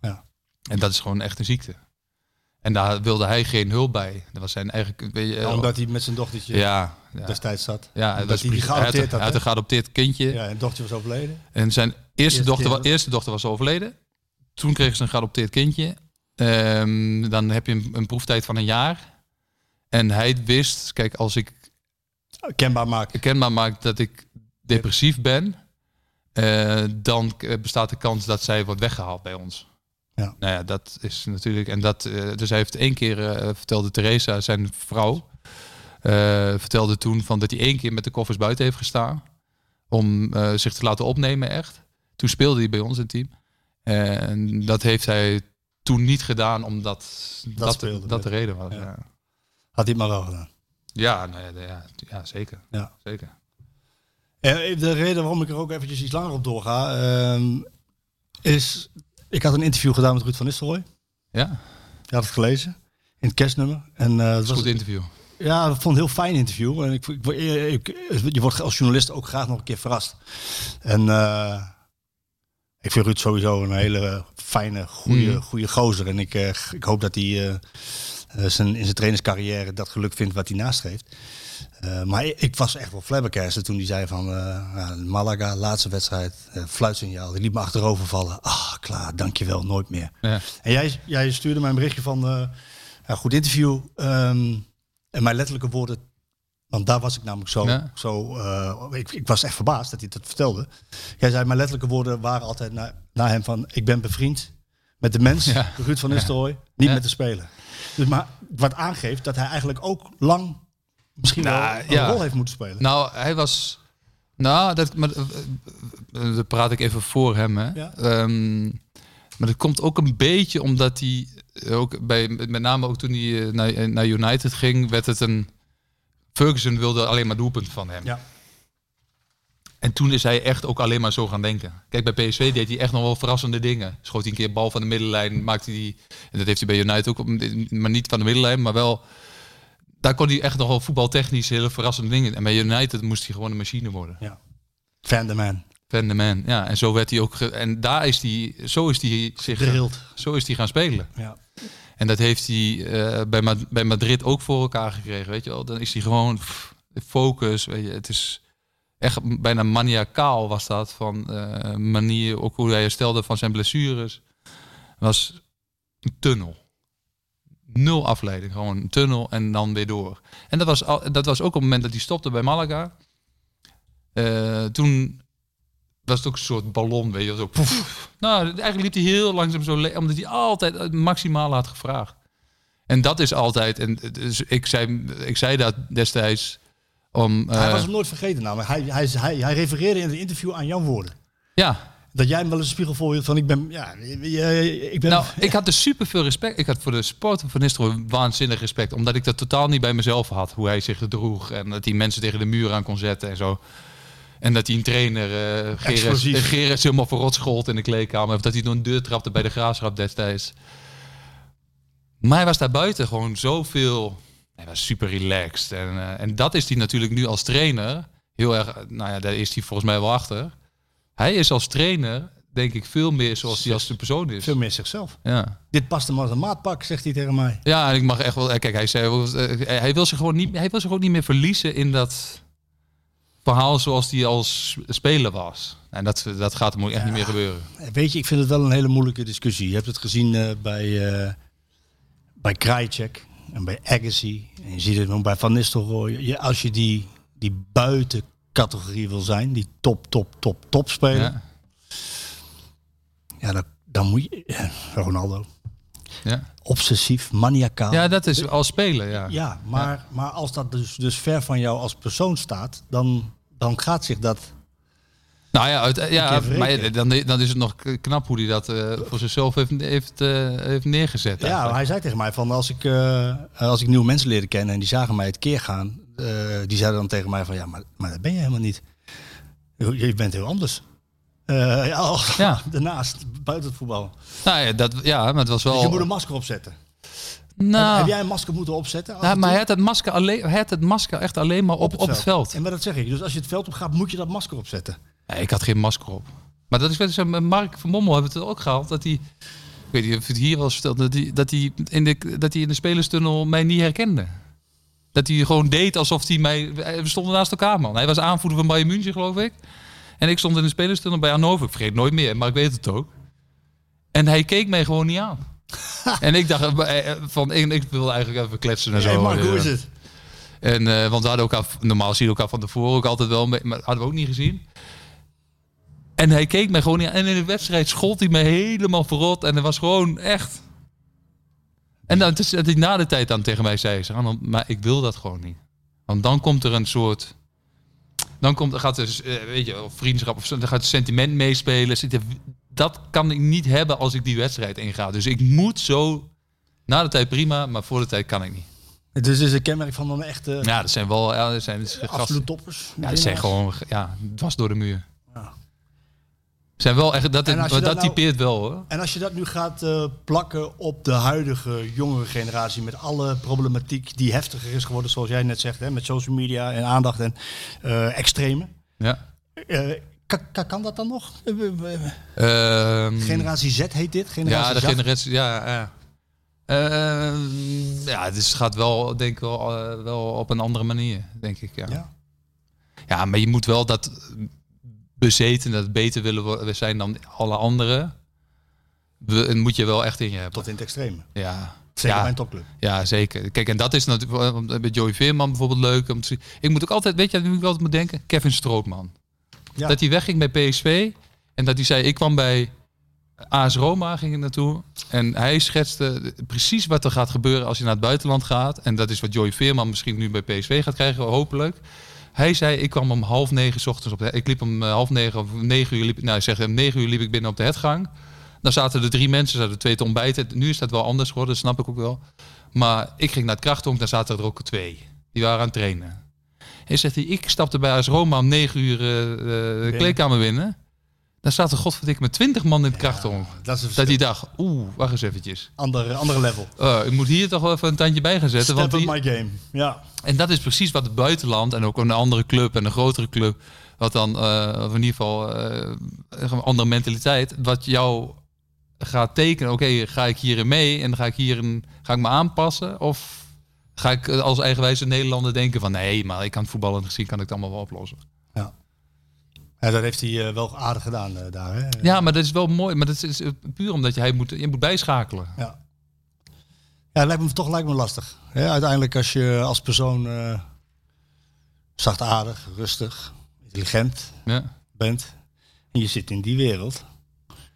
[SPEAKER 7] Ja.
[SPEAKER 8] En dat is gewoon echt een ziekte. En daar wilde hij geen hulp bij. Dat was zijn eigen... Weet je,
[SPEAKER 7] Omdat hij met zijn dochtertje
[SPEAKER 8] ja, ja, ja,
[SPEAKER 7] destijds zat.
[SPEAKER 8] hij
[SPEAKER 7] dat
[SPEAKER 8] was
[SPEAKER 7] hij die
[SPEAKER 8] pri-
[SPEAKER 7] geadopteerd
[SPEAKER 8] hij
[SPEAKER 7] had,
[SPEAKER 8] had, hij had
[SPEAKER 7] hè?
[SPEAKER 8] een geadopteerd kindje.
[SPEAKER 7] Ja, en het dochtertje was overleden.
[SPEAKER 8] En zijn eerste,
[SPEAKER 7] Eerste
[SPEAKER 8] dochter,
[SPEAKER 7] kind
[SPEAKER 8] wa- eerste dochter was overleden. Toen kreeg ze een geadopteerd kindje. Ehm, dan heb je een, een proeftijd van een jaar. En hij wist, kijk, als ik
[SPEAKER 7] Kenbaar maken.
[SPEAKER 8] kenbaar maakt dat ik depressief ben, eh, dan eh, bestaat de kans dat zij wordt weggehaald bij ons.
[SPEAKER 7] Ja.
[SPEAKER 8] Nou ja, dat is natuurlijk. En dat, eh, dus hij heeft één keer, eh, vertelde Theresa, zijn vrouw, eh, vertelde toen van dat hij één keer met de koffers buiten heeft gestaan. Om eh, zich te laten opnemen, echt. Toen speelde hij bij ons in het team. En dat heeft hij toen niet gedaan, omdat dat,
[SPEAKER 7] speelde
[SPEAKER 8] dat,
[SPEAKER 7] met-
[SPEAKER 8] de reden was.
[SPEAKER 7] ja.
[SPEAKER 8] Ja, ja.
[SPEAKER 7] Had hij het maar wel gedaan.
[SPEAKER 8] nou ja, ja, ja, zeker.
[SPEAKER 7] Ja.
[SPEAKER 8] zeker.
[SPEAKER 7] Eh, De reden waarom ik er ook eventjes iets langer op doorga, ehm, is... Ik had een interview gedaan met Ruud van Nistelrooy.
[SPEAKER 8] Ja,
[SPEAKER 7] Je had het gelezen. In het kerstnummer. En, eh, het was,
[SPEAKER 8] goed interview.
[SPEAKER 7] ja, ik vond het een heel fijn interview. En ik, ik, ik- ik- je wordt als journalist ook graag nog een keer verrast. En eh, ik vind Ruud sowieso een hele eh, fijne, goede,
[SPEAKER 8] Mm.
[SPEAKER 7] goede gozer. En ik, eh, g- ik hoop dat hij eh, eh, zijn, in zijn trainerscarrière dat geluk vindt wat hij nastreeft. Eh, maar ik, ik was echt wel flabbergasted toen hij zei van eh, ja, Malaga, laatste wedstrijd, eh, fluitsignaal. Die liet me achterover vallen. Ah, klaar, dankjewel, nooit meer.
[SPEAKER 8] Ja.
[SPEAKER 7] En jij, jij stuurde mij een berichtje van eh, ja, goed interview. ehm, en mijn letterlijke woorden, want daar was ik namelijk zo.
[SPEAKER 8] Ja.
[SPEAKER 7] zo eh, ik, ik was echt verbaasd dat hij dat vertelde. Jij zei, mijn letterlijke woorden waren altijd naar, naar hem van ik ben bevriend met de mens,
[SPEAKER 8] <laughs> Ja.
[SPEAKER 7] Ruud van Nistelrooy, niet
[SPEAKER 8] Ja.
[SPEAKER 7] met de speler. Dus maar wat aangeeft dat hij eigenlijk ook lang misschien
[SPEAKER 8] Nou,
[SPEAKER 7] wel een
[SPEAKER 8] ja.
[SPEAKER 7] rol heeft moeten spelen.
[SPEAKER 8] Nou, hij was. Nou, dat, maar, eh, eh, dat praat ik even voor hem. Hè.
[SPEAKER 7] Ja.
[SPEAKER 8] Ehm, maar dat komt ook een beetje omdat hij ook bij, met name ook toen hij eh, naar, eh, naar United ging, werd het een. Ferguson wilde alleen maar doelpunt van hem.
[SPEAKER 7] Ja.
[SPEAKER 8] En toen is hij echt ook alleen maar zo gaan denken. Kijk, bij PSV deed hij echt nog wel verrassende dingen. Schoot hij een keer bal van de middenlijn, maakte hij... die- En dat heeft hij bij United ook, maar niet van de middenlijn, maar wel... Daar kon hij echt nog wel voetbaltechnisch hele verrassende dingen. En bij United moest hij gewoon een machine worden.
[SPEAKER 7] Van de man.
[SPEAKER 8] Van de man, ja. En zo werd hij ook... ge- En daar is hij... Zo is hij zich...
[SPEAKER 7] Geheeld.
[SPEAKER 8] Zo is hij gaan spelen.
[SPEAKER 7] Ja.
[SPEAKER 8] En dat heeft hij eh, bij, Ma- bij Madrid ook voor elkaar gekregen, weet je wel. Dan is hij gewoon pff, focus, weet je. Het is echt bijna maniacaal was dat, van eh, manier, ook hoe hij herstelde van zijn blessures. was een tunnel. Nul afleiding, gewoon een tunnel en dan weer door. En dat was, al, dat was ook op het moment dat hij stopte bij Malaga. Eh, toen was het ook een soort ballon, weet je wel. Zo, poef. Nou, eigenlijk liep hij heel langzaam zo le- omdat hij altijd het maximaal had gevraagd. En dat is altijd, en eh, dus ik, zei, ik zei dat destijds om...
[SPEAKER 7] hij
[SPEAKER 8] eh,
[SPEAKER 7] was hem nooit vergeten namelijk. Hij, hij, hij, hij refereerde in het interview aan jouw woorden.
[SPEAKER 8] ja,
[SPEAKER 7] Dat jij hem wel eens een spiegel voorhield van ik ben... Ja, eh, ik ben
[SPEAKER 8] Nou, ik had dus super veel respect. Ik had voor de sport van Nistelrooy waanzinnig respect. Omdat ik dat totaal niet bij mezelf had. Hoe hij zich gedroeg. En dat hij mensen tegen de muur aan kon zetten en zo. En dat hij een trainer, eh Gerrits,
[SPEAKER 7] Explosief.
[SPEAKER 8] eh, Gerrits helemaal verrot schold in de kleedkamer. Of dat hij door een deur trapte bij de graafschap destijds. Maar hij was daar buiten gewoon zoveel... Hij was super relaxed. En, eh, en dat is hij natuurlijk nu als trainer. Heel erg, eh, nou ja, daar is hij volgens mij wel achter. Hij is als trainer, denk ik, veel meer zoals hij als de persoon is.
[SPEAKER 7] Veel meer zichzelf.
[SPEAKER 8] Ja.
[SPEAKER 7] Dit past hem als een maatpak, zegt hij tegen mij.
[SPEAKER 8] Ja, en ik mag echt wel. eh, Kijk, hij zei. wel, eh, Hij wil zich gewoon niet, hij wil zich ook niet meer verliezen in dat verhaal zoals hij als speler was. En dat, dat gaat hem ook echt niet meer gebeuren.
[SPEAKER 7] Eh, Weet je, ik vind het wel een hele moeilijke discussie. Je hebt het gezien eh, bij, eh, bij Krajicek en bij Agassi. En je ziet het ook bij Van Nistelrooy. Je, als je die, die buitencategorie wil zijn, die top, top, top, top speler. Ja,
[SPEAKER 8] Ja,
[SPEAKER 7] dan, dan moet je... eh, Ronaldo.
[SPEAKER 8] ja.
[SPEAKER 7] Obsessief, maniacaal.
[SPEAKER 8] ja
[SPEAKER 7] Ja,
[SPEAKER 8] dat is als speler. Ja.
[SPEAKER 7] maar, maar als dat dus, dus ver van jou als persoon staat, dan, dan gaat zich dat...
[SPEAKER 8] Nou ja, uit, ja
[SPEAKER 7] keer
[SPEAKER 8] maar
[SPEAKER 7] wreken.
[SPEAKER 8] dan, dan is het nog k- knap hoe hij dat eh, voor zichzelf heeft, heeft, eh, heeft neergezet.
[SPEAKER 7] Ja,
[SPEAKER 8] eigenlijk.
[SPEAKER 7] maar hij zei tegen mij van als ik, eh, als ik nieuwe mensen leerde kennen en die zagen mij het keer gaan, eh, die zeiden dan tegen mij van ja, maar, maar dat ben je helemaal niet. Je, je bent heel anders. Eh, ja, al- <laughs>
[SPEAKER 8] Ja.
[SPEAKER 7] daarnaast, buiten het voetbal.
[SPEAKER 8] nou, ja, dat, ja, maar het was wel.
[SPEAKER 7] Dus je moet een masker opzetten.
[SPEAKER 8] nou,
[SPEAKER 7] Heb jij een masker moeten opzetten?
[SPEAKER 8] ja, maar hij had het masker, alleen, hij had het masker echt alleen maar op, op het veld.
[SPEAKER 7] En maar dat zeg ik. Dus als je het veld op gaat, moet je dat masker opzetten.
[SPEAKER 8] Nee, ik had geen masker op. Maar dat is wel zo. met Mark van Mommel hebben we het ook gehad. Dat hij. Ik weet niet of je het hier was verteld. Dat hij, dat, hij in de, dat hij in de spelerstunnel mij niet herkende. Dat hij gewoon deed alsof hij mij. We stonden naast elkaar, man. Hij was aanvoerder van Bayern München, geloof ik. En ik stond in de spelerstunnel bij Hannover. Ik vergeet het nooit meer, maar ik weet het ook. En hij keek mij gewoon niet
[SPEAKER 7] <laughs>
[SPEAKER 8] aan. en ik dacht eh, eh, van ik, ik wil eigenlijk even kletsen en zo. eh.
[SPEAKER 7] hey Mark, hoe
[SPEAKER 8] Ja.
[SPEAKER 7] is het?
[SPEAKER 8] En, eh, want we hadden elkaar, normaal zien we elkaar van tevoren ook altijd wel, mee, maar hadden we ook niet gezien. En hij keek mij gewoon niet aan. En in de wedstrijd schold hij me helemaal verrot. En dat was gewoon echt. En dan, het is dat hij na de tijd dan tegen mij zei, ze, "Arnold, maar ik wil dat gewoon niet. Want dan komt er een soort... Dan komt, gaat dus, eh, weet je, wel, vriendschap of zo, dan gaat het sentiment meespelen. Zit er- Dat kan ik niet hebben als ik die wedstrijd inga. Dus ik moet zo... Na de tijd prima, maar voor de tijd kan ik niet.
[SPEAKER 7] Dus dit is een kenmerk van een echte
[SPEAKER 8] Ja, dat zijn wel ja, dat zijn dus gasten.
[SPEAKER 7] absolute toppers.
[SPEAKER 8] Ja, dat zijn gewoon ja, dwars door de muur. Zijn wel echt, dat, is,
[SPEAKER 7] En als je
[SPEAKER 8] dat,
[SPEAKER 7] dat nou-
[SPEAKER 8] typeert wel hoor.
[SPEAKER 7] En als je dat nu gaat eh, plakken op de huidige jongere generatie met alle problematiek die heftiger is geworden, zoals jij net zegt, hè, met social media en aandacht en eh extreme.
[SPEAKER 8] Ja.
[SPEAKER 7] Eh, ka- ka- kan dat dan nog? Eh, we- we-
[SPEAKER 8] Ehm,
[SPEAKER 7] Generatie Z heet dit? Generatie
[SPEAKER 8] ja, de
[SPEAKER 7] Z?
[SPEAKER 8] generatie. Ja, ja. Ehm, ja, dus het gaat wel, denk ik, wel, eh, wel op een andere manier, denk ik. Ja.
[SPEAKER 7] Ja.
[SPEAKER 8] Ja, maar je moet wel dat bezeten, dat beter willen wo- zijn dan alle anderen. We, en moet je wel echt in je hebben.
[SPEAKER 7] Tot in het extreme.
[SPEAKER 8] Ja.
[SPEAKER 7] Zeker
[SPEAKER 8] ja.
[SPEAKER 7] bij een topclub.
[SPEAKER 8] Ja, zeker. Kijk, en dat is natuurlijk eh, met Joey Veerman bijvoorbeeld leuk. Om te zien. Ik moet ook altijd, weet je, nu ik altijd moet denken, Kevin Strootman.
[SPEAKER 7] Ja.
[SPEAKER 8] Dat hij wegging bij PSV en dat hij zei, ik kwam bij AS Roma, ging ik naartoe. En hij schetste precies wat er gaat gebeuren als je naar het buitenland gaat. En dat is wat Joey Veerman misschien nu bij PSV gaat krijgen, hopelijk. Hij zei, ik kwam om half negen 's ochtends op de... Ik liep om eh, half negen of negen uur liep... Nou, hij zegt, om negen uur liep ik binnen op de hetgang. Dan zaten er drie mensen, zaten er twee te ontbijten. Nu is dat wel anders geworden, dat snap ik ook wel. Maar ik ging naar het krachthonk, daar zaten er ook twee. Die waren aan het trainen. En zegt hij, ik stapte bij AS Roma om negen uur eh, eh, de kleedkamer binnen. Dan zaten godverdikke met twintig man in het
[SPEAKER 7] Dat
[SPEAKER 8] krachthonk.
[SPEAKER 7] is een
[SPEAKER 8] Dat
[SPEAKER 7] verschil.
[SPEAKER 8] hij dacht, oeh, wacht eens eventjes.
[SPEAKER 7] Andere, andere level.
[SPEAKER 8] Eh, ik moet hier toch wel even een tandje bij gaan zetten.
[SPEAKER 7] Step
[SPEAKER 8] want
[SPEAKER 7] up
[SPEAKER 8] die,
[SPEAKER 7] my game. Ja.
[SPEAKER 8] en dat is precies wat het buitenland en ook een andere club en een grotere club, wat dan, eh, of in ieder geval eh, een andere mentaliteit, wat jou gaat tekenen. Oké, ga ik hierin mee en ga ik hierin, ga ik me aanpassen? Of ga ik eh, als eigenwijze Nederlander denken van nee, maar ik kan het voetballen gezien, kan ik het allemaal wel oplossen.
[SPEAKER 7] Ja, dat heeft hij eh, wel aardig gedaan eh, daar. Hè?
[SPEAKER 8] Ja, maar dat is wel mooi, maar dat is, is, eh, puur omdat je, hij moet, je moet bijschakelen.
[SPEAKER 7] Ja. Ja, lijkt me toch lijkt me lastig. Hè, uiteindelijk als je als persoon eh zachtaardig, rustig, intelligent
[SPEAKER 8] Ja,
[SPEAKER 7] bent en je zit in die wereld.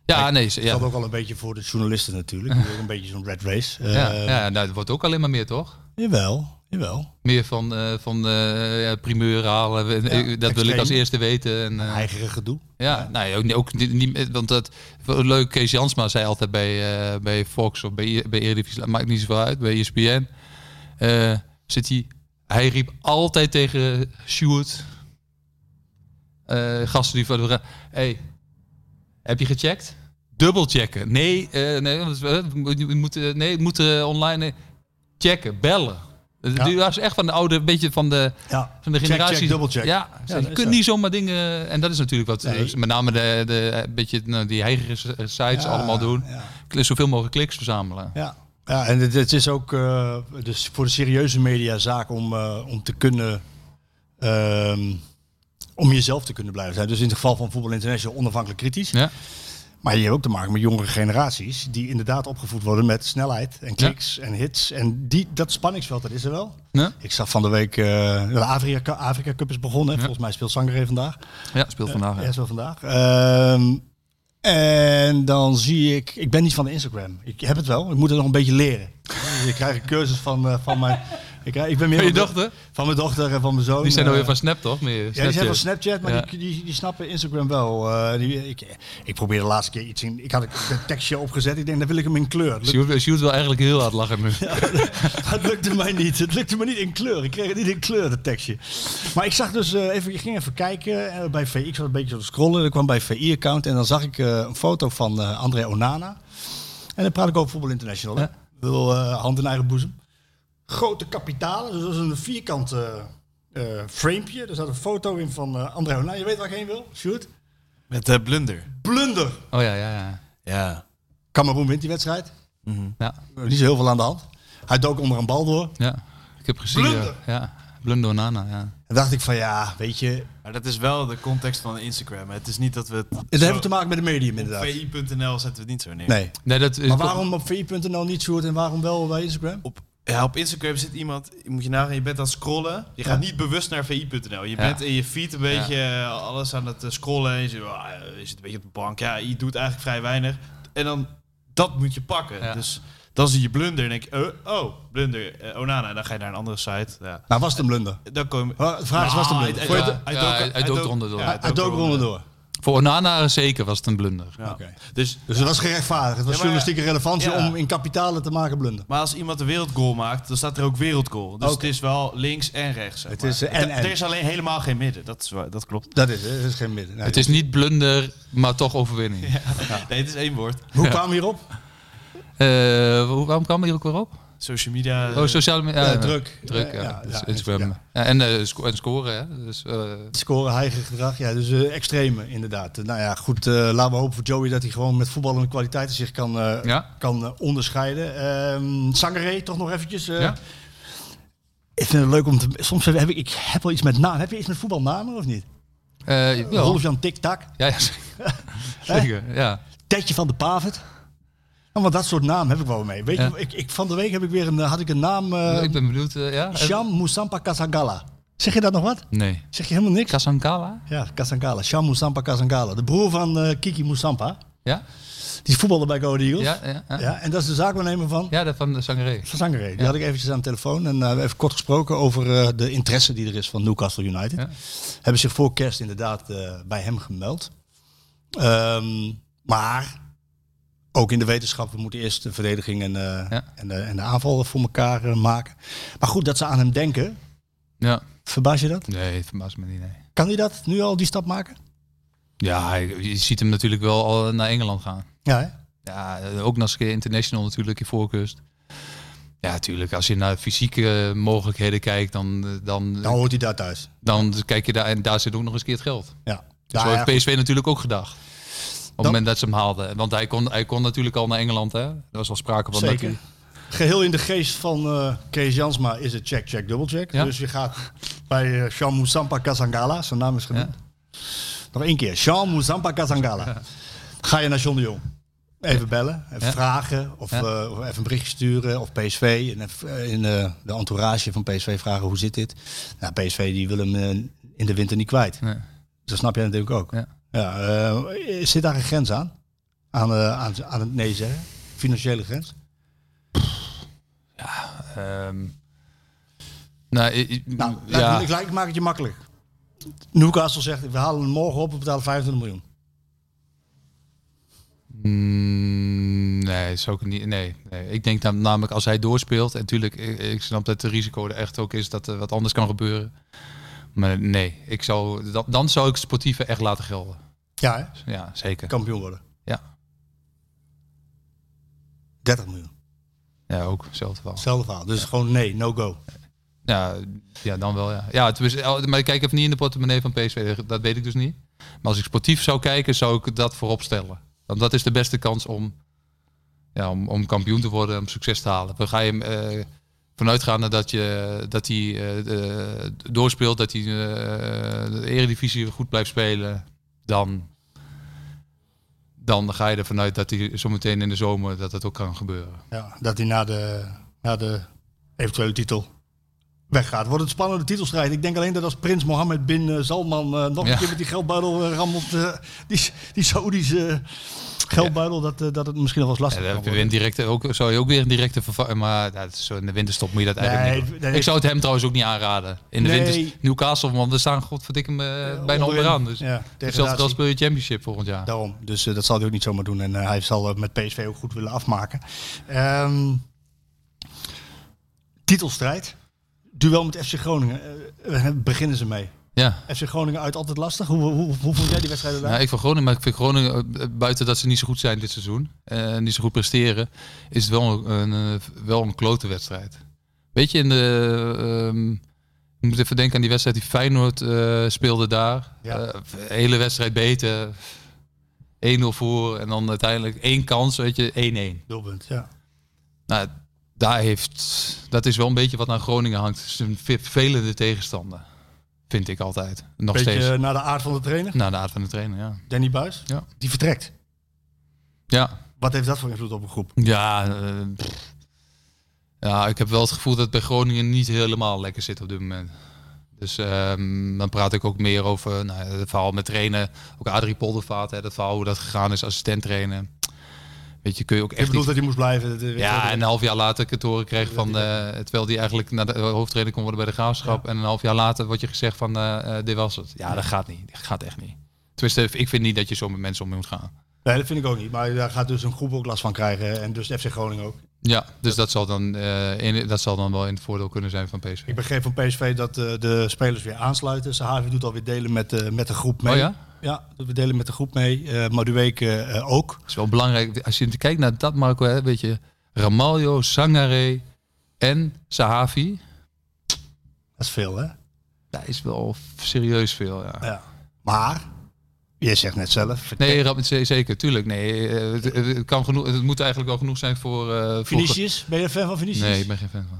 [SPEAKER 8] ja nee, ze-
[SPEAKER 7] Dat
[SPEAKER 8] ja.
[SPEAKER 7] geldt ook al een beetje voor de journalisten natuurlijk. Die hebben een beetje zo'n red race. Eh,
[SPEAKER 8] Ja, ja, nou, het wordt ook alleen maar meer, toch?
[SPEAKER 7] Jawel, jawel.
[SPEAKER 8] Meer van, eh van eh, ja, primeur halen. eh, eh, dat wil ik
[SPEAKER 7] extreem.
[SPEAKER 8] als eerste weten. En, eh,
[SPEAKER 7] Eigen gedoe.
[SPEAKER 8] ja, nou ja, ook, ook niet, niet- want dat leuk. Kees Jansma zei altijd bij, eh, bij Fox of bij, E- bij Eredivisie, maakt niet zoveel uit, bij E ESPN. eh, zit hij, hij riep altijd tegen Sjoerd, eh, gasten die van de hey, heb je gecheckt? Dubbel checken. Nee, eh, nee, want, eh, we moeten, nee, we moeten online eh, checken, bellen. Die was echt van de oude, beetje van de
[SPEAKER 7] Ja.
[SPEAKER 8] van de
[SPEAKER 7] Check,
[SPEAKER 8] generatie.
[SPEAKER 7] check, double check.
[SPEAKER 8] Ja, ze-
[SPEAKER 7] dat
[SPEAKER 8] je
[SPEAKER 7] is
[SPEAKER 8] kunt
[SPEAKER 7] zo.
[SPEAKER 8] niet zomaar dingen. En dat is natuurlijk wat
[SPEAKER 7] Nee.
[SPEAKER 8] eh, met name de, de eh, beetje nou, die heigere s- eh, sites
[SPEAKER 7] Ja,
[SPEAKER 8] allemaal doen.
[SPEAKER 7] ja.
[SPEAKER 8] Kli- Zoveel mogelijk kliks verzamelen.
[SPEAKER 7] Ja, ja en het, het is ook eh, dus voor de serieuze media zaak om, eh, om te kunnen. ehm, om jezelf te kunnen blijven zijn. Dus in het geval van Voetbal International onafhankelijk kritisch.
[SPEAKER 8] Ja.
[SPEAKER 7] Maar je hebt ook te maken met jongere generaties die inderdaad opgevoed worden met snelheid en kliks en hits. En die, dat spanningsveld, dat is er wel.
[SPEAKER 8] Ja.
[SPEAKER 7] Ik zag van de week, eh, de Afrika, Afrika Cup is begonnen. hè. Volgens mij speelt Sangaré vandaag.
[SPEAKER 8] Ja, speelt vandaag.
[SPEAKER 7] Ja,
[SPEAKER 8] ja.
[SPEAKER 7] is wel vandaag. Ehm, en dan zie ik, ik ben niet van de Instagram. Ik heb het wel, ik moet het nog een beetje leren. Dus ik krijg een cursus van, eh, van mijn. Ik, krijg- ik ben meer
[SPEAKER 8] Van je
[SPEAKER 7] van de-
[SPEAKER 8] dochter?
[SPEAKER 7] Van mijn dochter en van mijn zoon.
[SPEAKER 8] Die zijn
[SPEAKER 7] eh.
[SPEAKER 8] alweer van Snap, toch? Meer
[SPEAKER 7] Ja, die zijn van
[SPEAKER 8] Snapchat.
[SPEAKER 7] Snapchat, maar
[SPEAKER 8] Ja.
[SPEAKER 7] die, die, die snappen Instagram wel. Eh, die, ik, ik probeer de laatste keer iets in. Ik had een tekstje opgezet. Ik denk, dan wil ik hem in kleur. Lukt-
[SPEAKER 8] Sjoerd, Sjoerd wil eigenlijk heel hard lachen nu.
[SPEAKER 7] Het lukte mij niet. Het lukte me niet in kleur. Ik kreeg het niet in kleur, dat tekstje. Maar ik zag dus eh, even, ik ging even kijken eh, bij VI. Ik zat een beetje zo te scrollen. Er kwam bij VI-account en dan zag ik eh, een foto van eh, André Onana. En dan praat ik over Voetbal International. hè. Ik bedoel, eh, hand in eigen boezem. Grote kapitalen. Dus dat is een vierkant eh eh, framepje. Er zat een foto in van eh, André Onana. Je weet waar ik heen wil, Sjoerd?
[SPEAKER 4] Met de blunder.
[SPEAKER 7] Blunder.
[SPEAKER 8] Oh ja, ja, ja.
[SPEAKER 4] Ja.
[SPEAKER 7] Cameroen wint die wedstrijd.
[SPEAKER 8] Ja,
[SPEAKER 7] Eh, Niet zo heel veel aan de hand. Hij dook onder een bal door.
[SPEAKER 8] ja. Ik heb gezien.
[SPEAKER 7] Blunder.
[SPEAKER 8] Ja. ja. Blunder Nana, ja.
[SPEAKER 7] En dacht ik van ja, weet je,
[SPEAKER 4] Maar dat is wel de context van Instagram. Het is niet dat we het...
[SPEAKER 7] Het
[SPEAKER 4] zo-
[SPEAKER 7] heeft te maken met de medium
[SPEAKER 4] Op
[SPEAKER 7] inderdaad.
[SPEAKER 4] vi.nl zetten we het niet zo neer.
[SPEAKER 7] Nee. Dus
[SPEAKER 8] Nee, dat is
[SPEAKER 7] Maar waarom op vi.nl niet Sjoerd en waarom wel bij Instagram?
[SPEAKER 4] Op, ja, op Instagram zit iemand, je moet je nagaan, je bent aan het scrollen. Je gaat niet bewust naar vi.nl. Je bent in je feed een beetje eh, alles aan het eh, scrollen. En je, zit, ah, je zit een beetje op de bank. Ja, je doet eigenlijk vrij weinig. En dan, dat moet je pakken.
[SPEAKER 8] Ja.
[SPEAKER 4] Dus dan zie je blunder en denk je, eh, oh, blunder, eh, onana. En dan ga je naar een andere site. Ja.
[SPEAKER 7] Nou, was het een blunder?
[SPEAKER 4] Dan kom je... Nou,
[SPEAKER 7] Wa- Oh, De vraag is, was het een blunder?
[SPEAKER 8] Vond je
[SPEAKER 4] dook-
[SPEAKER 8] het- ja, hij- hij dook eronder door.
[SPEAKER 4] ja,
[SPEAKER 8] Hij
[SPEAKER 7] Hij dook eronder door.
[SPEAKER 8] Voor Onana zeker was het een blunder.
[SPEAKER 4] Ja.
[SPEAKER 7] Oké.
[SPEAKER 4] Dus,
[SPEAKER 7] Dus het was gerechtvaardigd. Het was
[SPEAKER 4] Ja, maar-
[SPEAKER 7] journalistieke relevantie
[SPEAKER 4] Ja.
[SPEAKER 7] om in kapitalen te maken blunder.
[SPEAKER 4] maar als iemand de wereldgoal maakt, dan staat er ook wereldgoal. Dus
[SPEAKER 7] Oké.
[SPEAKER 4] het is wel links en rechts. zeg
[SPEAKER 7] Het
[SPEAKER 4] maar.
[SPEAKER 7] is, eh, en-
[SPEAKER 4] Er-
[SPEAKER 7] en.
[SPEAKER 4] Er is alleen helemaal geen midden. Dat, is, waar- dat klopt.
[SPEAKER 7] Dat is het. Het is geen midden. Nee.
[SPEAKER 8] Het is niet blunder, maar toch overwinning.
[SPEAKER 7] Nou.
[SPEAKER 4] Nee, het is één woord.
[SPEAKER 7] Hoe kwamen we hierop?
[SPEAKER 8] Eh, hoe- waarom kwam hij hier ook weer op?
[SPEAKER 4] Social media. eh,
[SPEAKER 8] Oh, sociale media.
[SPEAKER 7] Ja,
[SPEAKER 8] ja,
[SPEAKER 7] druk.
[SPEAKER 8] Druk, ja.
[SPEAKER 7] Ja, ja,
[SPEAKER 8] Dus
[SPEAKER 7] ja,
[SPEAKER 8] Instagram.
[SPEAKER 7] ja.
[SPEAKER 8] Ja, en, eh, sco- en scoren, hè. Dus, eh,
[SPEAKER 7] Scoren, heigen gedrag. Ja, dus eh, extreme inderdaad. Eh, Nou ja, goed. eh, laten we hopen voor Joey dat hij gewoon met voetballende kwaliteiten zich kan, eh,
[SPEAKER 8] Ja.
[SPEAKER 7] kan eh, onderscheiden. Ehm Sangaré, toch nog eventjes. eh,
[SPEAKER 8] Ja.
[SPEAKER 7] Ik vind het leuk om te... Soms heb ik, ik heb wel iets met naam. Heb je iets met voetbalnamen of niet?
[SPEAKER 8] eh, ja.
[SPEAKER 7] Rolf-Jan Tik-Tak.
[SPEAKER 8] Ja, ja, zeker. Zeker, ja.
[SPEAKER 7] Tetje van de Pavert. Nou, want dat soort naam heb ik wel mee. Weet
[SPEAKER 8] Ja.
[SPEAKER 7] je, ik, ik, van de week heb ik weer een, had ik een naam. eh
[SPEAKER 8] ik ben benieuwd, eh, ja.
[SPEAKER 7] Sham Musampa Kasangala. Zeg je dat nog wat?
[SPEAKER 8] Nee.
[SPEAKER 7] Zeg je helemaal niks?
[SPEAKER 8] Kasankala?
[SPEAKER 7] Ja, Kasangala. Sham Musampa Kasangala. De broer van eh, Kiki Musampa.
[SPEAKER 8] Ja?
[SPEAKER 7] Die voetbalde bij Go Ahead Eagles.
[SPEAKER 8] Ja, ja, ja.
[SPEAKER 7] Ja, en dat is de zaakwaarnemer van.
[SPEAKER 8] Ja, dat van de zangeré.
[SPEAKER 7] Van Zangeré. Die had ik eventjes aan de telefoon en eh, even kort gesproken over eh, de interesse die er is van Newcastle United.
[SPEAKER 8] Ja.
[SPEAKER 7] Hebben zich voor kerst inderdaad eh, bij hem gemeld. Ehm, maar ook in de wetenschap, we moeten eerst de verdediging en, eh,
[SPEAKER 8] Ja.
[SPEAKER 7] en, de, en de aanval voor elkaar eh, maken. Maar goed, dat ze aan hem denken,
[SPEAKER 8] Ja.
[SPEAKER 7] Verbaas je dat?
[SPEAKER 8] Nee, verbaas me niet. Nee.
[SPEAKER 7] Kan hij dat nu al die stap maken?
[SPEAKER 8] Ja, hij- je ziet hem natuurlijk wel al naar Engeland gaan.
[SPEAKER 7] Ja, hè?
[SPEAKER 8] Ja, eh, ook nog eens een keer international natuurlijk in voorkust. Ja, natuurlijk. Als je naar fysieke eh, mogelijkheden kijkt, dan, eh, dan,
[SPEAKER 7] dan hoort hij daar thuis.
[SPEAKER 8] dan kijk je daar en daar zit ook nog eens een keer het geld.
[SPEAKER 7] Ja.
[SPEAKER 8] Dus
[SPEAKER 7] Nou
[SPEAKER 8] zo
[SPEAKER 7] ja,
[SPEAKER 8] heeft PSV natuurlijk ook gedacht. Op het
[SPEAKER 7] Dan-
[SPEAKER 8] moment dat ze hem haalden. Want hij kon, hij kon natuurlijk al naar Engeland, hè? Er was wel sprake van dat
[SPEAKER 7] Zeker.
[SPEAKER 8] hij-
[SPEAKER 7] Geheel in de geest van eh, Kees Jansma is het check, check, double check.
[SPEAKER 8] Ja.
[SPEAKER 7] Dus je gaat bij eh Jean Moussampa Kazangala, zijn naam is genoemd. Nog één keer, Jean Moussampa Kazangala. Ga je naar John de Jong. Even bellen, even
[SPEAKER 8] Ja.
[SPEAKER 7] vragen of,
[SPEAKER 8] Ja.
[SPEAKER 7] eh, of even een berichtje sturen of PSV. En even, eh, in eh, de entourage van PSV vragen hoe zit dit. Nou, PSV die wil hem eh, in de winter niet kwijt.
[SPEAKER 8] Nee.
[SPEAKER 7] Zo snap je natuurlijk ook.
[SPEAKER 8] Ja.
[SPEAKER 7] Ja, eh, zit daar een grens aan? Aan, eh, aan, aan het nee zeggen? Financiële grens?
[SPEAKER 8] Ehm, nou, i- i-
[SPEAKER 7] Nou, laat
[SPEAKER 8] ja,
[SPEAKER 7] ik, ik, laat- ik maak het je makkelijk. Newcastle zegt, we halen hem morgen op, we betalen 25 miljoen.
[SPEAKER 8] Mm, nee, zou ik het niet. Nee, nee. Ik denk nam- namelijk als hij doorspeelt. En natuurlijk, ik, ik snap dat het risico er echt ook is dat er wat anders kan gebeuren. Maar nee, ik zou, dan, dan zou ik sportieve echt laten gelden.
[SPEAKER 7] Ja, hè?
[SPEAKER 8] Ja, zeker.
[SPEAKER 7] kampioen worden.
[SPEAKER 8] Ja.
[SPEAKER 7] 30 miljoen.
[SPEAKER 8] Ja, ook zelf wel.
[SPEAKER 7] Hetzelfde verhaal. Dus gewoon nee, no go.
[SPEAKER 8] Ja, ja dan wel, ja. ja het is, eh, oh, maar ik kijk even niet in de portemonnee van PSV, dat weet ik dus niet. Maar als ik sportief zou kijken, zou ik dat voorop stellen. Want dat is de beste kans om, ja, om, om kampioen te worden, om succes te halen. Dan ga je eh vanuitgaande dat hij dat hij eh, eh, doorspeelt, dat hij eh, de eredivisie goed blijft spelen, dan, dan ga je ervan uit dat hij zometeen in de zomer dat dat ook kan gebeuren.
[SPEAKER 7] Ja, dat hij na de, na de eventuele titel weggaat. Wordt het spannende titelstrijd. Ik denk alleen dat als prins Mohammed bin eh, Salman eh, nog
[SPEAKER 8] Ja.
[SPEAKER 7] een keer met die geldbuidel eh, rammelt, eh, die, die Saoedische eh, geldbuidel, dat, eh, dat het misschien nog wel eens
[SPEAKER 8] Ja,
[SPEAKER 7] lastig
[SPEAKER 8] dan
[SPEAKER 7] kan
[SPEAKER 8] heb je
[SPEAKER 7] worden.
[SPEAKER 8] weer een directe, ook, zou je ook weer een directe vervanger. Maar ja, dat is zo, in de winterstop moet je dat eigenlijk
[SPEAKER 7] Nee,
[SPEAKER 8] niet doen.
[SPEAKER 7] nee,
[SPEAKER 8] ik zou het hem trouwens ook niet aanraden. In de
[SPEAKER 7] Nee.
[SPEAKER 8] winter Newcastle, want we staan godverdikke me eh, bijna
[SPEAKER 7] onderin.
[SPEAKER 8] onderaan. Dus
[SPEAKER 7] Ja,
[SPEAKER 8] hetzelfde
[SPEAKER 7] degradatie.
[SPEAKER 8] als speel je championship volgend jaar.
[SPEAKER 7] Daarom. Dus eh, dat zal hij ook niet zomaar doen. En eh, hij zal het met PSV ook goed willen afmaken. Ehm, titelstrijd. Duel met FC Groningen. Eh, eh, beginnen ze mee.
[SPEAKER 8] Ja.
[SPEAKER 7] FC Groningen uit altijd lastig. Hoe, hoe, hoe vond jij die wedstrijd erbij?
[SPEAKER 8] Nou, ik van Groningen, maar ik vind Groningen, eh, buiten dat ze niet zo goed zijn dit seizoen en niet zo goed presteren, is het wel een, een, eh, wel een klote wedstrijd. Weet je, in de, ehm, ik moet even denken aan die wedstrijd die Feyenoord eh, speelde daar.
[SPEAKER 7] Ja.
[SPEAKER 8] Eh, de hele wedstrijd beter. 1-0 voor en dan uiteindelijk één kans, weet je, 1-1.
[SPEAKER 7] Doelpunt, ja.
[SPEAKER 8] Nou, daar heeft, dat is wel een beetje wat aan Groningen hangt. Het is een ve- vervelende tegenstander, vind ik altijd. Nog
[SPEAKER 7] Beetje
[SPEAKER 8] steeds.
[SPEAKER 7] eh, naar de aard van de trainer.
[SPEAKER 8] Naar de aard van de trainer, ja.
[SPEAKER 7] Danny Buis.
[SPEAKER 8] Ja.
[SPEAKER 7] Die vertrekt.
[SPEAKER 8] Ja,
[SPEAKER 7] Wat heeft dat voor invloed op een groep?
[SPEAKER 8] Ja, eh, pff. ja, ik heb wel het gevoel dat het bij Groningen niet helemaal lekker zit op dit moment. Dus ehm, dan praat ik ook meer over nou, ja, het verhaal met trainen. Ook Adrie Poldervaart, hè, dat verhaal hoe dat gegaan is, assistent trainen. Weet je, kun je ook
[SPEAKER 7] Ik
[SPEAKER 8] echt
[SPEAKER 7] bedoel
[SPEAKER 8] niet...
[SPEAKER 7] dat hij moest blijven. Dat, eh,
[SPEAKER 8] Ja, en een half jaar later kantoren kreeg van... eh, terwijl die eigenlijk naar de hoofdtrainer kon worden bij de Graafschap. En een half jaar later wordt je gezegd van, eh, eh, dit was het. Ja, dat gaat niet. Dat gaat echt niet. Tenminste, ik vind niet dat je zo met mensen om moet gaan.
[SPEAKER 7] Nee, dat vind ik ook niet. Maar daar gaat dus een groep ook last van krijgen. En dus FC Groningen ook.
[SPEAKER 8] Ja, dus dat zal dan, eh, in, dat zal dan wel in het voordeel kunnen zijn van PSV.
[SPEAKER 7] Ik begreep van PSV dat eh, de spelers weer aansluiten. Sahavi doet alweer delen met, eh, met de groep mee.
[SPEAKER 8] Oh ja?
[SPEAKER 7] Ja, we delen met de groep mee. Eh Madueke eh, ook.
[SPEAKER 8] Dat is wel belangrijk. Als je kijkt naar dat, Marco, hè, weet je, Ramaljo, Sangare en Sahavi.
[SPEAKER 7] Dat is veel, hè?
[SPEAKER 8] Dat is wel serieus veel, ja.
[SPEAKER 7] Ja. Maar, je zegt net zelf, vertrekt
[SPEAKER 8] Nee, Rab- z- zeker, tuurlijk. Nee, eh, het, het- het kan genoeg, het moet eigenlijk wel genoeg zijn voor... eh voor-
[SPEAKER 7] Vinicius. Ben je een fan van Vinicius?
[SPEAKER 8] Nee, ik ben geen fan van.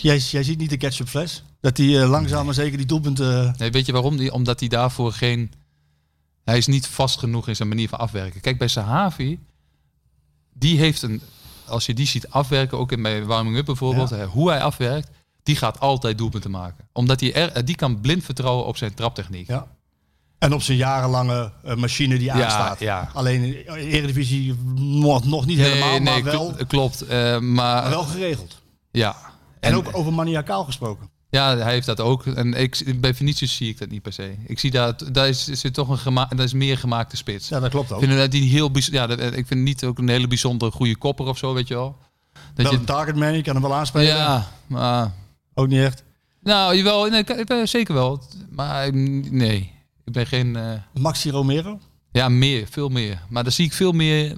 [SPEAKER 7] Jij, jij ziet niet de ketchup fles? Dat hij eh, langzaam maar zeker die doelpunten... eh,
[SPEAKER 8] Nee, weet je waarom? Die, omdat hij daarvoor geen... Hij is niet vast genoeg in zijn manier van afwerken. Kijk, bij Sahavi, die heeft een... Als je die ziet afwerken, ook in bij warming-up bijvoorbeeld,
[SPEAKER 7] Ja.
[SPEAKER 8] hè, hoe hij afwerkt, die gaat altijd doelpunten maken. Omdat hij er, die kan blind vertrouwen op zijn traptechniek.
[SPEAKER 7] Ja. En op zijn jarenlange eh, machine die
[SPEAKER 8] Ja,
[SPEAKER 7] aanstaat.
[SPEAKER 8] ja.
[SPEAKER 7] Alleen in de Eredivisie nog, nog niet helemaal, maar
[SPEAKER 8] kl-
[SPEAKER 7] wel,
[SPEAKER 8] klopt. eh, maar
[SPEAKER 7] maar wel geregeld.
[SPEAKER 8] ja.
[SPEAKER 7] En, ook over maniacaal gesproken.
[SPEAKER 8] Ja, hij heeft dat ook. En ik, bij Vinicius zie ik dat niet per se. Ik zie dat daar is, zit toch een gema daar is meer gemaakte spits.
[SPEAKER 7] Ja, dat klopt ook.
[SPEAKER 8] Ik vind dat die heel bijz- ja, dat- eh, ik vind niet ook een hele bijzondere goede kopper of zo, weet je wel. Dat
[SPEAKER 7] Wel
[SPEAKER 8] je,
[SPEAKER 7] een targetman, je kan hem wel aanspelen.
[SPEAKER 8] ja, maar
[SPEAKER 7] Ook niet echt.
[SPEAKER 8] Nou, jawel, nee, ik- ik ben zeker wel. Maar eh, nee, ik ben geen... eh,
[SPEAKER 7] Maxi Romero?
[SPEAKER 8] Ja, meer, veel meer. Maar daar zie ik veel meer.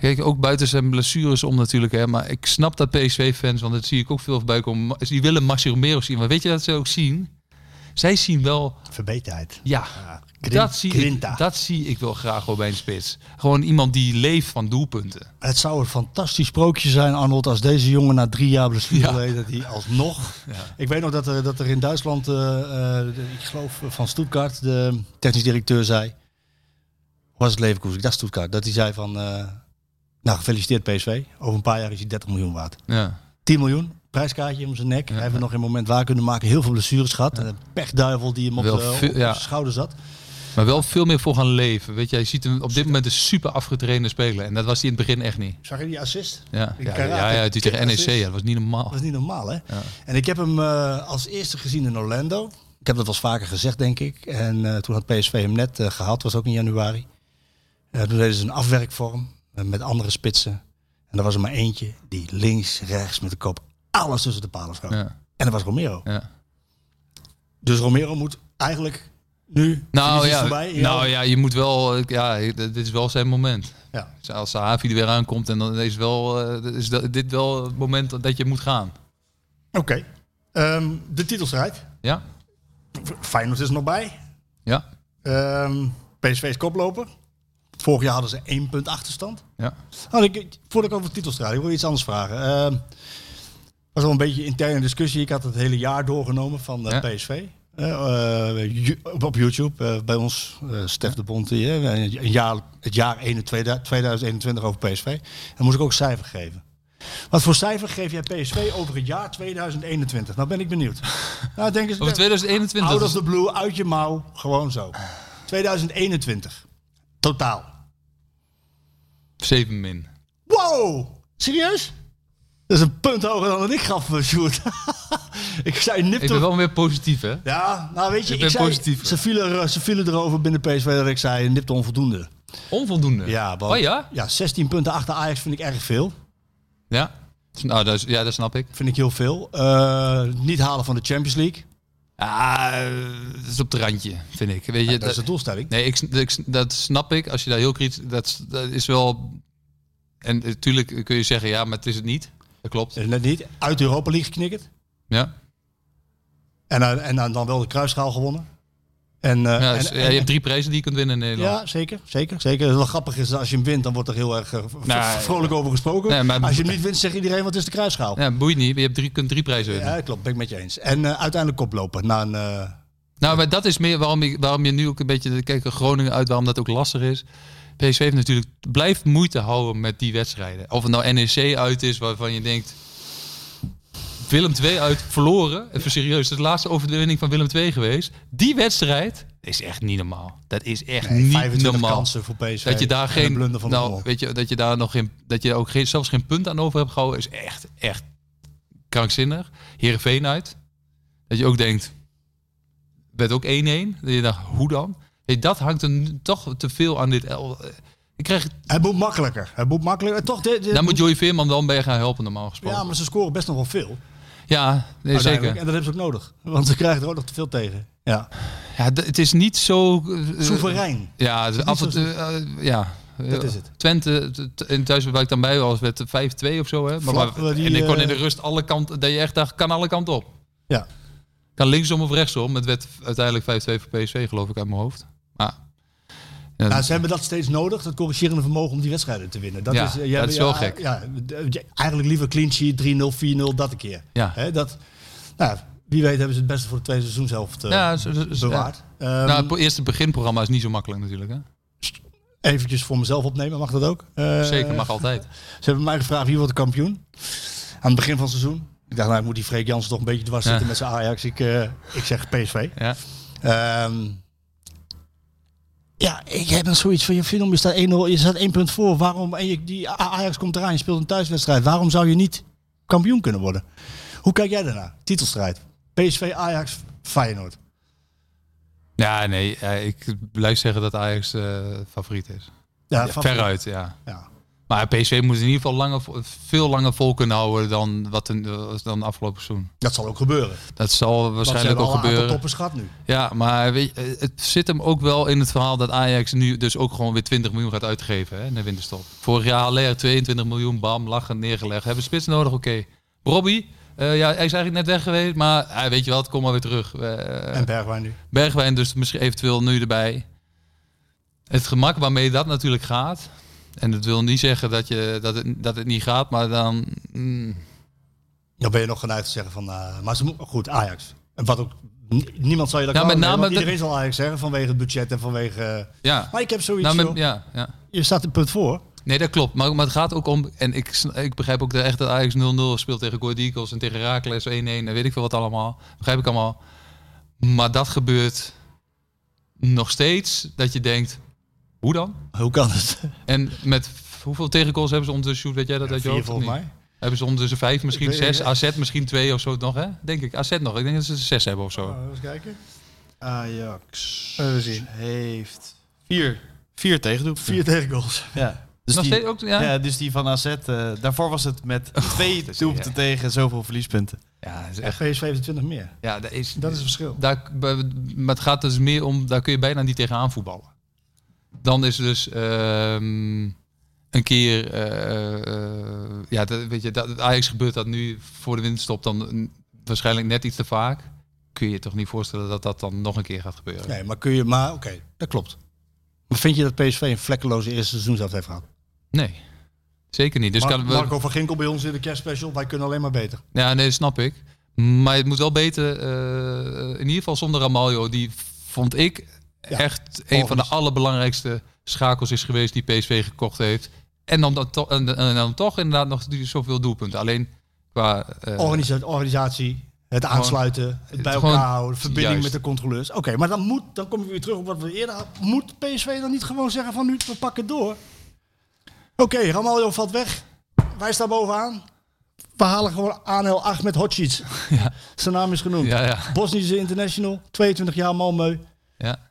[SPEAKER 8] Kijk, ook buiten zijn blessures om natuurlijk. Hè, maar ik snap dat PSV-fans, want dat zie ik ook veel voorbij komen. is Die willen Maxi Romero zien. Maar weet je dat ze ook zien? Zij zien wel,
[SPEAKER 7] Verbeterheid.
[SPEAKER 8] ja,
[SPEAKER 7] Grin-
[SPEAKER 8] dat, zie
[SPEAKER 7] Grinta.
[SPEAKER 8] ik, dat zie ik wel graag wel bij een spits. Gewoon iemand die leeft van doelpunten.
[SPEAKER 7] Het zou een fantastisch sprookje zijn, Arnold, als deze jongen na drie jaar blessure
[SPEAKER 8] Ja.
[SPEAKER 7] leed, dat hij alsnog... Ik weet nog dat er, dat er in Duitsland, eh, eh, de- ik geloof van Stuttgart, de technisch directeur zei... Was het Leverkusen? Ik dacht Stuttgart. Dat hij zei van, eh, nou gefeliciteerd PSV, over een paar jaar is hij 30 miljoen waard.
[SPEAKER 8] Ja,
[SPEAKER 7] 10 miljoen, prijskaartje om zijn nek. Hij heeft er nog geen moment waar kunnen maken. Heel veel blessures gehad. En Een pechduivel die hem op,
[SPEAKER 8] Wel
[SPEAKER 7] de,
[SPEAKER 8] veel-
[SPEAKER 7] op
[SPEAKER 8] ja.
[SPEAKER 7] zijn schouder zat.
[SPEAKER 8] maar wel veel meer voor gaan leven. Weet je, je ziet hem op dit moment een super afgetrainde speler. En dat was hij in het begin echt niet.
[SPEAKER 7] Zag je die assist?
[SPEAKER 8] Ja,
[SPEAKER 7] Die
[SPEAKER 8] ja, ja,
[SPEAKER 7] karate-
[SPEAKER 8] ja, ja, die tegen E NEC, ja, dat was niet normaal.
[SPEAKER 7] Dat is niet normaal, hè? En ik heb hem eh, als eerste gezien in Orlando. Ik heb dat wel eens vaker gezegd, denk ik. En eh, toen had PSV hem net eh, gehaald. was ook in januari. Eh, toen deden ze een afwerkvorm eh, met andere spitsen. En er was er maar eentje die links, rechts met de kop alles tussen de palen schoot.
[SPEAKER 8] Ja,
[SPEAKER 7] En dat was Romero.
[SPEAKER 8] ja.
[SPEAKER 7] Dus Romero moet eigenlijk nu...
[SPEAKER 8] Nou
[SPEAKER 7] die is
[SPEAKER 8] ja,
[SPEAKER 7] voorbij.
[SPEAKER 8] nou ja, je moet wel. eh, Ja, d- dit is wel zijn moment.
[SPEAKER 7] Ja.
[SPEAKER 8] Dus Als Sahavi er weer aankomt, en dan is, wel, eh, is dat- dit wel het moment dat je moet gaan.
[SPEAKER 7] Oké. Ehm, de titelstrijd.
[SPEAKER 8] Ja?
[SPEAKER 7] Feyenoord is er nog bij.
[SPEAKER 8] Ja?
[SPEAKER 7] Ehm, PSV is koploper. Vorig jaar hadden ze één punt achterstand.
[SPEAKER 8] Ja?
[SPEAKER 7] Oh, ik, voordat ik over de titelstrijd, ik wil iets anders vragen. Ehm was wel een beetje interne discussie. Ik had het hele jaar doorgenomen van eh,
[SPEAKER 8] Ja.
[SPEAKER 7] PSV. Eh, eh, ju- op- op YouTube, eh, bij ons, eh Stef de Bond, hier, eh, een jaar, het jaar 21 2021 over PSV. En moest ik ook cijfer geven. Wat voor cijfer geef jij PSV over het jaar 2021? Nou ben ik
[SPEAKER 8] <laughs>
[SPEAKER 7] benieuwd. Nou, denk eens,
[SPEAKER 8] Over 2021.
[SPEAKER 7] Out
[SPEAKER 8] dat
[SPEAKER 7] of
[SPEAKER 8] is-
[SPEAKER 7] the blue, uit je mouw, gewoon zo. 2021. Totaal.
[SPEAKER 8] 7 min.
[SPEAKER 7] Wow! Serieus? Dat is een punt hoger dan dat ik gaf, eh, Sjoerd. <laughs> ik zei nip
[SPEAKER 8] Ik ben
[SPEAKER 7] toch...
[SPEAKER 8] wel weer positief, hè?
[SPEAKER 7] Ja, nou weet je,
[SPEAKER 8] Ik
[SPEAKER 7] ik,
[SPEAKER 8] ben
[SPEAKER 7] zei,
[SPEAKER 8] positief.
[SPEAKER 7] Ze vielen, er- ze vielen erover binnen PSV dat ik zei nipte onvoldoende.
[SPEAKER 8] Onvoldoende.
[SPEAKER 7] Ja, want-
[SPEAKER 8] Oh ja?
[SPEAKER 7] Ja, 16 punten achter Ajax vind ik erg veel.
[SPEAKER 8] Ja. Nou, dat is, ja, dat snap ik.
[SPEAKER 7] Vind ik heel veel. Eh, niet halen van de Champions League.
[SPEAKER 8] Ah, eh, dat is op het randje, vind ik. Weet je,
[SPEAKER 7] Dat is de doelstelling.
[SPEAKER 8] Nee, ik, ik, dat snap ik. Als je daar heel kritisch... Dat, dat is wel... En natuurlijk kun je zeggen, ja, maar het is het niet. Dat klopt.
[SPEAKER 7] Eh, Net niet. Uit de Europa League geknikkerd.
[SPEAKER 8] Ja.
[SPEAKER 7] En, eh, en dan dan wel de kruisschaal gewonnen. En, eh,
[SPEAKER 8] Ja,
[SPEAKER 7] en-
[SPEAKER 8] dus, ja,
[SPEAKER 7] en-
[SPEAKER 8] je hebt drie prijzen die je kunt winnen in Nederland.
[SPEAKER 7] Ja, zeker, zeker, zeker. Wat grappig is, als je hem wint, dan wordt er heel erg eh, v-
[SPEAKER 8] Nou,
[SPEAKER 7] vrolijk over gesproken.
[SPEAKER 8] Nee, maar-
[SPEAKER 7] Als je hem niet wint, zegt iedereen, wat is de kruisschaal?
[SPEAKER 8] Ja, boeit niet. maar Je hebt drie, kunt drie prijzen winnen.
[SPEAKER 7] Ja, klopt, ben ik met je eens. En eh, uiteindelijk koplopen na een... eh,
[SPEAKER 8] Nou, maar dat is meer waarom, ik, waarom je nu ook een beetje... Kijk, Groningen uit, waarom dat ook lastig is. PSV heeft natuurlijk... Blijft moeite houden met die wedstrijden. Of het nou NEC uit is, waarvan je denkt... Willem II uit verloren. Even serieus, het is de laatste overwinning van Willem II geweest. Die wedstrijd is echt niet normaal. Dat is echt niet
[SPEAKER 7] 25
[SPEAKER 8] normaal.
[SPEAKER 7] kansen voor PSV.
[SPEAKER 8] Dat je daar
[SPEAKER 7] en een
[SPEAKER 8] geen,
[SPEAKER 7] blunder van de
[SPEAKER 8] nou,
[SPEAKER 7] Mol.
[SPEAKER 8] weet je, dat je daar nog geen, dat je ook geen, zelfs geen punt aan over hebt gehouden, is echt, echt krankzinnig. Heerenveen uit, dat je ook denkt, werd ook 1-1, dat je dacht, hoe dan? Hey, dat hangt er nu toch te veel aan dit. el- eh, Ik krijg,
[SPEAKER 7] Hij moet makkelijker. Hij moet makkelijker. Eh, Toch, dit, dit-
[SPEAKER 8] daar moet Joey Veerman dan bij gaan helpen normaal gesproken.
[SPEAKER 7] ja,
[SPEAKER 8] Ja,
[SPEAKER 7] maar ze scoren best nog wel veel.
[SPEAKER 8] nee,
[SPEAKER 7] uiteindelijk.
[SPEAKER 8] zeker.
[SPEAKER 7] En dat hebben ze ook nodig. Want ze krijgen er ook nog te veel tegen. Ja.
[SPEAKER 8] Ja, d- het is niet zo. eh,
[SPEAKER 7] Soeverein.
[SPEAKER 8] Ja, het is af en
[SPEAKER 7] zo
[SPEAKER 8] toe, eh, ja.
[SPEAKER 7] Dat is het.
[SPEAKER 8] Twente, t- t- in thuis waar ik dan bij was, werd 5-2 of zo. Hè? Maar,
[SPEAKER 7] Vlak,
[SPEAKER 8] maar-
[SPEAKER 7] die,
[SPEAKER 8] en ik kon in de
[SPEAKER 7] eh,
[SPEAKER 8] rust alle kanten, dat je echt dacht, kan alle kanten op.
[SPEAKER 7] Ja.
[SPEAKER 8] Kan linksom of rechtsom. Het werd uiteindelijk 5-2 voor PSV, geloof ik, uit mijn hoofd. Maar, ja,
[SPEAKER 7] Nou, ze hebben dat steeds nodig, dat corrigerende vermogen om die wedstrijden te winnen. Dat
[SPEAKER 8] Ja,
[SPEAKER 7] is, eh,
[SPEAKER 8] dat is wel gek.
[SPEAKER 7] Ja, d- eh, eigenlijk liever clean sheet 3-0, 4-0, dat een keer.
[SPEAKER 8] Ja.
[SPEAKER 7] Hè, dat, nou, wie weet hebben ze het beste voor de tweede seizoenshelft eh
[SPEAKER 8] ja, zo- zo- zo- ja.
[SPEAKER 7] bewaard. Ehm,
[SPEAKER 8] Nou, het po- eerste beginprogramma is niet zo makkelijk natuurlijk. Hè?
[SPEAKER 7] eventjes voor mezelf opnemen, mag dat ook? Eh,
[SPEAKER 8] Zeker, mag altijd.
[SPEAKER 7] Ze hebben mij gevraagd wie wordt de kampioen aan het begin van het seizoen. Ik dacht, nou, ik moet die Freek Jansen toch een beetje dwars zitten
[SPEAKER 8] Ja.
[SPEAKER 7] met zijn Ajax. Ik, eh, ik zeg PSV.
[SPEAKER 8] Ja.
[SPEAKER 7] Ehm, ja, ik heb dan zoiets van je film. Je staat 1-0, je staat één punt voor. Waarom? En je, die A- Ajax komt eraan. Je speelt een thuiswedstrijd. Waarom zou je niet kampioen kunnen worden? Hoe kijk jij daarnaar? Titelstrijd. PSV, Ajax, Feyenoord.
[SPEAKER 8] Ja, nee, ja, ik blijf zeggen dat Ajax eh, favoriet is.
[SPEAKER 7] Ja,
[SPEAKER 8] Ja,
[SPEAKER 7] favoriet.
[SPEAKER 8] veruit, ja.
[SPEAKER 7] Ja.
[SPEAKER 8] Maar PSV moest in ieder geval langer, vo- veel langer vol kunnen houden dan, wat een, dan afgelopen seizoen.
[SPEAKER 7] Dat zal ook gebeuren.
[SPEAKER 8] Dat zal
[SPEAKER 7] Want ze
[SPEAKER 8] waarschijnlijk
[SPEAKER 7] hebben
[SPEAKER 8] ook
[SPEAKER 7] al een aantal
[SPEAKER 8] gebeuren.
[SPEAKER 7] toppers gehad nu.
[SPEAKER 8] Ja, maar weet je, eh, het zit hem ook wel in het verhaal dat Ajax nu dus ook gewoon weer 20 miljoen gaat uitgeven hè, in de winterstop. Vorig jaar Haller 22 miljoen, bam, lachend neergelegd. Hebben we spits nodig? Oké. Robbie, eh, ja, hij is eigenlijk net weg geweest, maar ah, weet je wat, kom maar weer terug. Eh,
[SPEAKER 7] En Bergwijn nu.
[SPEAKER 8] Bergwijn dus misschien eventueel nu erbij. Het gemak waarmee dat natuurlijk gaat. En dat wil niet zeggen dat, je, dat, het, dat het niet gaat, maar dan... mm,
[SPEAKER 7] Dan ben je nog geneigd te zeggen van, eh, maar ze moeten goed, Ajax. En wat ook, ni- niemand zal je dat kwalijk
[SPEAKER 8] Nou, met
[SPEAKER 7] nemen,
[SPEAKER 8] name
[SPEAKER 7] want
[SPEAKER 8] dat-
[SPEAKER 7] iedereen zal Ajax zeggen vanwege het budget en vanwege... eh,
[SPEAKER 8] ja.
[SPEAKER 7] maar ik heb zoiets,
[SPEAKER 8] Nou, met-
[SPEAKER 7] joh,
[SPEAKER 8] ja, ja.
[SPEAKER 7] je staat een punt voor.
[SPEAKER 8] Nee, dat klopt. Maar, maar het gaat ook om... En ik, sn- ik begrijp ook dat echt dat Ajax 0-0 speelt tegen Gold Eagles en tegen Heracles 1-1 en weet ik veel wat allemaal. Begrijp ik allemaal. Maar dat gebeurt nog steeds dat je denkt, hoe dan?
[SPEAKER 7] Hoe kan het?
[SPEAKER 8] En met v- hoeveel tegengoals hebben ze ondertussen, Sjoerd, weet jij dat uit je
[SPEAKER 7] Vier
[SPEAKER 8] hoofd of
[SPEAKER 7] volgens
[SPEAKER 8] niet?
[SPEAKER 7] mij.
[SPEAKER 8] Hebben ze ondertussen vijf, misschien
[SPEAKER 7] Ik weet het
[SPEAKER 8] zes. AZ misschien twee of zo nog, hè? Denk ik. AZ nog. Ik denk dat ze er zes hebben of zo.
[SPEAKER 7] Nou, eens kijken.
[SPEAKER 4] Ajax
[SPEAKER 8] Oh,
[SPEAKER 7] Even zien.
[SPEAKER 4] heeft vier, vier tegendoelpunten.
[SPEAKER 7] Vier tegengoals.
[SPEAKER 4] Ja. Dus
[SPEAKER 8] nog
[SPEAKER 4] die,
[SPEAKER 8] steeds ook, ja. Oh,
[SPEAKER 4] ja. dus die van AZ, eh, daarvoor was het met twee doelpunten tegen zoveel verliespunten.
[SPEAKER 8] Ja, dat is
[SPEAKER 7] En
[SPEAKER 8] echt...
[SPEAKER 7] PSV heeft er 20 meer.
[SPEAKER 8] Ja, dat is...
[SPEAKER 7] Dat is het verschil.
[SPEAKER 8] Daar, maar het gaat dus meer om, daar kun je bijna niet tegenaan voetballen. Dan is dus ehm, een keer, eh, eh, ja, dat, weet je, dat, Ajax gebeurt dat nu voor de winterstop dan mm, waarschijnlijk net iets te vaak. Kun je je toch niet voorstellen dat dat dan nog een keer gaat gebeuren?
[SPEAKER 7] Nee, maar kun je, maar oké, dat klopt. Maar vind je dat PSV een vlekkeloze eerste seizoenshelft heeft gehad?
[SPEAKER 8] Nee, zeker niet. Dus
[SPEAKER 7] Mar-
[SPEAKER 8] kan, we,
[SPEAKER 7] Marco van Ginkel bij ons in de kerstspecial, wij kunnen alleen maar beter.
[SPEAKER 8] Ja, nee, snap ik. Maar het moet wel beter, eh, in ieder geval zonder Ramaljo. Die vond ik
[SPEAKER 7] Ja,
[SPEAKER 8] echt een van de
[SPEAKER 7] volgens-
[SPEAKER 8] allerbelangrijkste schakels is geweest die PSV gekocht heeft. En dan, dat to- en, en dan toch inderdaad nog die zoveel doelpunten. Alleen qua... eh,
[SPEAKER 7] Organisa- organisatie, het aansluiten, het bij
[SPEAKER 8] gewoon-
[SPEAKER 7] elkaar houden, verbinding
[SPEAKER 8] juist.
[SPEAKER 7] met de controleurs. Oké, maar dan moet, dan kom ik weer terug op wat we eerder hadden. Moet PSV dan niet gewoon zeggen van nu, we pakken het door? Oké, Ramaljo valt weg. Wij staan bovenaan. We halen gewoon Anel 8 met
[SPEAKER 8] <laughs>
[SPEAKER 7] Hotchits. Zijn naam is genoemd.
[SPEAKER 8] ja, ja,
[SPEAKER 7] Bosnische international, 22 jaar Malmö.
[SPEAKER 8] ja.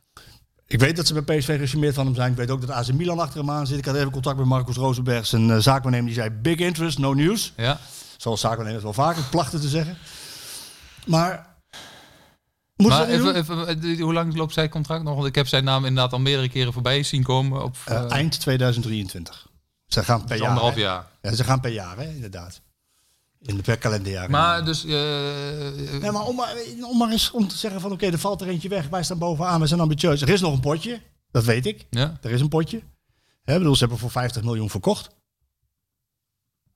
[SPEAKER 7] Ik weet dat ze bij PSV gecharmeerd van hem zijn. Ik weet ook dat AC Milan achter hem aan zit. Ik had even contact met Marcus Rosenberg, zijn eh, zaakwaarnemer. Die zei, big interest, no news.
[SPEAKER 8] ja.
[SPEAKER 7] Zoals zaakwaarnemers wel vaker plachten te zeggen. Maar... Moet
[SPEAKER 8] Maar
[SPEAKER 7] ze dat niet
[SPEAKER 8] even,
[SPEAKER 7] doen?
[SPEAKER 8] even, eh, hoe lang loopt zijn contract nog? Want ik heb zijn naam inderdaad al meerdere keren voorbij zien komen. Op,
[SPEAKER 7] Eh,
[SPEAKER 8] eh,
[SPEAKER 7] eind 2023. Ze gaan per
[SPEAKER 8] dus
[SPEAKER 7] jaar.
[SPEAKER 8] anderhalf
[SPEAKER 7] hè?
[SPEAKER 8] jaar.
[SPEAKER 7] Ja, ze gaan per jaar, hè, inderdaad. In de per kalenderjaar.
[SPEAKER 8] Maar dus... eh,
[SPEAKER 7] Nee, maar om, maar- om maar eens om te zeggen van oké, er valt er eentje weg. Wij staan bovenaan, we zijn ambitieus. Er is nog een potje, dat weet ik.
[SPEAKER 8] ja,
[SPEAKER 7] Er is een potje. Hè, ik bedoel, ze hebben voor 50 miljoen verkocht.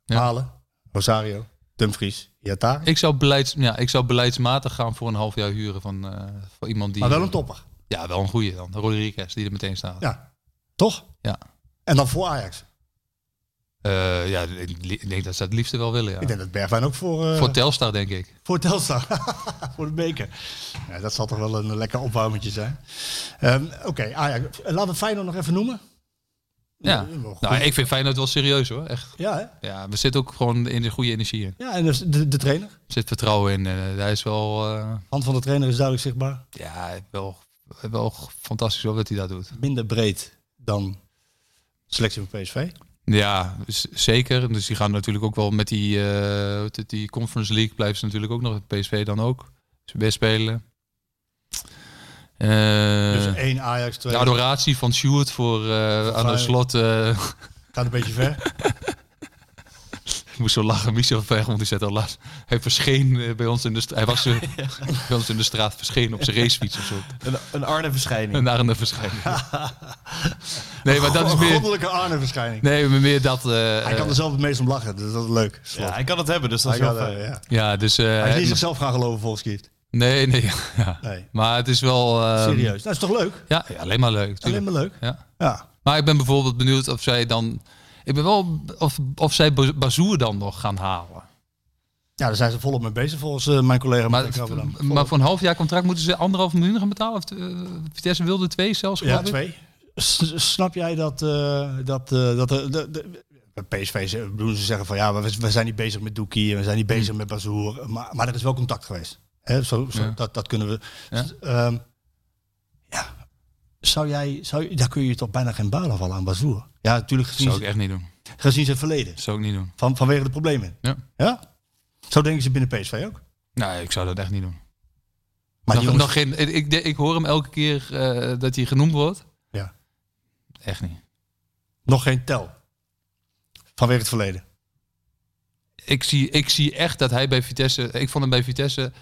[SPEAKER 8] Ja.
[SPEAKER 7] Halen, Rosario, Dumfries, Iata.
[SPEAKER 8] ik, zou beleids, ja, ik zou beleidsmatig gaan voor een half jaar huren van, eh, voor iemand die...
[SPEAKER 7] Maar wel een topper.
[SPEAKER 8] Ja, wel een goede dan. Rodriguez, die er meteen staat. Ja,
[SPEAKER 7] Ja, toch?
[SPEAKER 8] ja.
[SPEAKER 7] En dan voor Ajax.
[SPEAKER 8] Eh, ja ik, li- ik denk dat ze dat het liefste wel willen, ja.
[SPEAKER 7] Ik denk dat Bergwijn ook voor, eh
[SPEAKER 8] Voor
[SPEAKER 7] voor,
[SPEAKER 8] Telstar, denk ik. <laughs>
[SPEAKER 7] Telstar, voor de beker. Ja, dat zal toch wel een lekker opwarmetje zijn. Ehm, oké, Ajax. Laten we Feyenoord nog even noemen.
[SPEAKER 8] Ja.
[SPEAKER 7] wel goed.
[SPEAKER 8] Nou, ik vind Feyenoord wel serieus, hoor. Echt.
[SPEAKER 7] Ja, hè?
[SPEAKER 8] Ja, we zitten ook gewoon in de goede energie in.
[SPEAKER 7] ja en dus de, de trainer.
[SPEAKER 8] Er zit vertrouwen in. eh, hij is wel, eh,
[SPEAKER 7] Hand van de trainer is duidelijk zichtbaar.
[SPEAKER 8] ja, wel, wel fantastisch hoor, dat hij dat doet.
[SPEAKER 7] Minder breed dan selectie van PSV.
[SPEAKER 8] Ja, z- zeker. Dus die gaan natuurlijk ook wel met die, eh, hoe heet het, die Conference League blijven ze natuurlijk ook nog. PSV dan ook. Ze best spelen. Eh,
[SPEAKER 7] dus één Ajax, twee.
[SPEAKER 8] De adoratie van Stuart voor eh aan de
[SPEAKER 7] Feyenoord.
[SPEAKER 8] slot. eh, <laughs>
[SPEAKER 7] Gaat een beetje ver.
[SPEAKER 8] ik moest zo lachen. Michel van Egmond die zet al laatst. Hij verscheen eh, bij ons in de straat. Hij
[SPEAKER 7] <laughs>
[SPEAKER 8] was eh, bij ons in de straat verschenen op zijn racefiets of zo.
[SPEAKER 4] Een, een Arne-verschijning.
[SPEAKER 8] En daar
[SPEAKER 7] <laughs>
[SPEAKER 8] een verschijning. nee, maar dat is
[SPEAKER 7] Een
[SPEAKER 8] meer.
[SPEAKER 7] Oh, goddelijke Arne-verschijning.
[SPEAKER 8] Nee, maar meer dat. eh,
[SPEAKER 7] Hij kan er zelf het meest om lachen. Dus dat is leuk. Slot.
[SPEAKER 4] Ja, hij kan het hebben, dus dat
[SPEAKER 7] hij,
[SPEAKER 4] is wel
[SPEAKER 7] kan,
[SPEAKER 4] fijn.
[SPEAKER 7] eh, ja.
[SPEAKER 8] ja, dus. eh,
[SPEAKER 7] hij is niet zichzelf gaan geloven volgens Kieft.
[SPEAKER 8] nee, nee. <laughs> Ja.
[SPEAKER 7] Nee.
[SPEAKER 8] Maar het is wel. eh,
[SPEAKER 7] Serieus. Dat is toch leuk?
[SPEAKER 8] Ja, ja, alleen maar leuk. tuurlijk.
[SPEAKER 7] Alleen maar leuk.
[SPEAKER 8] Ja.
[SPEAKER 7] Ja.
[SPEAKER 8] Maar ik ben bijvoorbeeld benieuwd of zij dan. Ik ben wel. Of, of zij Ba- Bazoer dan nog gaan halen.
[SPEAKER 7] Ja, daar zijn ze volop mee bezig volgens eh, mijn collega
[SPEAKER 8] Maar,
[SPEAKER 7] Martijn Krabberdam.
[SPEAKER 8] v-
[SPEAKER 7] Volop.
[SPEAKER 8] maar voor een half jaar contract moeten ze anderhalf miljoen gaan betalen. Of, eh, Vitesse wilde twee zelfs.
[SPEAKER 7] ja,
[SPEAKER 8] geloof ik.
[SPEAKER 7] twee. S- snap jij dat, eh, dat, eh, dat eh, de, de, bij PSV ze- bedoelen ze zeggen van ja, maar we, we zijn niet bezig met Doekie en we zijn niet
[SPEAKER 8] Hmm.
[SPEAKER 7] bezig met Bazoer. Maar, maar er is wel contact geweest. Hè, zo, zo,
[SPEAKER 8] Ja.
[SPEAKER 7] dat, dat kunnen we.
[SPEAKER 8] Ja.
[SPEAKER 7] S- ehm, ja. Zou jij, zou, daar kun je je toch bijna geen baan afvallen aan Bazoer? Ja, natuurlijk gezien
[SPEAKER 8] Zou ik echt niet doen.
[SPEAKER 7] Gezien zijn verleden.
[SPEAKER 8] zou ik niet doen.
[SPEAKER 7] Van, vanwege de problemen.
[SPEAKER 8] Ja.
[SPEAKER 7] ja? Zo denken ze binnen PSV ook.
[SPEAKER 8] Nee, ik zou dat echt niet doen.
[SPEAKER 7] Maar die
[SPEAKER 8] nog,
[SPEAKER 7] jongens,
[SPEAKER 8] nog geen, ik, ik, ik hoor hem elke keer eh, dat hij genoemd wordt.
[SPEAKER 7] Ja.
[SPEAKER 8] Echt niet.
[SPEAKER 7] nog geen tel. Vanwege het verleden.
[SPEAKER 8] ik zie, ik zie echt dat hij bij Vitesse. Ik vond hem bij Vitesse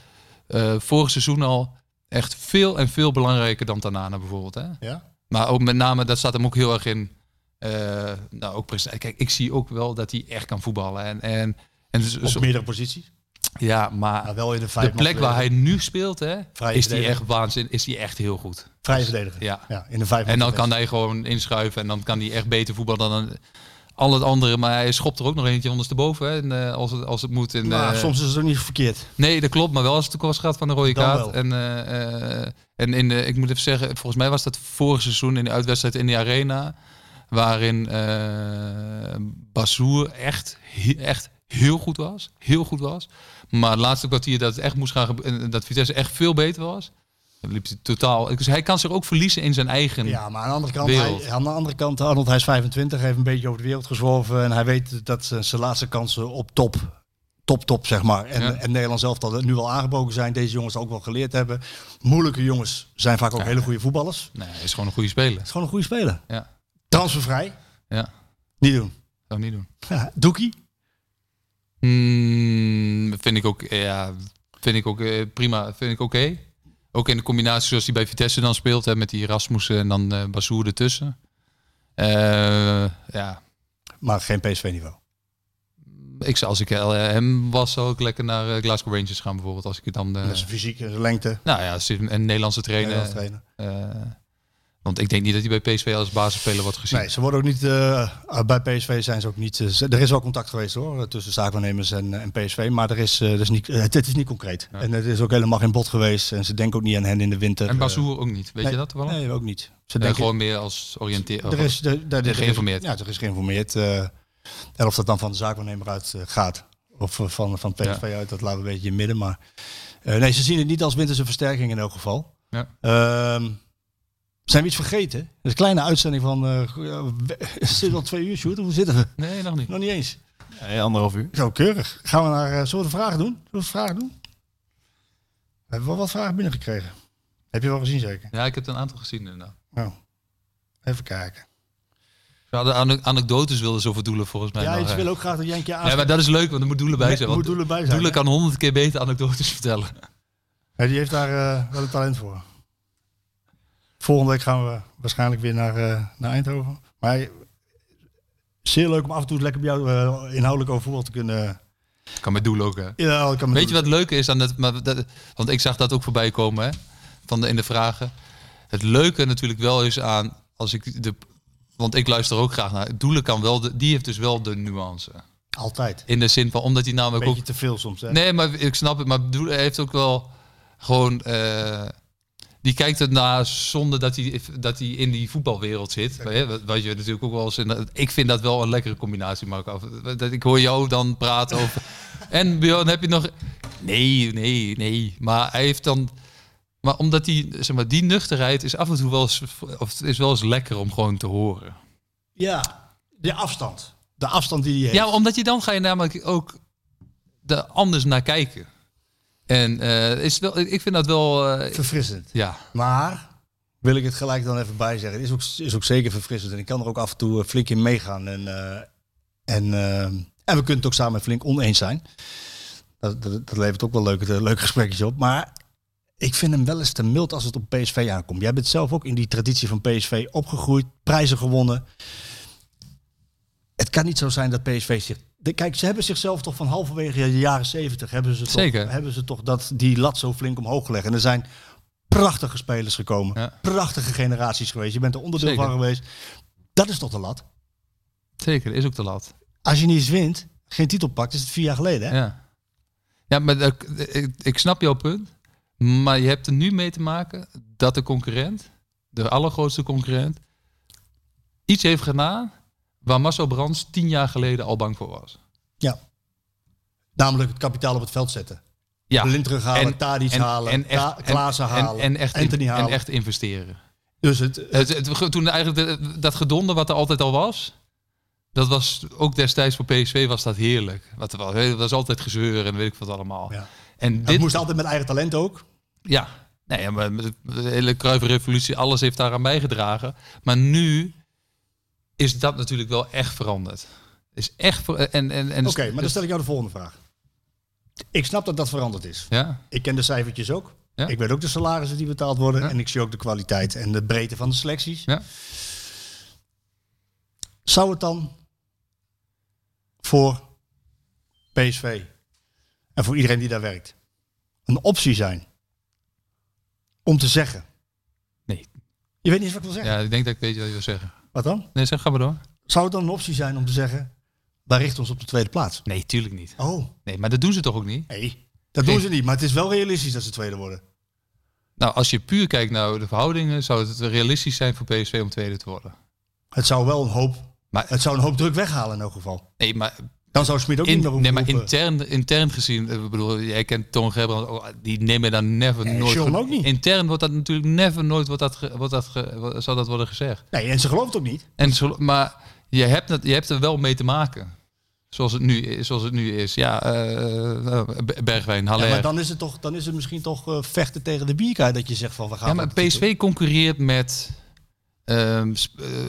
[SPEAKER 8] eh, vorig seizoen al echt veel en veel belangrijker dan Tanana bijvoorbeeld. Hè?
[SPEAKER 7] Ja?
[SPEAKER 8] Maar ook met name, dat staat hem ook heel erg in. eh, nou, ook presta- Kijk, ik zie ook wel dat hij echt kan voetballen. En, en, en zo- zo-
[SPEAKER 7] Op meerdere posities.
[SPEAKER 8] ja, maar
[SPEAKER 7] Maar wel in de vijf
[SPEAKER 8] Dus Ah. de plek waar hij nu speelt, hè,
[SPEAKER 7] Vrije
[SPEAKER 8] is hij
[SPEAKER 7] verdediger.
[SPEAKER 8] echt waanzin, is hij echt heel goed.
[SPEAKER 7] Vrije verdediger.
[SPEAKER 8] Ja.
[SPEAKER 7] in de vijf
[SPEAKER 8] En dan kan hij gewoon inschuiven en dan kan hij echt beter voetballen dan een- al het andere. Maar hij schopt er ook nog eentje ondersteboven, hè, en, eh, als, het, als het moet. En,
[SPEAKER 7] Maar
[SPEAKER 8] eh,
[SPEAKER 7] soms is het ook niet verkeerd.
[SPEAKER 8] Nee, dat klopt. Maar wel als het tekort gaat van de rode
[SPEAKER 7] Dan
[SPEAKER 8] kaart.
[SPEAKER 7] wel.
[SPEAKER 8] En, eh, eh, en in de, ik moet even zeggen, volgens mij was dat vorig seizoen in de uitwedstrijd in de Arena. Waarin eh Bassoer echt, he- echt heel goed was. Heel goed was. Maar het laatste kwartier dat het echt moest gaan gebe- en dat Vitesse echt veel beter was. Dan liep hij totaal. Dus hij kan zich ook verliezen in zijn eigen.
[SPEAKER 7] Ja, maar aan de andere kant,
[SPEAKER 8] Wereld.
[SPEAKER 7] hij, aan de andere kant Arnold, hij is 25, hij heeft een beetje over de wereld gezworven. En hij weet dat zijn zijn laatste kansen op top, top, top zeg maar. En,
[SPEAKER 8] Ja.
[SPEAKER 7] en Nederland zelf dat nu al aangebogen zijn. Deze jongens ook wel geleerd hebben. Moeilijke jongens zijn vaak ook hele goede voetballers. Het
[SPEAKER 8] Nee, hij is gewoon een goede speler.
[SPEAKER 7] is gewoon een goede speler.
[SPEAKER 8] Ja,
[SPEAKER 7] Transfervrij,
[SPEAKER 8] ja.
[SPEAKER 7] niet doen. <laughs>
[SPEAKER 8] Zou ik niet doen.
[SPEAKER 7] Ja, Doekie,
[SPEAKER 8] Hmm, vind ik ook, ja, vind ik ook eh, prima. Vind ik oké. Ook in de combinatie zoals hij bij Vitesse dan speelt. Hè, met die Rasmussen en dan eh Bassoer ertussen. Eh, ja,
[SPEAKER 7] maar geen PSV-niveau.
[SPEAKER 8] ik zou, als ik eh, hem was, zou ik lekker naar eh, Glasgow Rangers gaan bijvoorbeeld. Als ik het dan... eh,
[SPEAKER 7] Dat is fysiek, dat is lengte.
[SPEAKER 8] nou ja, als hij een Nederlandse trainer...
[SPEAKER 7] Nederlands trainer.
[SPEAKER 8] eh, want ik denk niet dat hij bij PSV als basisspeler wordt gezien.
[SPEAKER 7] Nee, ze worden ook niet. eh, bij PSV zijn ze ook niet. eh, ze- er is wel contact geweest hoor, tussen zaakwaarnemers en, en PSV. Maar er is, eh, er is niet, eh, het, het is niet concreet. En het is ook helemaal geen bod geweest. En ze denken ook niet aan hen in de winter. eh.
[SPEAKER 8] en Bassoer ook niet. Weet
[SPEAKER 7] Nee,
[SPEAKER 8] je dat wel?
[SPEAKER 7] Nee, ook niet. Ze
[SPEAKER 8] Eh,
[SPEAKER 7] denken
[SPEAKER 8] gewoon meer als oriënteer.
[SPEAKER 7] Er is, er, er, er-
[SPEAKER 8] geïnformeerd.
[SPEAKER 7] Ja, er is geïnformeerd. eh, en of dat dan van de zaakwaarnemer uit eh, gaat. Of eh, van, van PSV uit, dat laten we een beetje in het midden. Maar eh, nee, ze zien het niet als winterse versterking in elk geval.
[SPEAKER 8] Ja.
[SPEAKER 7] Ehm, zijn we iets vergeten? Dat is een kleine uitzending van... eh is <laughs> het al twee uur, Sjoerd? Hoe zitten we?
[SPEAKER 8] Nee, nog niet.
[SPEAKER 7] Nog niet eens.
[SPEAKER 4] Eh, anderhalf uur.
[SPEAKER 7] Zo, keurig. Gaan we naar... eh, zullen we de vragen doen? Zullen we de vragen doen? We hebben wel wat vragen binnengekregen. Heb je wel gezien zeker?
[SPEAKER 8] Ja, ik heb een aantal gezien inderdaad.
[SPEAKER 7] Nou, even kijken.
[SPEAKER 8] Ze hadden ane- anekdotes wilden ze over doelen volgens mij.
[SPEAKER 7] ja,
[SPEAKER 8] nog,
[SPEAKER 7] ik
[SPEAKER 8] hè.
[SPEAKER 7] wil ook graag dat jij een keer
[SPEAKER 8] nou, eh, Ja, maar dat is leuk, want er moet doelen bij
[SPEAKER 7] Nee,
[SPEAKER 8] zijn.
[SPEAKER 7] er
[SPEAKER 8] Want
[SPEAKER 7] moet doelen bij zijn,
[SPEAKER 8] Doelen
[SPEAKER 7] hè?
[SPEAKER 8] kan honderd keer beter anekdotes <laughs> vertellen.
[SPEAKER 7] Ja, die heeft daar eh, wel een talent voor. Volgende week gaan we waarschijnlijk weer naar, eh, naar Eindhoven. Maar eh, zeer leuk om af en toe lekker bij jou eh, inhoudelijk over voetbal te kunnen.
[SPEAKER 8] Kan met doelen ook, hè.
[SPEAKER 7] Ja, dat kan me
[SPEAKER 8] Weet je
[SPEAKER 7] doen.
[SPEAKER 8] wat leuk is aan het... Maar dat, want ik zag dat ook voorbij komen, hè. Van de, in de vragen. Het leuke natuurlijk wel is aan... Als ik de, want ik luister ook graag naar... Doelen kan wel... De, die heeft dus wel de nuance.
[SPEAKER 7] Altijd.
[SPEAKER 8] In de zin van... Omdat hij namelijk ook...
[SPEAKER 7] Beetje te veel soms. Hè?
[SPEAKER 8] Nee, maar ik snap het. Maar Doelen heeft ook wel gewoon... eh, die kijkt ernaar zonder dat hij, dat hij in die voetbalwereld zit. Hè, Wat, wat je natuurlijk ook wel eens... in- Ik vind dat wel een lekkere combinatie, Marco. Of- dat Ik hoor jou dan praten over... en Bjorn, heb je nog... Nee, nee, nee. Maar hij heeft dan... Maar omdat die, zeg maar, die nuchterheid is af en toe wel eens, of het is wel eens lekker om gewoon te horen.
[SPEAKER 7] Ja, de afstand. De afstand die hij heeft.
[SPEAKER 8] Ja, omdat je dan ga je namelijk ook er anders naar kijken. En eh, is wel, ik vind dat wel. eh,
[SPEAKER 7] Verfrissend.
[SPEAKER 8] ja.
[SPEAKER 7] Maar wil ik het gelijk dan even bij zeggen. Het is ook, is ook zeker verfrissend. En ik kan er ook af en toe eh, flink in meegaan. En, eh, en, eh, en we kunnen het ook samen flink oneens zijn. Dat, dat, dat levert ook wel leuke, leuke gesprekjes op. Maar ik vind hem wel eens te mild als het op PSV aankomt. Jij bent zelf ook in die traditie van PSV opgegroeid. Prijzen gewonnen. Het kan niet zo zijn dat PSV zich... de- Kijk, ze hebben zichzelf toch van halverwege de jaren zeventig... Hebben, ze toch-
[SPEAKER 8] Zeker.
[SPEAKER 7] hebben ze toch dat, die lat zo flink omhoog gelegd. En er zijn prachtige spelers gekomen.
[SPEAKER 8] Ja.
[SPEAKER 7] Prachtige generaties geweest. Je bent er onderdeel
[SPEAKER 8] Zeker.
[SPEAKER 7] van geweest. Dat is toch de lat.
[SPEAKER 8] Zeker, is ook te laat.
[SPEAKER 7] Als je niet eens wint, geen titel pakt, is het vier jaar geleden. Hè?
[SPEAKER 8] Ja, ja maar dat- ik, ik snap jouw punt. Maar je hebt er nu mee te maken dat de concurrent, de allergrootste concurrent, iets heeft gedaan waar Marcel Brands tien jaar geleden al bang voor was.
[SPEAKER 7] Ja. Namelijk het kapitaal op het veld zetten.
[SPEAKER 8] Ja.
[SPEAKER 7] De Lindrug halen, Tadic halen, Kla- Klaassen
[SPEAKER 8] en-
[SPEAKER 7] halen,
[SPEAKER 8] en, en echt,
[SPEAKER 7] Anthony halen.
[SPEAKER 8] En echt Eh, investeren.
[SPEAKER 7] Dus het,
[SPEAKER 8] Het, het- toen eigenlijk de- dat gedonde wat er altijd al was, Dat was ook destijds voor PSV was dat heerlijk. Wat er was, dat was altijd gezeur en weet ik wat allemaal.
[SPEAKER 7] Ja.
[SPEAKER 8] En
[SPEAKER 7] Dat
[SPEAKER 8] dit,
[SPEAKER 7] moest altijd met eigen talent ook.
[SPEAKER 8] ja, nee, maar de de hele Kruivenrevolutie, alles heeft daaraan bijgedragen. Maar nu is dat natuurlijk wel echt veranderd. Is echt ver- en en en.
[SPEAKER 7] Oké, maar dan stel ik jou de volgende vraag. Ik snap dat dat veranderd is.
[SPEAKER 8] Ja,
[SPEAKER 7] Ik ken de cijfertjes ook.
[SPEAKER 8] Ja.
[SPEAKER 7] Ik weet ook de salarissen die betaald worden.
[SPEAKER 8] Ja.
[SPEAKER 7] En ik zie ook de kwaliteit en de breedte van de selecties.
[SPEAKER 8] Ja.
[SPEAKER 7] Zou het dan voor PSV en voor iedereen die daar werkt een optie zijn om te zeggen?
[SPEAKER 8] Nee.
[SPEAKER 7] Je weet niet eens wat ik wil zeggen.
[SPEAKER 8] ja, ik denk dat ik weet wat je wil zeggen.
[SPEAKER 7] Wat dan?
[SPEAKER 8] Nee, zeg, ga maar door.
[SPEAKER 7] Zou het dan een optie zijn om te zeggen, wij richten ons op de tweede plaats?
[SPEAKER 8] Nee, tuurlijk niet.
[SPEAKER 7] Oh,
[SPEAKER 8] Nee, maar dat doen ze toch ook niet?
[SPEAKER 7] nee. Dat
[SPEAKER 8] Nee.
[SPEAKER 7] doen ze niet, maar het is wel realistisch dat ze tweede worden.
[SPEAKER 8] Nou, als je puur kijkt naar de verhoudingen, zou het realistisch zijn voor PSV om tweede te worden.
[SPEAKER 7] Het zou wel een hoop,
[SPEAKER 8] Maar-
[SPEAKER 7] het zou een hoop druk weghalen in elk geval.
[SPEAKER 8] Nee, maar,
[SPEAKER 7] Dan zou Smit ook
[SPEAKER 8] in,
[SPEAKER 7] niet meer hoeven
[SPEAKER 8] nee, maar
[SPEAKER 7] roepen.
[SPEAKER 8] intern, intern gezien, eh, ik bedoel, jij kent Toon Gerbrand, ook, die nemen daar never nooit.
[SPEAKER 7] John
[SPEAKER 8] ge-
[SPEAKER 7] ook niet.
[SPEAKER 8] Intern wordt dat natuurlijk never nooit wordt dat, ge- wordt dat ge- wo- zal dat worden gezegd.
[SPEAKER 7] Nee, en ze gelooft het ook niet.
[SPEAKER 8] En zo, maar je hebt, het, je hebt er wel mee te maken. Zoals het nu is. Zoals het nu is. Ja, eh, eh, Be- Bergwijn,
[SPEAKER 7] Ja,
[SPEAKER 8] Haller.
[SPEAKER 7] maar dan is het toch, dan is het misschien toch eh, vechten tegen de bierkaart dat je zegt van we gaan.
[SPEAKER 8] Ja, maar
[SPEAKER 7] op de titel.
[SPEAKER 8] PSV concurreert met ehm, sp- eh,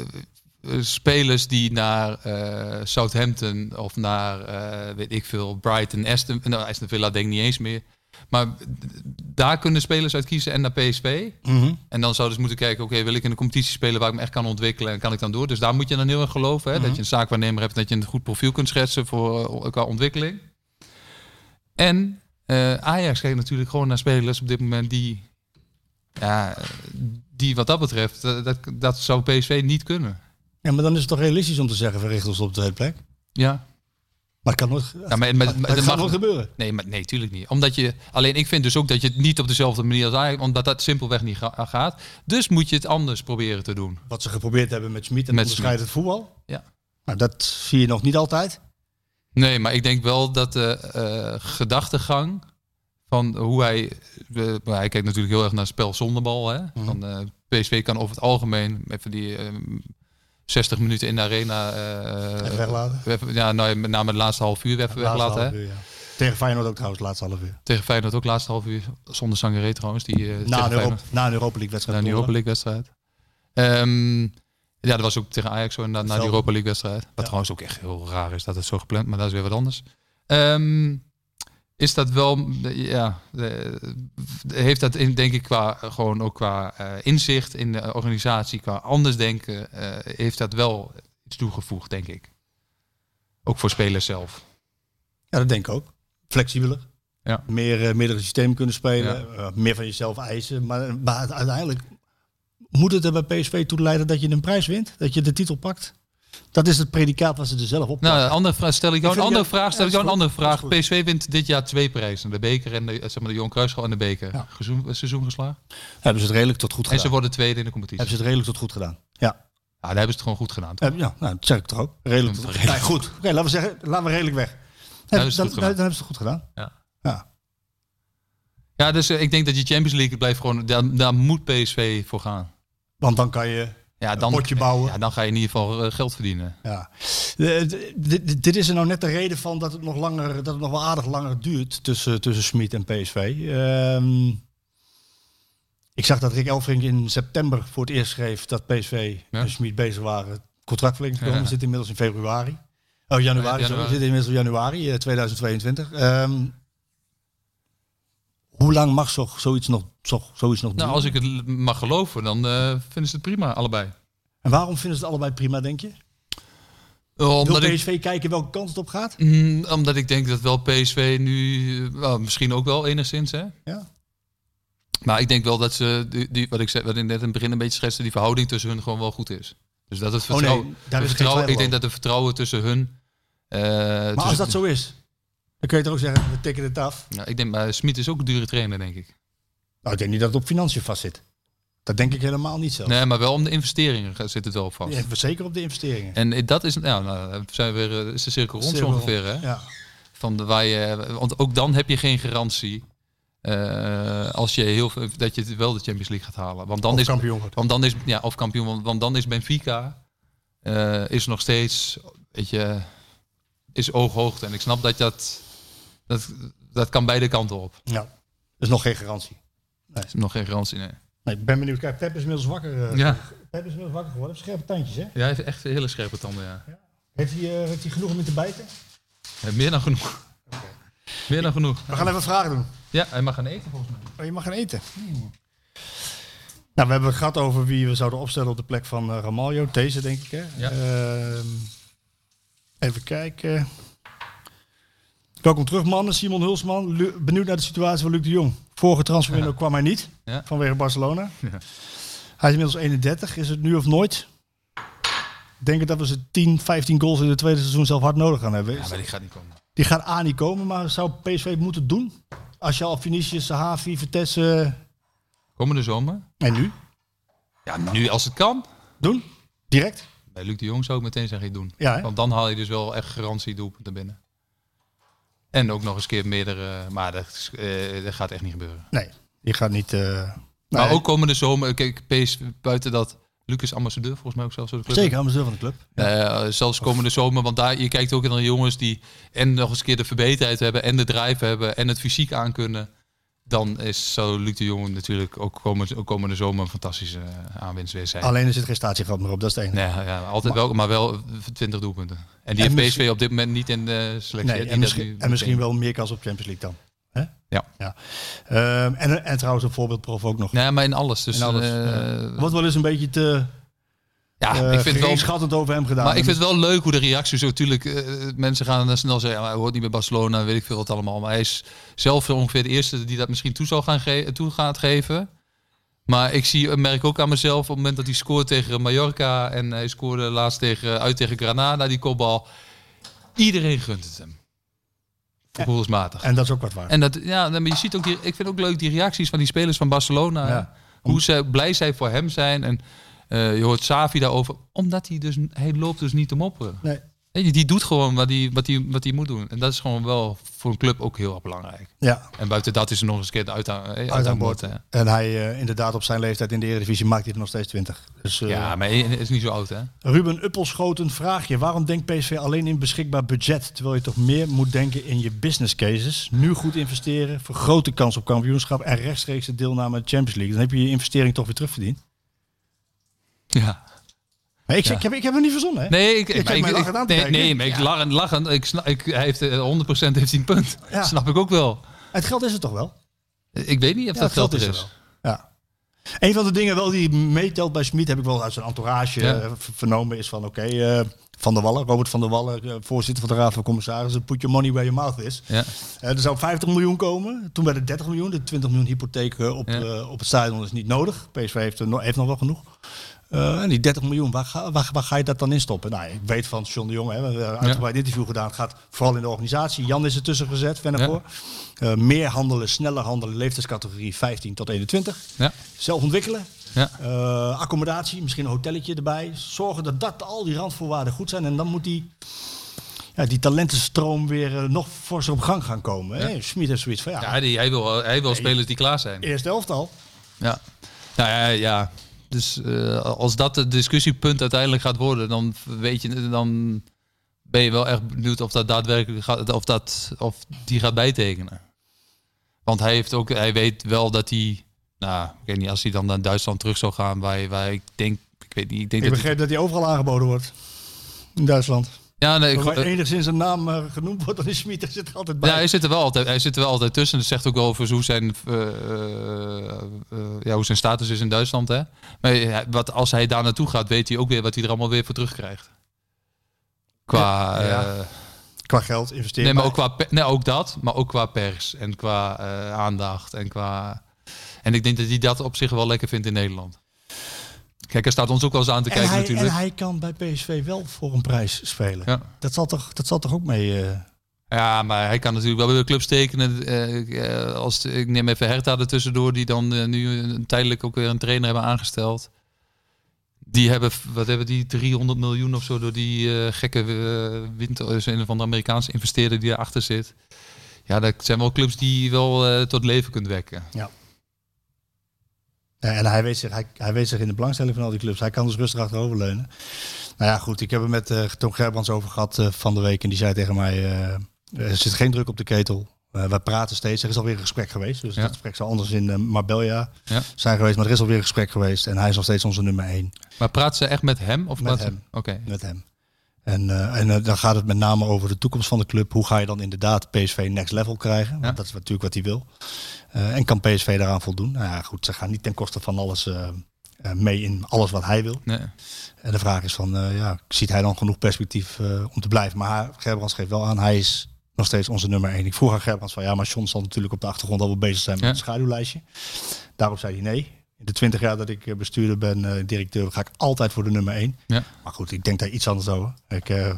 [SPEAKER 8] eh, spelers die naar eh, Southampton of naar, eh, weet ik veel, Brighton, Aston, nou, Aston Villa denk ik niet eens meer. Maar d- daar kunnen spelers uit kiezen en naar PSV.
[SPEAKER 7] Mhm.
[SPEAKER 8] En dan zouden ze moeten kijken, oké, wil ik in een competitie spelen waar ik me echt kan ontwikkelen en kan ik dan door? Dus daar moet je dan heel erg geloven, hè? dat je een zaakwaarnemer hebt, en dat je een goed profiel kunt schetsen voor, eh, qua ontwikkeling. En eh, Ajax kijkt natuurlijk gewoon naar spelers op dit moment die, ja, eh, die wat dat betreft, eh, dat, dat zou PSV niet kunnen.
[SPEAKER 7] Ja, maar dan is het toch realistisch om te zeggen we richten ons op de tweede plek.
[SPEAKER 8] Ja,
[SPEAKER 7] Maar het kan nooit.
[SPEAKER 8] ja maar, maar, maar
[SPEAKER 7] het
[SPEAKER 8] dat
[SPEAKER 7] gaat
[SPEAKER 8] mag-
[SPEAKER 7] nooit gebeuren.
[SPEAKER 8] Nee, maar nee, tuurlijk niet. Omdat je, alleen ik vind dus ook dat je het niet op dezelfde manier als Ajax, omdat dat simpelweg niet ga- gaat. Dus moet je het anders proberen te doen.
[SPEAKER 7] Wat ze geprobeerd hebben met Smit en
[SPEAKER 8] Met
[SPEAKER 7] onderscheidend voetbal.
[SPEAKER 8] Ja.
[SPEAKER 7] Nou, dat zie je nog niet altijd.
[SPEAKER 8] Nee, maar ik denk wel dat de eh, gedachtegang van hoe hij... eh, maar hij kijkt natuurlijk heel erg naar het spel zonder bal. Hè?
[SPEAKER 7] Mhm.
[SPEAKER 8] Van, eh, PSV kan over het algemeen even die eh, 60 minuten in de arena... eh,
[SPEAKER 7] Even weglaten.
[SPEAKER 8] even- ja, nou, ja, met name het laatste half uur even
[SPEAKER 7] Laatste
[SPEAKER 8] weglaten.
[SPEAKER 7] half
[SPEAKER 8] hè?
[SPEAKER 7] uur, ja. Tegen Feyenoord ook trouwens, laatste half uur.
[SPEAKER 8] Tegen Feyenoord ook laatste half uur. Zonder Sangaré trouwens. Die, eh, tegen
[SPEAKER 7] Na een,
[SPEAKER 8] Feyenoord-
[SPEAKER 7] Europa, na een Europa League wedstrijd.
[SPEAKER 8] na die Europa
[SPEAKER 7] donderdag.
[SPEAKER 8] League wedstrijd. Ehm, ja, dat was ook tegen Ajax zo, na, na die
[SPEAKER 7] Hetzelfde.
[SPEAKER 8] Europa League wedstrijd. Wat trouwens ook echt heel raar is dat het zo gepland, maar dat is weer wat anders. Ehm, is dat wel, ja, eh, heeft dat in, denk ik qua, gewoon ook qua eh, inzicht in de organisatie, qua anders denken, eh, heeft dat wel iets toegevoegd, denk ik. Ook voor spelers zelf.
[SPEAKER 7] Ja, dat denk ik ook. Flexibeler.
[SPEAKER 8] Ja.
[SPEAKER 7] Meer eh, meerdere systemen kunnen spelen. eh, meer van jezelf eisen. Maar, eh, maar uiteindelijk moet het er bij PSV toe leiden dat je een prijs wint. Dat je de titel pakt. Dat is het predicaat wat ze er zelf op
[SPEAKER 8] Nou, een andere vraag, stel ik jou
[SPEAKER 7] Ik
[SPEAKER 8] een
[SPEAKER 7] vind
[SPEAKER 8] andere
[SPEAKER 7] jou-
[SPEAKER 8] vraag. Stel
[SPEAKER 7] ja,
[SPEAKER 8] ik jou
[SPEAKER 7] dat
[SPEAKER 8] een
[SPEAKER 7] is
[SPEAKER 8] andere
[SPEAKER 7] goed,
[SPEAKER 8] vraag.
[SPEAKER 7] dat
[SPEAKER 8] PSV wint dit jaar twee prijzen. De beker en de, eh, zeg maar, de Johan Cruijffschaal en de beker.
[SPEAKER 7] Ja.
[SPEAKER 8] Gezoen- seizoen geslagen.
[SPEAKER 7] Hebben ze het redelijk tot goed
[SPEAKER 8] En
[SPEAKER 7] gedaan.
[SPEAKER 8] ze worden tweede in de competitie.
[SPEAKER 7] Hebben ze het redelijk tot goed gedaan. Ja,
[SPEAKER 8] Ja, daar hebben ze het gewoon goed gedaan. toch?
[SPEAKER 7] Heb- ja nou, dat zeg ik toch ook. Redelijk tot goed.
[SPEAKER 8] Redelijk.
[SPEAKER 7] Nee, goed. Oké, laten we zeggen, laten we redelijk weg. dan,
[SPEAKER 8] hebben ze het goed
[SPEAKER 7] dan,
[SPEAKER 8] gedaan.
[SPEAKER 7] dan hebben ze het goed gedaan.
[SPEAKER 8] Ja, dus eh, ik denk dat je Champions League blijft gewoon... Daar, daar moet PSV voor gaan.
[SPEAKER 7] Want dan kan je
[SPEAKER 8] Ja,
[SPEAKER 7] een potje bouwen.
[SPEAKER 8] Ja, dan ga je in ieder geval eh, geld verdienen.
[SPEAKER 7] Ja. De- de- dit- dit is er nou net de reden van dat het nog langer, dat het nog wel aardig langer duurt tussen, tussen Smit en PSV. Ehm, ik zag dat Rick Elfrink in september voor het eerst schreef dat PSV
[SPEAKER 8] Ja.
[SPEAKER 7] en Smit bezig waren contractverlenging te komen.
[SPEAKER 8] Ja.
[SPEAKER 7] We zitten inmiddels in februari. Oh, januari,
[SPEAKER 8] Ja,
[SPEAKER 7] sorry.
[SPEAKER 8] januari.
[SPEAKER 7] We zitten inmiddels in januari eh, 2022. Ehm, hoe lang mag zo, zoiets nog, zo, zoiets nog
[SPEAKER 8] Nou,
[SPEAKER 7] duren?
[SPEAKER 8] als ik het l- mag geloven, dan eh, vinden ze het prima, allebei.
[SPEAKER 7] En waarom vinden ze het allebei prima, denk je? Wil
[SPEAKER 8] Omdat ik,
[SPEAKER 7] PSV kijken welke kant het op gaat?
[SPEAKER 8] Mm, omdat ik denk dat wel PSV nu... eh, wel, misschien ook wel enigszins, hè?
[SPEAKER 7] Ja.
[SPEAKER 8] Maar ik denk wel dat ze, die, die- wat ik zei, wat ik net in het begin een beetje schetste, die verhouding tussen hun gewoon wel goed is. Dus dat het
[SPEAKER 7] Oh, nee,
[SPEAKER 8] vertrouwen,
[SPEAKER 7] daar is
[SPEAKER 8] de
[SPEAKER 7] geen
[SPEAKER 8] vertrouwen ik
[SPEAKER 7] twijfel
[SPEAKER 8] denk dat de vertrouwen tussen hun. eh,
[SPEAKER 7] Maar
[SPEAKER 8] tussen-
[SPEAKER 7] als dat zo is, dan kun je toch ook zeggen, we tikken het af.
[SPEAKER 8] Ja, ik denk, maar Smit is ook een dure trainer, denk ik.
[SPEAKER 7] Nou, ik denk niet dat het op financiën vastzit. Dat denk ik helemaal niet zelf.
[SPEAKER 8] Nee, maar wel om de investeringen gaat- zit het wel op vast.
[SPEAKER 7] Ja, zeker op de investeringen.
[SPEAKER 8] En eh, dat is, nou, nou dan zijn we weer, eh, is de cirkel rond zo
[SPEAKER 7] Cirkel
[SPEAKER 8] ongeveer, hè?
[SPEAKER 7] Ja.
[SPEAKER 8] Van de, waar je, want ook dan heb je geen garantie eh, als je heel veel, dat je het wel de Champions League gaat halen. Want dan
[SPEAKER 7] Of
[SPEAKER 8] is
[SPEAKER 7] kampioen wordt.
[SPEAKER 8] Want dan is, ja, of kampioen, want, want dan is Benfica eh, is nog steeds weet je, is ooghoogte. En ik snap dat je dat, dat, dat kan beide kanten op.
[SPEAKER 7] Ja. Dat is nog geen garantie.
[SPEAKER 8] Er is nog geen garantie, nee.
[SPEAKER 7] Nee, ik ben benieuwd. Kijk, Pep is inmiddels wakker. eh.
[SPEAKER 8] Ja,
[SPEAKER 7] Pep is inmiddels wakker geworden. Heeft Scherpe tandjes, hè?
[SPEAKER 8] ja hij heeft echt hele scherpe tanden, ja.
[SPEAKER 7] Heeft hij, eh, heeft hij genoeg om in te bijten?
[SPEAKER 8] Ja, meer dan genoeg. Meer dan genoeg.
[SPEAKER 7] We gaan even vragen doen.
[SPEAKER 8] Ja, hij mag gaan eten volgens mij.
[SPEAKER 7] Oh, je mag gaan eten. Nou, we hebben het gehad over wie we zouden opstellen op de plek van eh, Ramaljo. Deze, denk ik. Hè?
[SPEAKER 8] Ja.
[SPEAKER 7] Ehm, even kijken. Welkom terug, mannen. Simon Hulsman. Lu- benieuwd naar de situatie van Luc de Jong. Vorige transferwindow kwam hij niet.
[SPEAKER 8] Ja.
[SPEAKER 7] Vanwege Barcelona.
[SPEAKER 8] Ja.
[SPEAKER 7] Hij is inmiddels 31. Is het nu of nooit? Denken dat we ze 10, 15 goals in het tweede seizoen zelf hard nodig gaan hebben.
[SPEAKER 8] Ja, maar die gaat niet komen.
[SPEAKER 7] Die gaat A niet komen, maar zou PSV moeten doen? Als je al Vinicius, Sahavi, Vitesse...
[SPEAKER 8] Komende zomer?
[SPEAKER 7] En nu?
[SPEAKER 8] Ja, Ah, nu als het kan.
[SPEAKER 7] Doen? Direct?
[SPEAKER 8] Bij Luc de Jong zou ik meteen zeggen doen.
[SPEAKER 7] Ja, hè?
[SPEAKER 8] Want dan haal je dus wel echt garantie doelpunten binnen. En ook nog eens keer meerdere, maar dat, is, eh, dat gaat echt niet gebeuren.
[SPEAKER 7] Nee, je gaat niet... eh,
[SPEAKER 8] Maar
[SPEAKER 7] nee.
[SPEAKER 8] ook komende zomer, eh, kijk, PS, buiten dat Lucas ambassadeur volgens mij ook zelfs. door de club.
[SPEAKER 7] Zeker, ambassadeur van de club.
[SPEAKER 8] Eh, zelfs komende zomer, want daar, je kijkt ook naar de jongens die en nog eens keer de verbeterheid hebben en de drive hebben en het fysiek aankunnen. Dan is, zou Luc de Jong natuurlijk ook komende, ook komende zomer een fantastische eh, aanwinst weer zijn.
[SPEAKER 7] Alleen er zit geen statiegat meer op, dat is het enige.
[SPEAKER 8] Nee, ja, altijd wel, maar wel 20 doelpunten. En die
[SPEAKER 7] En
[SPEAKER 8] heeft
[SPEAKER 7] misschien-
[SPEAKER 8] PSV op dit moment niet in de selectie.
[SPEAKER 7] Nee,
[SPEAKER 8] hè, die
[SPEAKER 7] en,
[SPEAKER 8] dat
[SPEAKER 7] misschien,
[SPEAKER 8] nu
[SPEAKER 7] en misschien
[SPEAKER 8] meteen-
[SPEAKER 7] wel meer kans op Champions League dan. Hè?
[SPEAKER 8] Ja.
[SPEAKER 7] ja. Ehm, en, en trouwens een voorbeeldprof ook nog.
[SPEAKER 8] Nee, maar in alles. Dus,
[SPEAKER 7] En alles,
[SPEAKER 8] eh,
[SPEAKER 7] Wordt wel eens een beetje te
[SPEAKER 8] ja,
[SPEAKER 7] eh
[SPEAKER 8] ik vind het wel...
[SPEAKER 7] geringschattend over hem gedaan.
[SPEAKER 8] Maar ik vind het wel leuk hoe de reactie zo... Tuurlijk, eh, mensen gaan dan snel zeggen... ja, hij hoort niet bij Barcelona, weet ik veel wat allemaal. Maar hij is zelf ongeveer de eerste die dat misschien toe, zal gaan ge- toe gaat geven. Maar ik zie, eh, merk ook aan mezelf... op het moment dat hij scoort tegen Mallorca... en hij scoorde laatst tegen, uit tegen Granada, die kopbal... Iedereen gunt het hem. Voetbalsmatig.
[SPEAKER 7] En dat is ook wat waar.
[SPEAKER 8] En dat, ja, nee, maar je ziet ook die, ik vind ook leuk die reacties van die spelers van Barcelona.
[SPEAKER 7] Ja.
[SPEAKER 8] Hoe ze blij zij voor hem zijn. En eh, je hoort Savi daarover. Omdat hij dus, hij loopt dus niet te mopperen.
[SPEAKER 7] Nee.
[SPEAKER 8] Weet je, die doet gewoon wat hij wat die, wat die moet doen. En dat is gewoon wel voor een club ook heel erg belangrijk.
[SPEAKER 7] Ja,
[SPEAKER 8] En buiten dat is er nog eens een keer de uitha- eh, uithangbord. hè.
[SPEAKER 7] en hij eh, inderdaad op zijn leeftijd in de Eredivisie maakt hij er nog steeds 20. Dus, eh,
[SPEAKER 8] Ja, maar hij is niet zo oud hè.
[SPEAKER 7] Ruben Uppelschoot een vraagje. Waarom denkt PSV alleen in beschikbaar budget, terwijl je toch meer moet denken in je business cases? Nu goed investeren, vergroot de kans op kampioenschap en rechtstreeks de deelname aan de Champions League. Dan heb je je investering toch weer terugverdiend.
[SPEAKER 8] Ja.
[SPEAKER 7] Nee, ik,
[SPEAKER 8] Ja.
[SPEAKER 7] ik, heb, ik heb hem niet verzonnen, hè?
[SPEAKER 8] Nee, ik,
[SPEAKER 7] zit
[SPEAKER 8] maar ik,
[SPEAKER 7] mij
[SPEAKER 8] ik-
[SPEAKER 7] lachend aan te
[SPEAKER 8] nee,
[SPEAKER 7] kijken.
[SPEAKER 8] nee, maar ik lachend, lachend. Ik snap, ik, hij heeft, eh, 100% heeft hij een punt.
[SPEAKER 7] Ja.
[SPEAKER 8] Snap ik ook wel.
[SPEAKER 7] Het geld is er toch wel?
[SPEAKER 8] Ik weet niet of
[SPEAKER 7] Ja,
[SPEAKER 8] dat
[SPEAKER 7] het
[SPEAKER 8] geld er is.
[SPEAKER 7] er wel. Ja. Een van de dingen wel die meetelt bij Smit, heb ik wel uit zijn entourage
[SPEAKER 8] Ja.
[SPEAKER 7] eh, v- vernomen, is van oké, eh, Van der Wallen, Robert van der Wallen, eh, voorzitter van de Raad van Commissarissen, put your money where your mouth is.
[SPEAKER 8] Ja.
[SPEAKER 7] Eh, er zou 50 miljoen komen. Toen werd het 30 miljoen. De 20 miljoen hypotheek eh, op,
[SPEAKER 8] Ja.
[SPEAKER 7] eh, op het stadion is niet nodig. PSV heeft, er no- heeft nog wel genoeg. Eh, en die 30 miljoen, waar ga, waar, waar ga je dat dan in stoppen? Nou, ik weet van John de Jong, hè, we hebben een uitgebreid interview gedaan. Het gaat vooral in de organisatie. Jan is ertussen gezet, Vennegoor. Eh, meer handelen, sneller handelen, leeftijdscategorie 15 tot 21.
[SPEAKER 8] Ja.
[SPEAKER 7] Zelf ontwikkelen.
[SPEAKER 8] Ja.
[SPEAKER 7] Eh, accommodatie, misschien een hotelletje erbij. Zorgen dat, dat al die randvoorwaarden goed zijn. En dan moet die, ja, die talentenstroom weer eh, nog forser op gang gaan komen. hè. Smit heeft zoiets van, ja,
[SPEAKER 8] Ja, die, hij wil, hij wil spelers die klaar zijn.
[SPEAKER 7] eerste elftal.
[SPEAKER 8] Ja. Nou ja, ja. Dus eh, als dat het discussiepunt uiteindelijk gaat worden, dan weet je, dan ben je wel echt benieuwd of dat daadwerkelijk gaat, of dat, of die gaat bijtekenen. Want hij heeft ook, hij weet wel dat hij, nou, ik weet niet, als hij dan naar Duitsland terug zou gaan, waar, hij- waar ik denk, ik weet niet, ik denk
[SPEAKER 7] Ik
[SPEAKER 8] dat. hij-
[SPEAKER 7] begreep dat die overal aangeboden wordt. In Duitsland.
[SPEAKER 8] ja, nee, ik,
[SPEAKER 7] Als er enigszins een naam eh, genoemd wordt, dan is Smit er zit er altijd bij.
[SPEAKER 8] Ja, hij zit er wel altijd, hij zit er wel altijd tussen. Dat zegt ook wel over hoe zijn, eh, eh, eh, ja, hoe zijn status is in Duitsland. Hè? Maar eh, hij- wat, als hij daar naartoe gaat, weet hij ook weer wat hij er allemaal weer voor terugkrijgt. Qua,
[SPEAKER 7] Ja, ja.
[SPEAKER 8] eh,
[SPEAKER 7] Qua geld, investeren.
[SPEAKER 8] nee, maar ook, qua pe- nee, ook dat, maar ook qua pers en qua eh, aandacht. En, qua, en ik denk dat hij dat op zich wel lekker vindt in Nederland. Kijk, hij staat ons ook wel eens aan te
[SPEAKER 7] en,
[SPEAKER 8] kijken
[SPEAKER 7] hij, en
[SPEAKER 8] natuurlijk.
[SPEAKER 7] hij kan bij PSV wel voor een prijs spelen.
[SPEAKER 8] Ja.
[SPEAKER 7] Dat, zal toch, dat zal toch ook mee... eh,
[SPEAKER 8] Ja, maar hij kan natuurlijk wel bij de clubs tekenen. Eh, eh, als, ik neem even Hertha ertussendoor, die dan eh, nu een- tijdelijk ook weer een trainer hebben aangesteld. Die hebben, wat hebben die, 300 miljoen of zo door die eh, gekke eh, winter, is een van de Amerikaanse investeerder die erachter zit. Ja, dat zijn wel clubs die je wel eh, tot leven kunt wekken.
[SPEAKER 7] Eh, Ja, en hij weet, zich, hij, hij weet zich in de belangstelling van al die clubs. Hij kan dus rustig achteroverleunen. Nou ja, goed. Ik heb er met eh, Tom Gerbrands over gehad eh, van de week. En die zei tegen mij, eh, er zit geen druk op de ketel. Eh, we praten steeds. Er is alweer een gesprek geweest. Dus
[SPEAKER 8] Ja.
[SPEAKER 7] dat gesprek zal anders in eh, Marbella
[SPEAKER 8] Ja.
[SPEAKER 7] zijn geweest. Maar er is alweer een gesprek geweest. En hij is nog steeds onze nummer één.
[SPEAKER 8] Maar praat ze echt met hem? Of
[SPEAKER 7] Met
[SPEAKER 8] praat ze-
[SPEAKER 7] hem.
[SPEAKER 8] Oké.
[SPEAKER 7] met hem. En, eh, en eh, dan gaat het met name over de toekomst van de club. Hoe ga je dan inderdaad PSV next level krijgen? Want
[SPEAKER 8] Ja.
[SPEAKER 7] dat is natuurlijk wat hij wil. Eh, en kan PSV daaraan voldoen? Nou ja, goed, ze gaan niet ten koste van alles eh, eh, mee in alles wat hij wil.
[SPEAKER 8] Nee.
[SPEAKER 7] En de vraag is van, eh, ja, ziet hij dan genoeg perspectief eh, om te blijven? Maar Gerbrands geeft wel aan, hij is nog steeds onze nummer één. Ik vroeg aan Gerbrands van, ja, maar John zal natuurlijk op de achtergrond al wel bezig zijn met
[SPEAKER 8] Ja.
[SPEAKER 7] het schaduwlijstje. Daarop zei hij nee. In de twintig jaar dat ik eh, bestuurder ben, eh, directeur, ga ik altijd voor de nummer één.
[SPEAKER 8] Ja.
[SPEAKER 7] Maar goed, ik denk daar iets anders over. Ik, eh,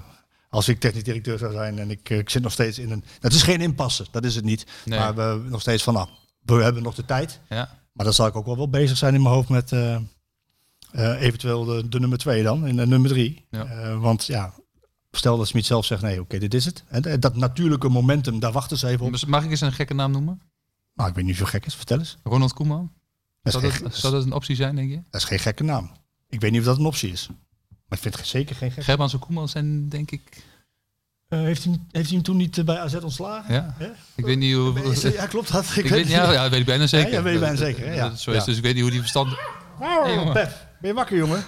[SPEAKER 7] als ik technisch directeur zou zijn en ik, eh, ik zit nog steeds in een... Het is geen impasse, dat is het niet.
[SPEAKER 8] Nee.
[SPEAKER 7] Maar we nog steeds van, nou, we hebben nog de tijd.
[SPEAKER 8] Ja.
[SPEAKER 7] Maar dan zal ik ook wel, wel bezig zijn in mijn hoofd met eh, eh, eventueel de, de nummer twee dan, en de nummer drie.
[SPEAKER 8] Ja.
[SPEAKER 7] Eh, want ja, stel dat Smit zelf zegt, nee, oké, dit is het. En eh, dat natuurlijke momentum, daar wachten ze even op.
[SPEAKER 8] Mag ik eens een gekke naam noemen?
[SPEAKER 7] Nou, ik weet niet of je gek is, vertel eens.
[SPEAKER 8] Ronald Koeman?
[SPEAKER 7] Dat is,
[SPEAKER 8] Zou
[SPEAKER 7] geen,
[SPEAKER 8] dat, zou dat een optie zijn, denk je?
[SPEAKER 7] dat is geen gekke naam. Ik weet niet of dat een optie is. Maar ik vind het zeker geen gek.
[SPEAKER 8] Gerbrands en Koeman zijn, denk ik...
[SPEAKER 7] Eh, heeft, hij, heeft hij hem toen niet eh, bij AZ ontslagen?
[SPEAKER 8] Ja. Ik weet niet hoe...
[SPEAKER 7] Ja, klopt dat. Ik,
[SPEAKER 8] <laughs> Ik weet, ja, ja, dat weet ik bijna zeker.
[SPEAKER 7] Ja, ja, weet je bijna
[SPEAKER 8] Dat-
[SPEAKER 7] zeker, hè?
[SPEAKER 8] dat
[SPEAKER 7] Ja.
[SPEAKER 8] het zo is.
[SPEAKER 7] Ja.
[SPEAKER 8] Dus ik weet niet hoe die verstand... Hey, jongen.
[SPEAKER 7] Pep, ben je wakker, jongen?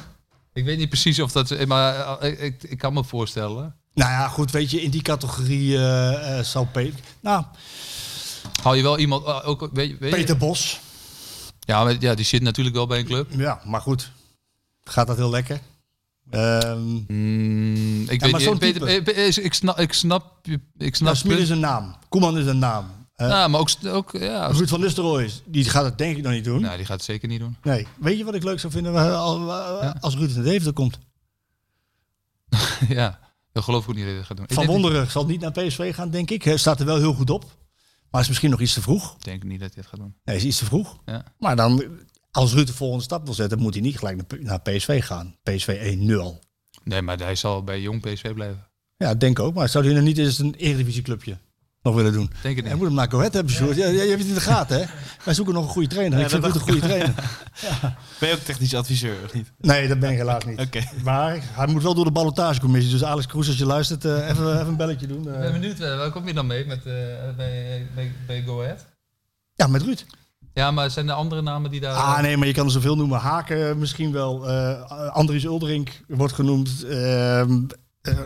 [SPEAKER 8] Ik weet niet precies of dat... Maar eh, ik, ik kan me voorstellen.
[SPEAKER 7] Nou ja, goed, weet je, in die categorie eh, eh, zal Peter... Nou,
[SPEAKER 8] Hou je wel iemand... eh, Ook, weet, je- weet je-
[SPEAKER 7] Peter Bos.
[SPEAKER 8] Ja, maar, ja, die zit natuurlijk wel bij een club.
[SPEAKER 7] Ja, maar goed. Gaat dat heel lekker? Ehm
[SPEAKER 8] Mm, ik
[SPEAKER 7] maar
[SPEAKER 8] weet
[SPEAKER 7] zo'n
[SPEAKER 8] niet. Peter-
[SPEAKER 7] type.
[SPEAKER 8] Pe- Pe- ik snap, ik snap, je- ik snap.
[SPEAKER 7] nou, Smit
[SPEAKER 8] het
[SPEAKER 7] is een naam. Koeman is een naam. Eh,
[SPEAKER 8] punt. Ja, maar ook, ook ja.
[SPEAKER 7] Ruud van Nistelrooy, is- die gaat het denk ik nog niet doen.
[SPEAKER 8] Nou, die gaat het zeker niet doen. <laughs>
[SPEAKER 7] Nee. Weet je wat ik leuk zou vinden eh, al- eh,
[SPEAKER 8] Ja.
[SPEAKER 7] als Ruud van Deventer komt?
[SPEAKER 8] ja, dat geloof ik ook niet dat hij dat gaat doen. Ik
[SPEAKER 7] Van
[SPEAKER 8] denk-
[SPEAKER 7] Wonderen zal niet naar PSV gaan, denk ik. Hij staat er wel heel goed op. Maar is misschien nog iets te vroeg.
[SPEAKER 8] Ik denk niet dat hij dat gaat doen.
[SPEAKER 7] Nee, is iets te vroeg.
[SPEAKER 8] Ja.
[SPEAKER 7] Maar dan, als Ruud de volgende stap wil zetten, moet hij niet gelijk naar P- naar PSV gaan. PSV 1-0.
[SPEAKER 8] Nee, maar hij zal bij jong PSV blijven.
[SPEAKER 7] Ja, denk ook. Maar zou hij dan niet eens een eredivisieclubje nog willen doen?
[SPEAKER 8] Denk het
[SPEAKER 7] Hij
[SPEAKER 8] niet.
[SPEAKER 7] moet hem naar Goed hebben, Sjoerd. Ja, je hebt het in de gaten, hè? Wij zoeken nog een goede trainer. ik
[SPEAKER 4] Ja,
[SPEAKER 7] vind
[SPEAKER 4] dat
[SPEAKER 7] Ruud een goede trainer.
[SPEAKER 4] Ben je ook technisch adviseur of niet?
[SPEAKER 7] Nee, dat ben ik helaas niet.
[SPEAKER 4] Oké.
[SPEAKER 7] Maar hij moet wel door de ballotagecommissie. Dus Alex Kroes, als je luistert, eh, even, even een belletje doen.
[SPEAKER 8] Ik ben
[SPEAKER 7] eh.
[SPEAKER 8] benieuwd, eh, waar kom je dan mee met, eh, bij, bij, bij Go Ahead?
[SPEAKER 7] Ja, met Ruud.
[SPEAKER 8] Ja, maar zijn er andere namen die daar...
[SPEAKER 7] Ah nee, maar je kan er zoveel noemen. Haken misschien wel. eh, Andries Uldering wordt genoemd. ehm eh,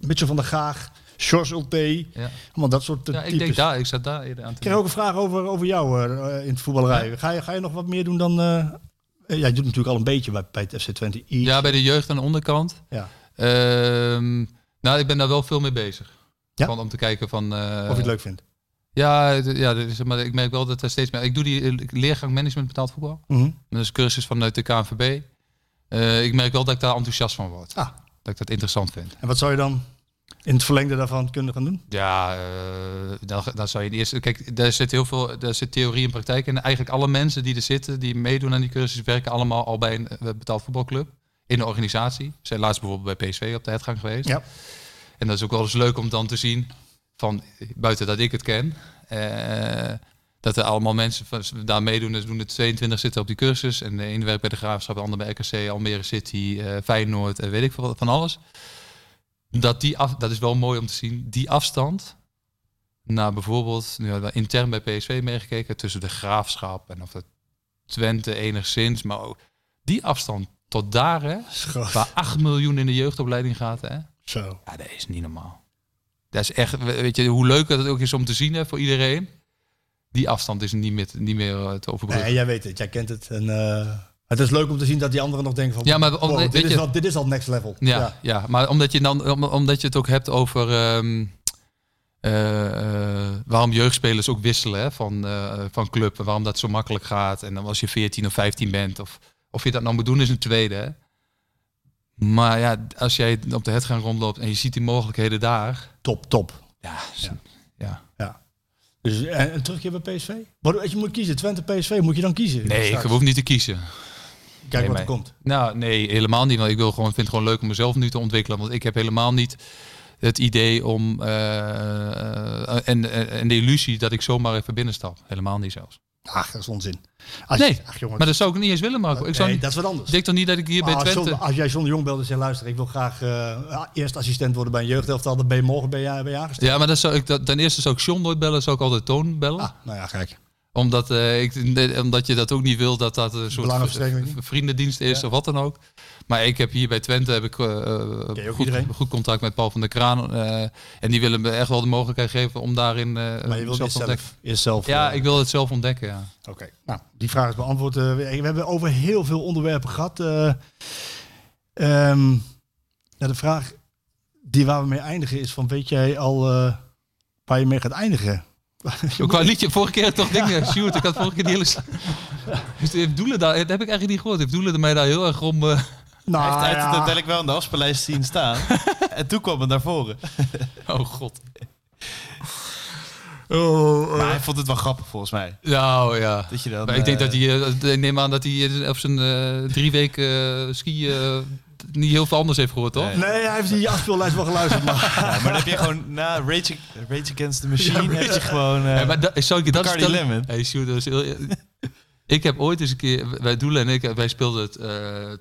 [SPEAKER 7] Mitchell van der Gaag. George Ulte.
[SPEAKER 8] Ja.
[SPEAKER 7] Allemaal dat soort eh,
[SPEAKER 8] ja, ik
[SPEAKER 7] types.
[SPEAKER 8] denk daar. Ik zat daar eerder aan te
[SPEAKER 7] Ik kreeg ook een vraag over, over jou eh, in het voetballerij. Ga, je, ga je nog wat meer doen dan... eh, eh, ja, je doet natuurlijk al een beetje bij, bij het FC Twente. I.
[SPEAKER 8] Ja, bij de jeugd aan de onderkant.
[SPEAKER 7] Ja.
[SPEAKER 8] Ehm, nou, ik ben daar wel veel mee bezig.
[SPEAKER 7] Ja?
[SPEAKER 8] Van, om te kijken van... eh,
[SPEAKER 7] Of je het leuk vindt.
[SPEAKER 8] Ja, d- ja d- zeg maar ik merk wel dat er steeds meer... Ik doe die eh, leergang management betaald voetbal.
[SPEAKER 7] Mhm.
[SPEAKER 8] Dat is een cursus vanuit de KNVB. Eh, ik merk wel dat ik daar enthousiast van word.
[SPEAKER 7] Ah.
[SPEAKER 8] Dat ik dat interessant vind.
[SPEAKER 7] En wat zou je dan in het verlengde daarvan kunnen gaan doen?
[SPEAKER 8] Ja, eh, dan, dan zou je het eerst... Kijk, daar zit heel veel daar zit theorie en praktijk in. Eigenlijk alle mensen die er zitten, die meedoen aan die cursus... werken allemaal al bij een eh, betaald voetbalclub. In de organisatie. We zijn laatst bijvoorbeeld bij PSV op de headgang geweest.
[SPEAKER 7] Ja.
[SPEAKER 8] En dat is ook wel eens leuk om dan te zien, van buiten dat ik het ken, eh, dat er allemaal mensen van, daar meedoen. Dus doen er 22 zitten op die cursus. En de ene werkt bij de Graafschap, de ander bij RKC, Almere City, eh, Feyenoord, en weet ik veel wat, van alles. Dat, die af, dat is wel mooi om te zien, die afstand naar bijvoorbeeld, nu hadden we intern bij PSV meegekeken, tussen de Graafschap en of dat Twente enigszins, maar ook die afstand tot daar, hè, waar 8 miljoen in de jeugdopleiding gaat, hè,
[SPEAKER 7] Zo.
[SPEAKER 8] ja, dat is niet normaal. Dat is echt, we- weet je, hoe leuk dat het ook is om te zien hè, voor iedereen. Die afstand is niet meer, te- niet meer eh, te overbruggen.
[SPEAKER 7] Nee, jij weet het. Jij kent het. En, eh, het is leuk om te zien dat die anderen nog denken van...
[SPEAKER 8] Ja, maar om-
[SPEAKER 7] wow, dit,
[SPEAKER 8] weet
[SPEAKER 7] is
[SPEAKER 8] je-
[SPEAKER 7] al, dit is al next level.
[SPEAKER 8] ja, ja. maar omdat je, dan, om- omdat je het ook hebt over ehm, eh, eh, waarom jeugdspelers ook wisselen hè, van, eh, van club. En waarom dat zo makkelijk gaat. En dan als je 14 of 15 bent. Of, of je dat nou moet doen is een tweede. Hè. Maar ja, als jij op de gaan rondloopt en je ziet die mogelijkheden daar.
[SPEAKER 7] Top, top.
[SPEAKER 8] Ja, ja.
[SPEAKER 7] Dus en, een terugkeer bij PSV? Maar als je moet kiezen, Twente PSV, moet je dan kiezen?
[SPEAKER 8] nee, ik
[SPEAKER 7] Straks.
[SPEAKER 8] hoef niet te kiezen.
[SPEAKER 7] Kijk wat er
[SPEAKER 8] nee, maar-
[SPEAKER 7] komt.
[SPEAKER 8] Nou, nee, helemaal niet. Want ik wil gewoon, vind het gewoon leuk om mezelf nu te ontwikkelen. Want ik heb helemaal niet het idee eh, om. eh, eh, en, en de illusie dat ik zomaar even binnenstap. Helemaal niet zelfs.
[SPEAKER 7] Ach, dat is onzin. Als,
[SPEAKER 8] Nee,
[SPEAKER 7] ach, jongen,
[SPEAKER 8] maar dat zou ik niet eens willen, Marco. Ik zou
[SPEAKER 7] nee,
[SPEAKER 8] niet-
[SPEAKER 7] dat Ah, is wat anders.
[SPEAKER 8] Ik denk toch niet dat ik hier bij
[SPEAKER 7] Maar als,
[SPEAKER 8] Twente...
[SPEAKER 7] John- als jij John de Jong belde en zei, luister, ik wil graag eh, eerst assistent worden bij een jeugdelftal, dan ben je morgen bij je, bij je aangesteld.
[SPEAKER 8] Ja, maar dat zou ik, dat, ten eerste zou ik John nooit bellen, zou ik altijd Toon bellen.
[SPEAKER 7] Ah, nou ja, kijk.
[SPEAKER 8] Omdat, eh, ik, nee, omdat je dat ook niet wil, dat dat een soort
[SPEAKER 7] Belangenverstrengeling.
[SPEAKER 8] <laughs> v- v- vriendendienst is of wat dan ook. Maar ik heb hier bij Twente heb ik, eh, eh,
[SPEAKER 7] je ook
[SPEAKER 8] goed,
[SPEAKER 7] iedereen?
[SPEAKER 8] goed contact met Paul van der Kraan. eh, en die willen me echt wel de mogelijkheid geven om daarin eh
[SPEAKER 7] Maar je wilt
[SPEAKER 8] zelf
[SPEAKER 7] eerst
[SPEAKER 8] te ontdekken.
[SPEAKER 7] zelf. Eerst zelf
[SPEAKER 8] Ja,
[SPEAKER 7] eh,
[SPEAKER 8] ik wil het zelf
[SPEAKER 7] <laughs>
[SPEAKER 8] ontdekken, ja.
[SPEAKER 7] Oké, nou, die vraag is beantwoord. Eh, we we hebben over heel veel onderwerpen gehad. Eh, ehm, ja, de vraag die waar we mee eindigen is van, weet jij al eh, waar je mee gaat eindigen?
[SPEAKER 8] Qua liedje, vorige keer toch denk ik, shoot, ik had vorige keer die
[SPEAKER 7] <laughs>
[SPEAKER 8] hele... s- Dus heeft Doelen daar, dat heb ik eigenlijk niet gehoord. Heeft Doelen mij daar heel erg om... eh,
[SPEAKER 7] Nou,
[SPEAKER 4] Hij heeft het
[SPEAKER 7] ja.
[SPEAKER 4] uiteindelijk wel in de afspeellijst zien staan.
[SPEAKER 7] <laughs>
[SPEAKER 4] en toen kwam het naar voren.
[SPEAKER 8] oh god.
[SPEAKER 4] Maar hij vond het wel grappig volgens mij.
[SPEAKER 8] Nou ja.
[SPEAKER 4] Dat je dan,
[SPEAKER 8] Maar ik denk
[SPEAKER 4] eh,
[SPEAKER 8] dat hij, eh, ik neem aan dat hij eh, op zijn eh, drie weken eh, skiën eh, niet heel veel anders heeft gehoord, toch?
[SPEAKER 4] Nee.
[SPEAKER 7] Nee, hij heeft die afspeellijst wel geluisterd. <laughs> Maar
[SPEAKER 4] Ja, maar dan heb je gewoon na Rage, Rage Against the Machine heb je gewoon... eh,
[SPEAKER 8] Hey, maar da- zou ik je dat
[SPEAKER 4] Bacardi
[SPEAKER 8] vertellen?
[SPEAKER 4] Lemon.
[SPEAKER 8] Hey, Sjoerd, dat is heel- ik heb ooit eens een keer, wij Doelen en ik, wij speelden het eh,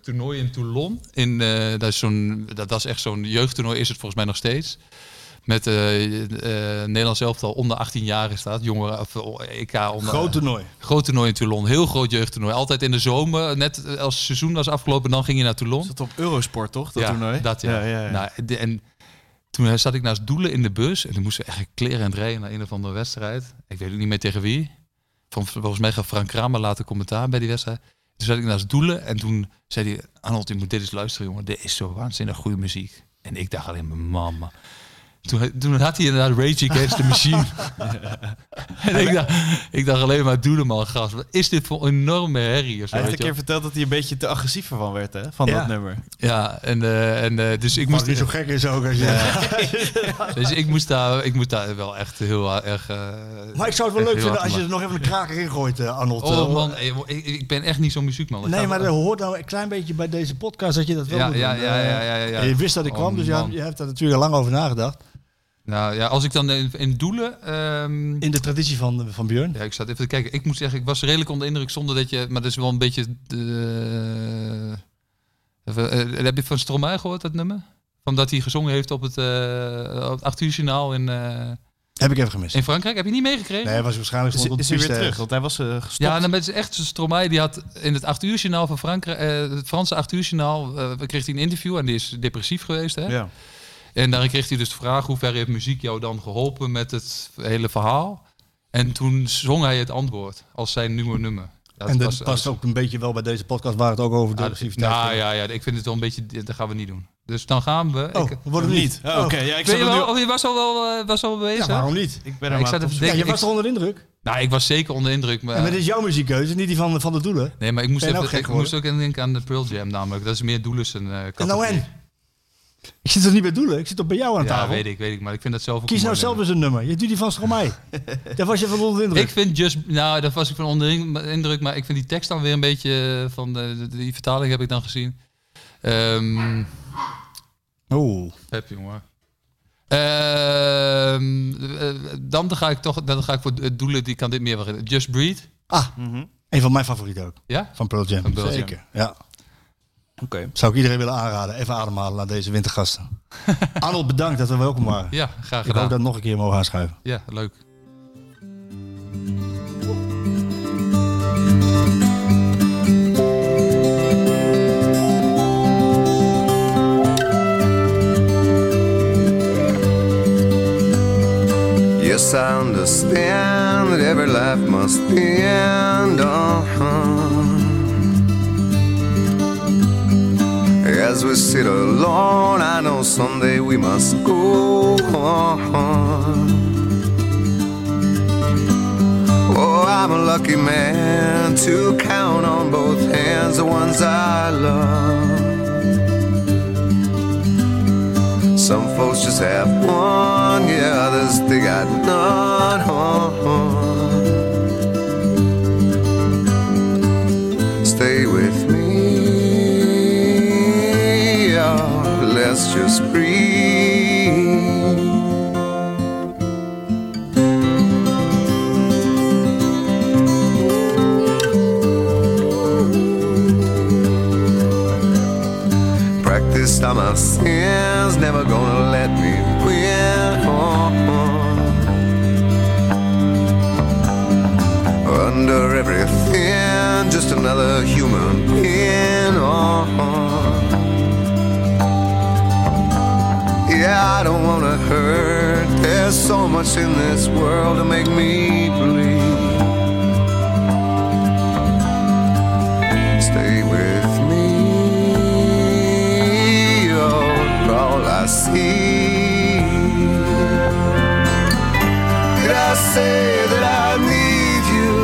[SPEAKER 8] toernooi in Toulon. In, eh, dat, is zo'n, dat was echt zo'n jeugdtoernooi, is het volgens mij nog steeds. Met eh, eh, Nederlands elftal onder 18 jaar is dat. Jongeren, of eh, EK onder...
[SPEAKER 7] groot toernooi.
[SPEAKER 8] Groot toernooi in Toulon, heel groot jeugdtoernooi. Altijd in de zomer, net eh, als het seizoen was afgelopen, dan ging je naar Toulon.
[SPEAKER 4] Is dat op Eurosport, toch? Dat
[SPEAKER 8] ja,
[SPEAKER 4] toernooi?
[SPEAKER 8] Dat ja. Nou, de- en toen eh, zat ik naast Doelen in de bus en toen moesten we echt kleren en rijden naar een of andere wedstrijd. Ik weet ook niet meer tegen wie. Van, volgens mij gaf Frank Kramer later commentaar bij die wedstrijd. Toen zat ik naast Doelen en toen zei hij, Arnold, je moet dit eens luisteren, jongen. Dit is zo waanzinnig goede muziek. En ik dacht alleen, maar, mama. Toen, toen had hij inderdaad Rage Against the
[SPEAKER 4] <laughs>
[SPEAKER 8] Machine. <laughs> en ik dacht, ik dacht alleen maar, Doelen man, gast. Wat is dit voor enorme herrie? Of zo,
[SPEAKER 4] hij
[SPEAKER 8] weet
[SPEAKER 4] heeft een
[SPEAKER 8] je wel?
[SPEAKER 4] keer verteld dat hij een beetje te agressief van werd, hè? Van
[SPEAKER 7] Ja.
[SPEAKER 4] dat nummer.
[SPEAKER 8] Ja, en, eh, en eh, dus ik
[SPEAKER 7] Wat
[SPEAKER 8] moest...
[SPEAKER 7] niet zo gek is ook. Als je...
[SPEAKER 8] Dus ik moest, daar, ik moest daar wel echt heel erg... eh,
[SPEAKER 7] Maar ik zou het wel leuk
[SPEAKER 8] heel
[SPEAKER 7] vinden
[SPEAKER 8] hard
[SPEAKER 7] als je
[SPEAKER 8] om-
[SPEAKER 7] er nog even een kraker in gooit, eh, Arnold.
[SPEAKER 8] Oh
[SPEAKER 7] Eh,
[SPEAKER 8] man, eh, ik, ik ben echt niet zo'n muziekman. Ik
[SPEAKER 7] Nee,
[SPEAKER 8] ga-
[SPEAKER 7] maar dat hoort nou een klein beetje bij deze podcast dat je dat wel
[SPEAKER 8] Ja,
[SPEAKER 7] moet
[SPEAKER 8] ja,
[SPEAKER 7] doen.
[SPEAKER 8] ja,
[SPEAKER 7] Eh,
[SPEAKER 8] ja, ja, ja.
[SPEAKER 7] Je wist dat ik
[SPEAKER 8] Oh,
[SPEAKER 7] kwam, dus je,
[SPEAKER 8] man.
[SPEAKER 7] je hebt daar natuurlijk lang over nagedacht.
[SPEAKER 8] Nou ja, als ik dan in, in doelen... ehm,
[SPEAKER 7] In de traditie van, van Björn.
[SPEAKER 8] ja, ik zat even te kijken. Ik moet zeggen, ik was redelijk onder de indruk zonder dat je... Maar dat is wel een beetje... eh, even, eh, heb je van Stromae gehoord, dat nummer? Van dat hij gezongen heeft op het, eh op het 8 uur journaal in, eh,
[SPEAKER 7] Heb ik even gemist.
[SPEAKER 8] in Frankrijk. Heb je niet meegekregen?
[SPEAKER 7] Nee, hij was waarschijnlijk
[SPEAKER 4] Is,
[SPEAKER 7] stond op de
[SPEAKER 4] is hij weer
[SPEAKER 7] piste.
[SPEAKER 4] terug? Want hij was eh, gestopt.
[SPEAKER 8] Ja, dan is echt Stromae die had in het 8 uur journaal van Frankrijk, eh, het Franse 8 uur journaal, eh, kreeg hij een interview en die is depressief geweest. Hè?
[SPEAKER 4] Ja.
[SPEAKER 8] En daarin kreeg hij dus de vraag, hoe ver heeft muziek jou dan geholpen met het hele verhaal? En toen zong hij het antwoord als zijn nieuwe nummer. Ja,
[SPEAKER 7] en
[SPEAKER 8] het
[SPEAKER 7] dat
[SPEAKER 8] was-
[SPEAKER 7] past ook een beetje wel bij deze podcast waar het ook over
[SPEAKER 8] ja,
[SPEAKER 7] depressiviteit
[SPEAKER 8] nou
[SPEAKER 7] ging.
[SPEAKER 8] ja, ja, ik vind het wel een beetje, dat gaan we niet doen. Dus dan gaan we.
[SPEAKER 7] Oh,
[SPEAKER 8] ik,
[SPEAKER 7] we worden
[SPEAKER 4] Niet.
[SPEAKER 7] niet.
[SPEAKER 4] Oh, Oké, ja, ik,
[SPEAKER 8] weet
[SPEAKER 4] zat
[SPEAKER 8] je,
[SPEAKER 4] er nu-
[SPEAKER 8] wel, oh, je was al wel, eh, was al
[SPEAKER 7] Ja,
[SPEAKER 8] bezig.
[SPEAKER 7] waarom niet?
[SPEAKER 4] ik ben
[SPEAKER 8] Ja,
[SPEAKER 4] er
[SPEAKER 8] ik
[SPEAKER 4] maar
[SPEAKER 8] zat even
[SPEAKER 4] op-
[SPEAKER 8] te
[SPEAKER 7] Ja,
[SPEAKER 8] denken,
[SPEAKER 7] je
[SPEAKER 8] ik-
[SPEAKER 7] was er onder de indruk.
[SPEAKER 8] nou, ik was zeker onder indruk.
[SPEAKER 7] En
[SPEAKER 8] Maar,
[SPEAKER 7] maar dit is jouw muziekkeuze, niet die van, van de doelen.
[SPEAKER 8] nee, maar ik moest,
[SPEAKER 7] Ben je
[SPEAKER 8] even,
[SPEAKER 7] ook gek
[SPEAKER 8] ik moest ook even denken aan de Pearl Jam namelijk. Dat is meer doelens een eh
[SPEAKER 7] En nou
[SPEAKER 8] categorie.
[SPEAKER 7] en? Ik zit toch niet bij doelen, ik zit toch bij jou aan
[SPEAKER 8] Ja,
[SPEAKER 7] tafel.
[SPEAKER 8] weet ik, weet ik. Maar ik vind dat zelf ook
[SPEAKER 7] Kies
[SPEAKER 8] een
[SPEAKER 7] nou
[SPEAKER 8] mooi
[SPEAKER 7] zelf
[SPEAKER 8] nummer.
[SPEAKER 7] eens een nummer. Je doet die van Stromae. Daar was je van onder de indruk.
[SPEAKER 8] Ik vind Just... Nou, daar was ik van onder in- indruk. Maar ik vind die tekst dan weer een beetje... eh, Van de, de- die vertaling heb ik dan gezien. Ehm
[SPEAKER 7] Oeh.
[SPEAKER 8] heb jongen. Ehm, eh, dan ga ik toch dan ga ik voor eh, doelen die kan dit meer wel Just Breathe.
[SPEAKER 7] Ah, een van mijn favorieten ook.
[SPEAKER 8] Ja?
[SPEAKER 7] Van Pearl Jam.
[SPEAKER 8] Van Pearl Jam.
[SPEAKER 7] Zeker, ja. Zou ik iedereen willen aanraden. Even ademhalen naar deze
[SPEAKER 8] <laughs>
[SPEAKER 7] wintergasten. Arnold, bedankt dat we welkom waren.
[SPEAKER 8] Ja, graag
[SPEAKER 7] Ik hoop
[SPEAKER 8] gedaan.
[SPEAKER 7] dat we nog een keer mogen aanschuiven.
[SPEAKER 8] Ja, leuk.
[SPEAKER 10] Yes, I understand that every life must end on. As we sit alone, I know someday we must go on. Oh, I'm a lucky man to count on both hands the ones I love. Some folks just have one, yeah, others they got none. Stay with me, yeah, let's just breathe. Ooh, sins, never gonna let me win. Under everything, just another human being. Yeah, I don't wanna hurt. There's so much in this world to make me believe. Stay with me, oh, all I see. Did I say that I need you?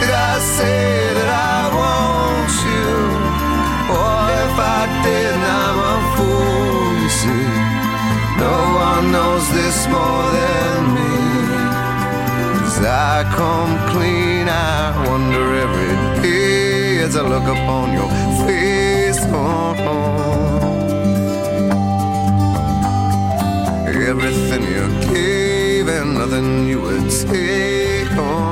[SPEAKER 10] Did I say that I want you? Or if I did, I'm a fool, you see. No one knows this more than me. As I come clean, I wonder every day as I look upon your face. Oh, oh. Everything you gave and nothing you would take. Oh, Oh,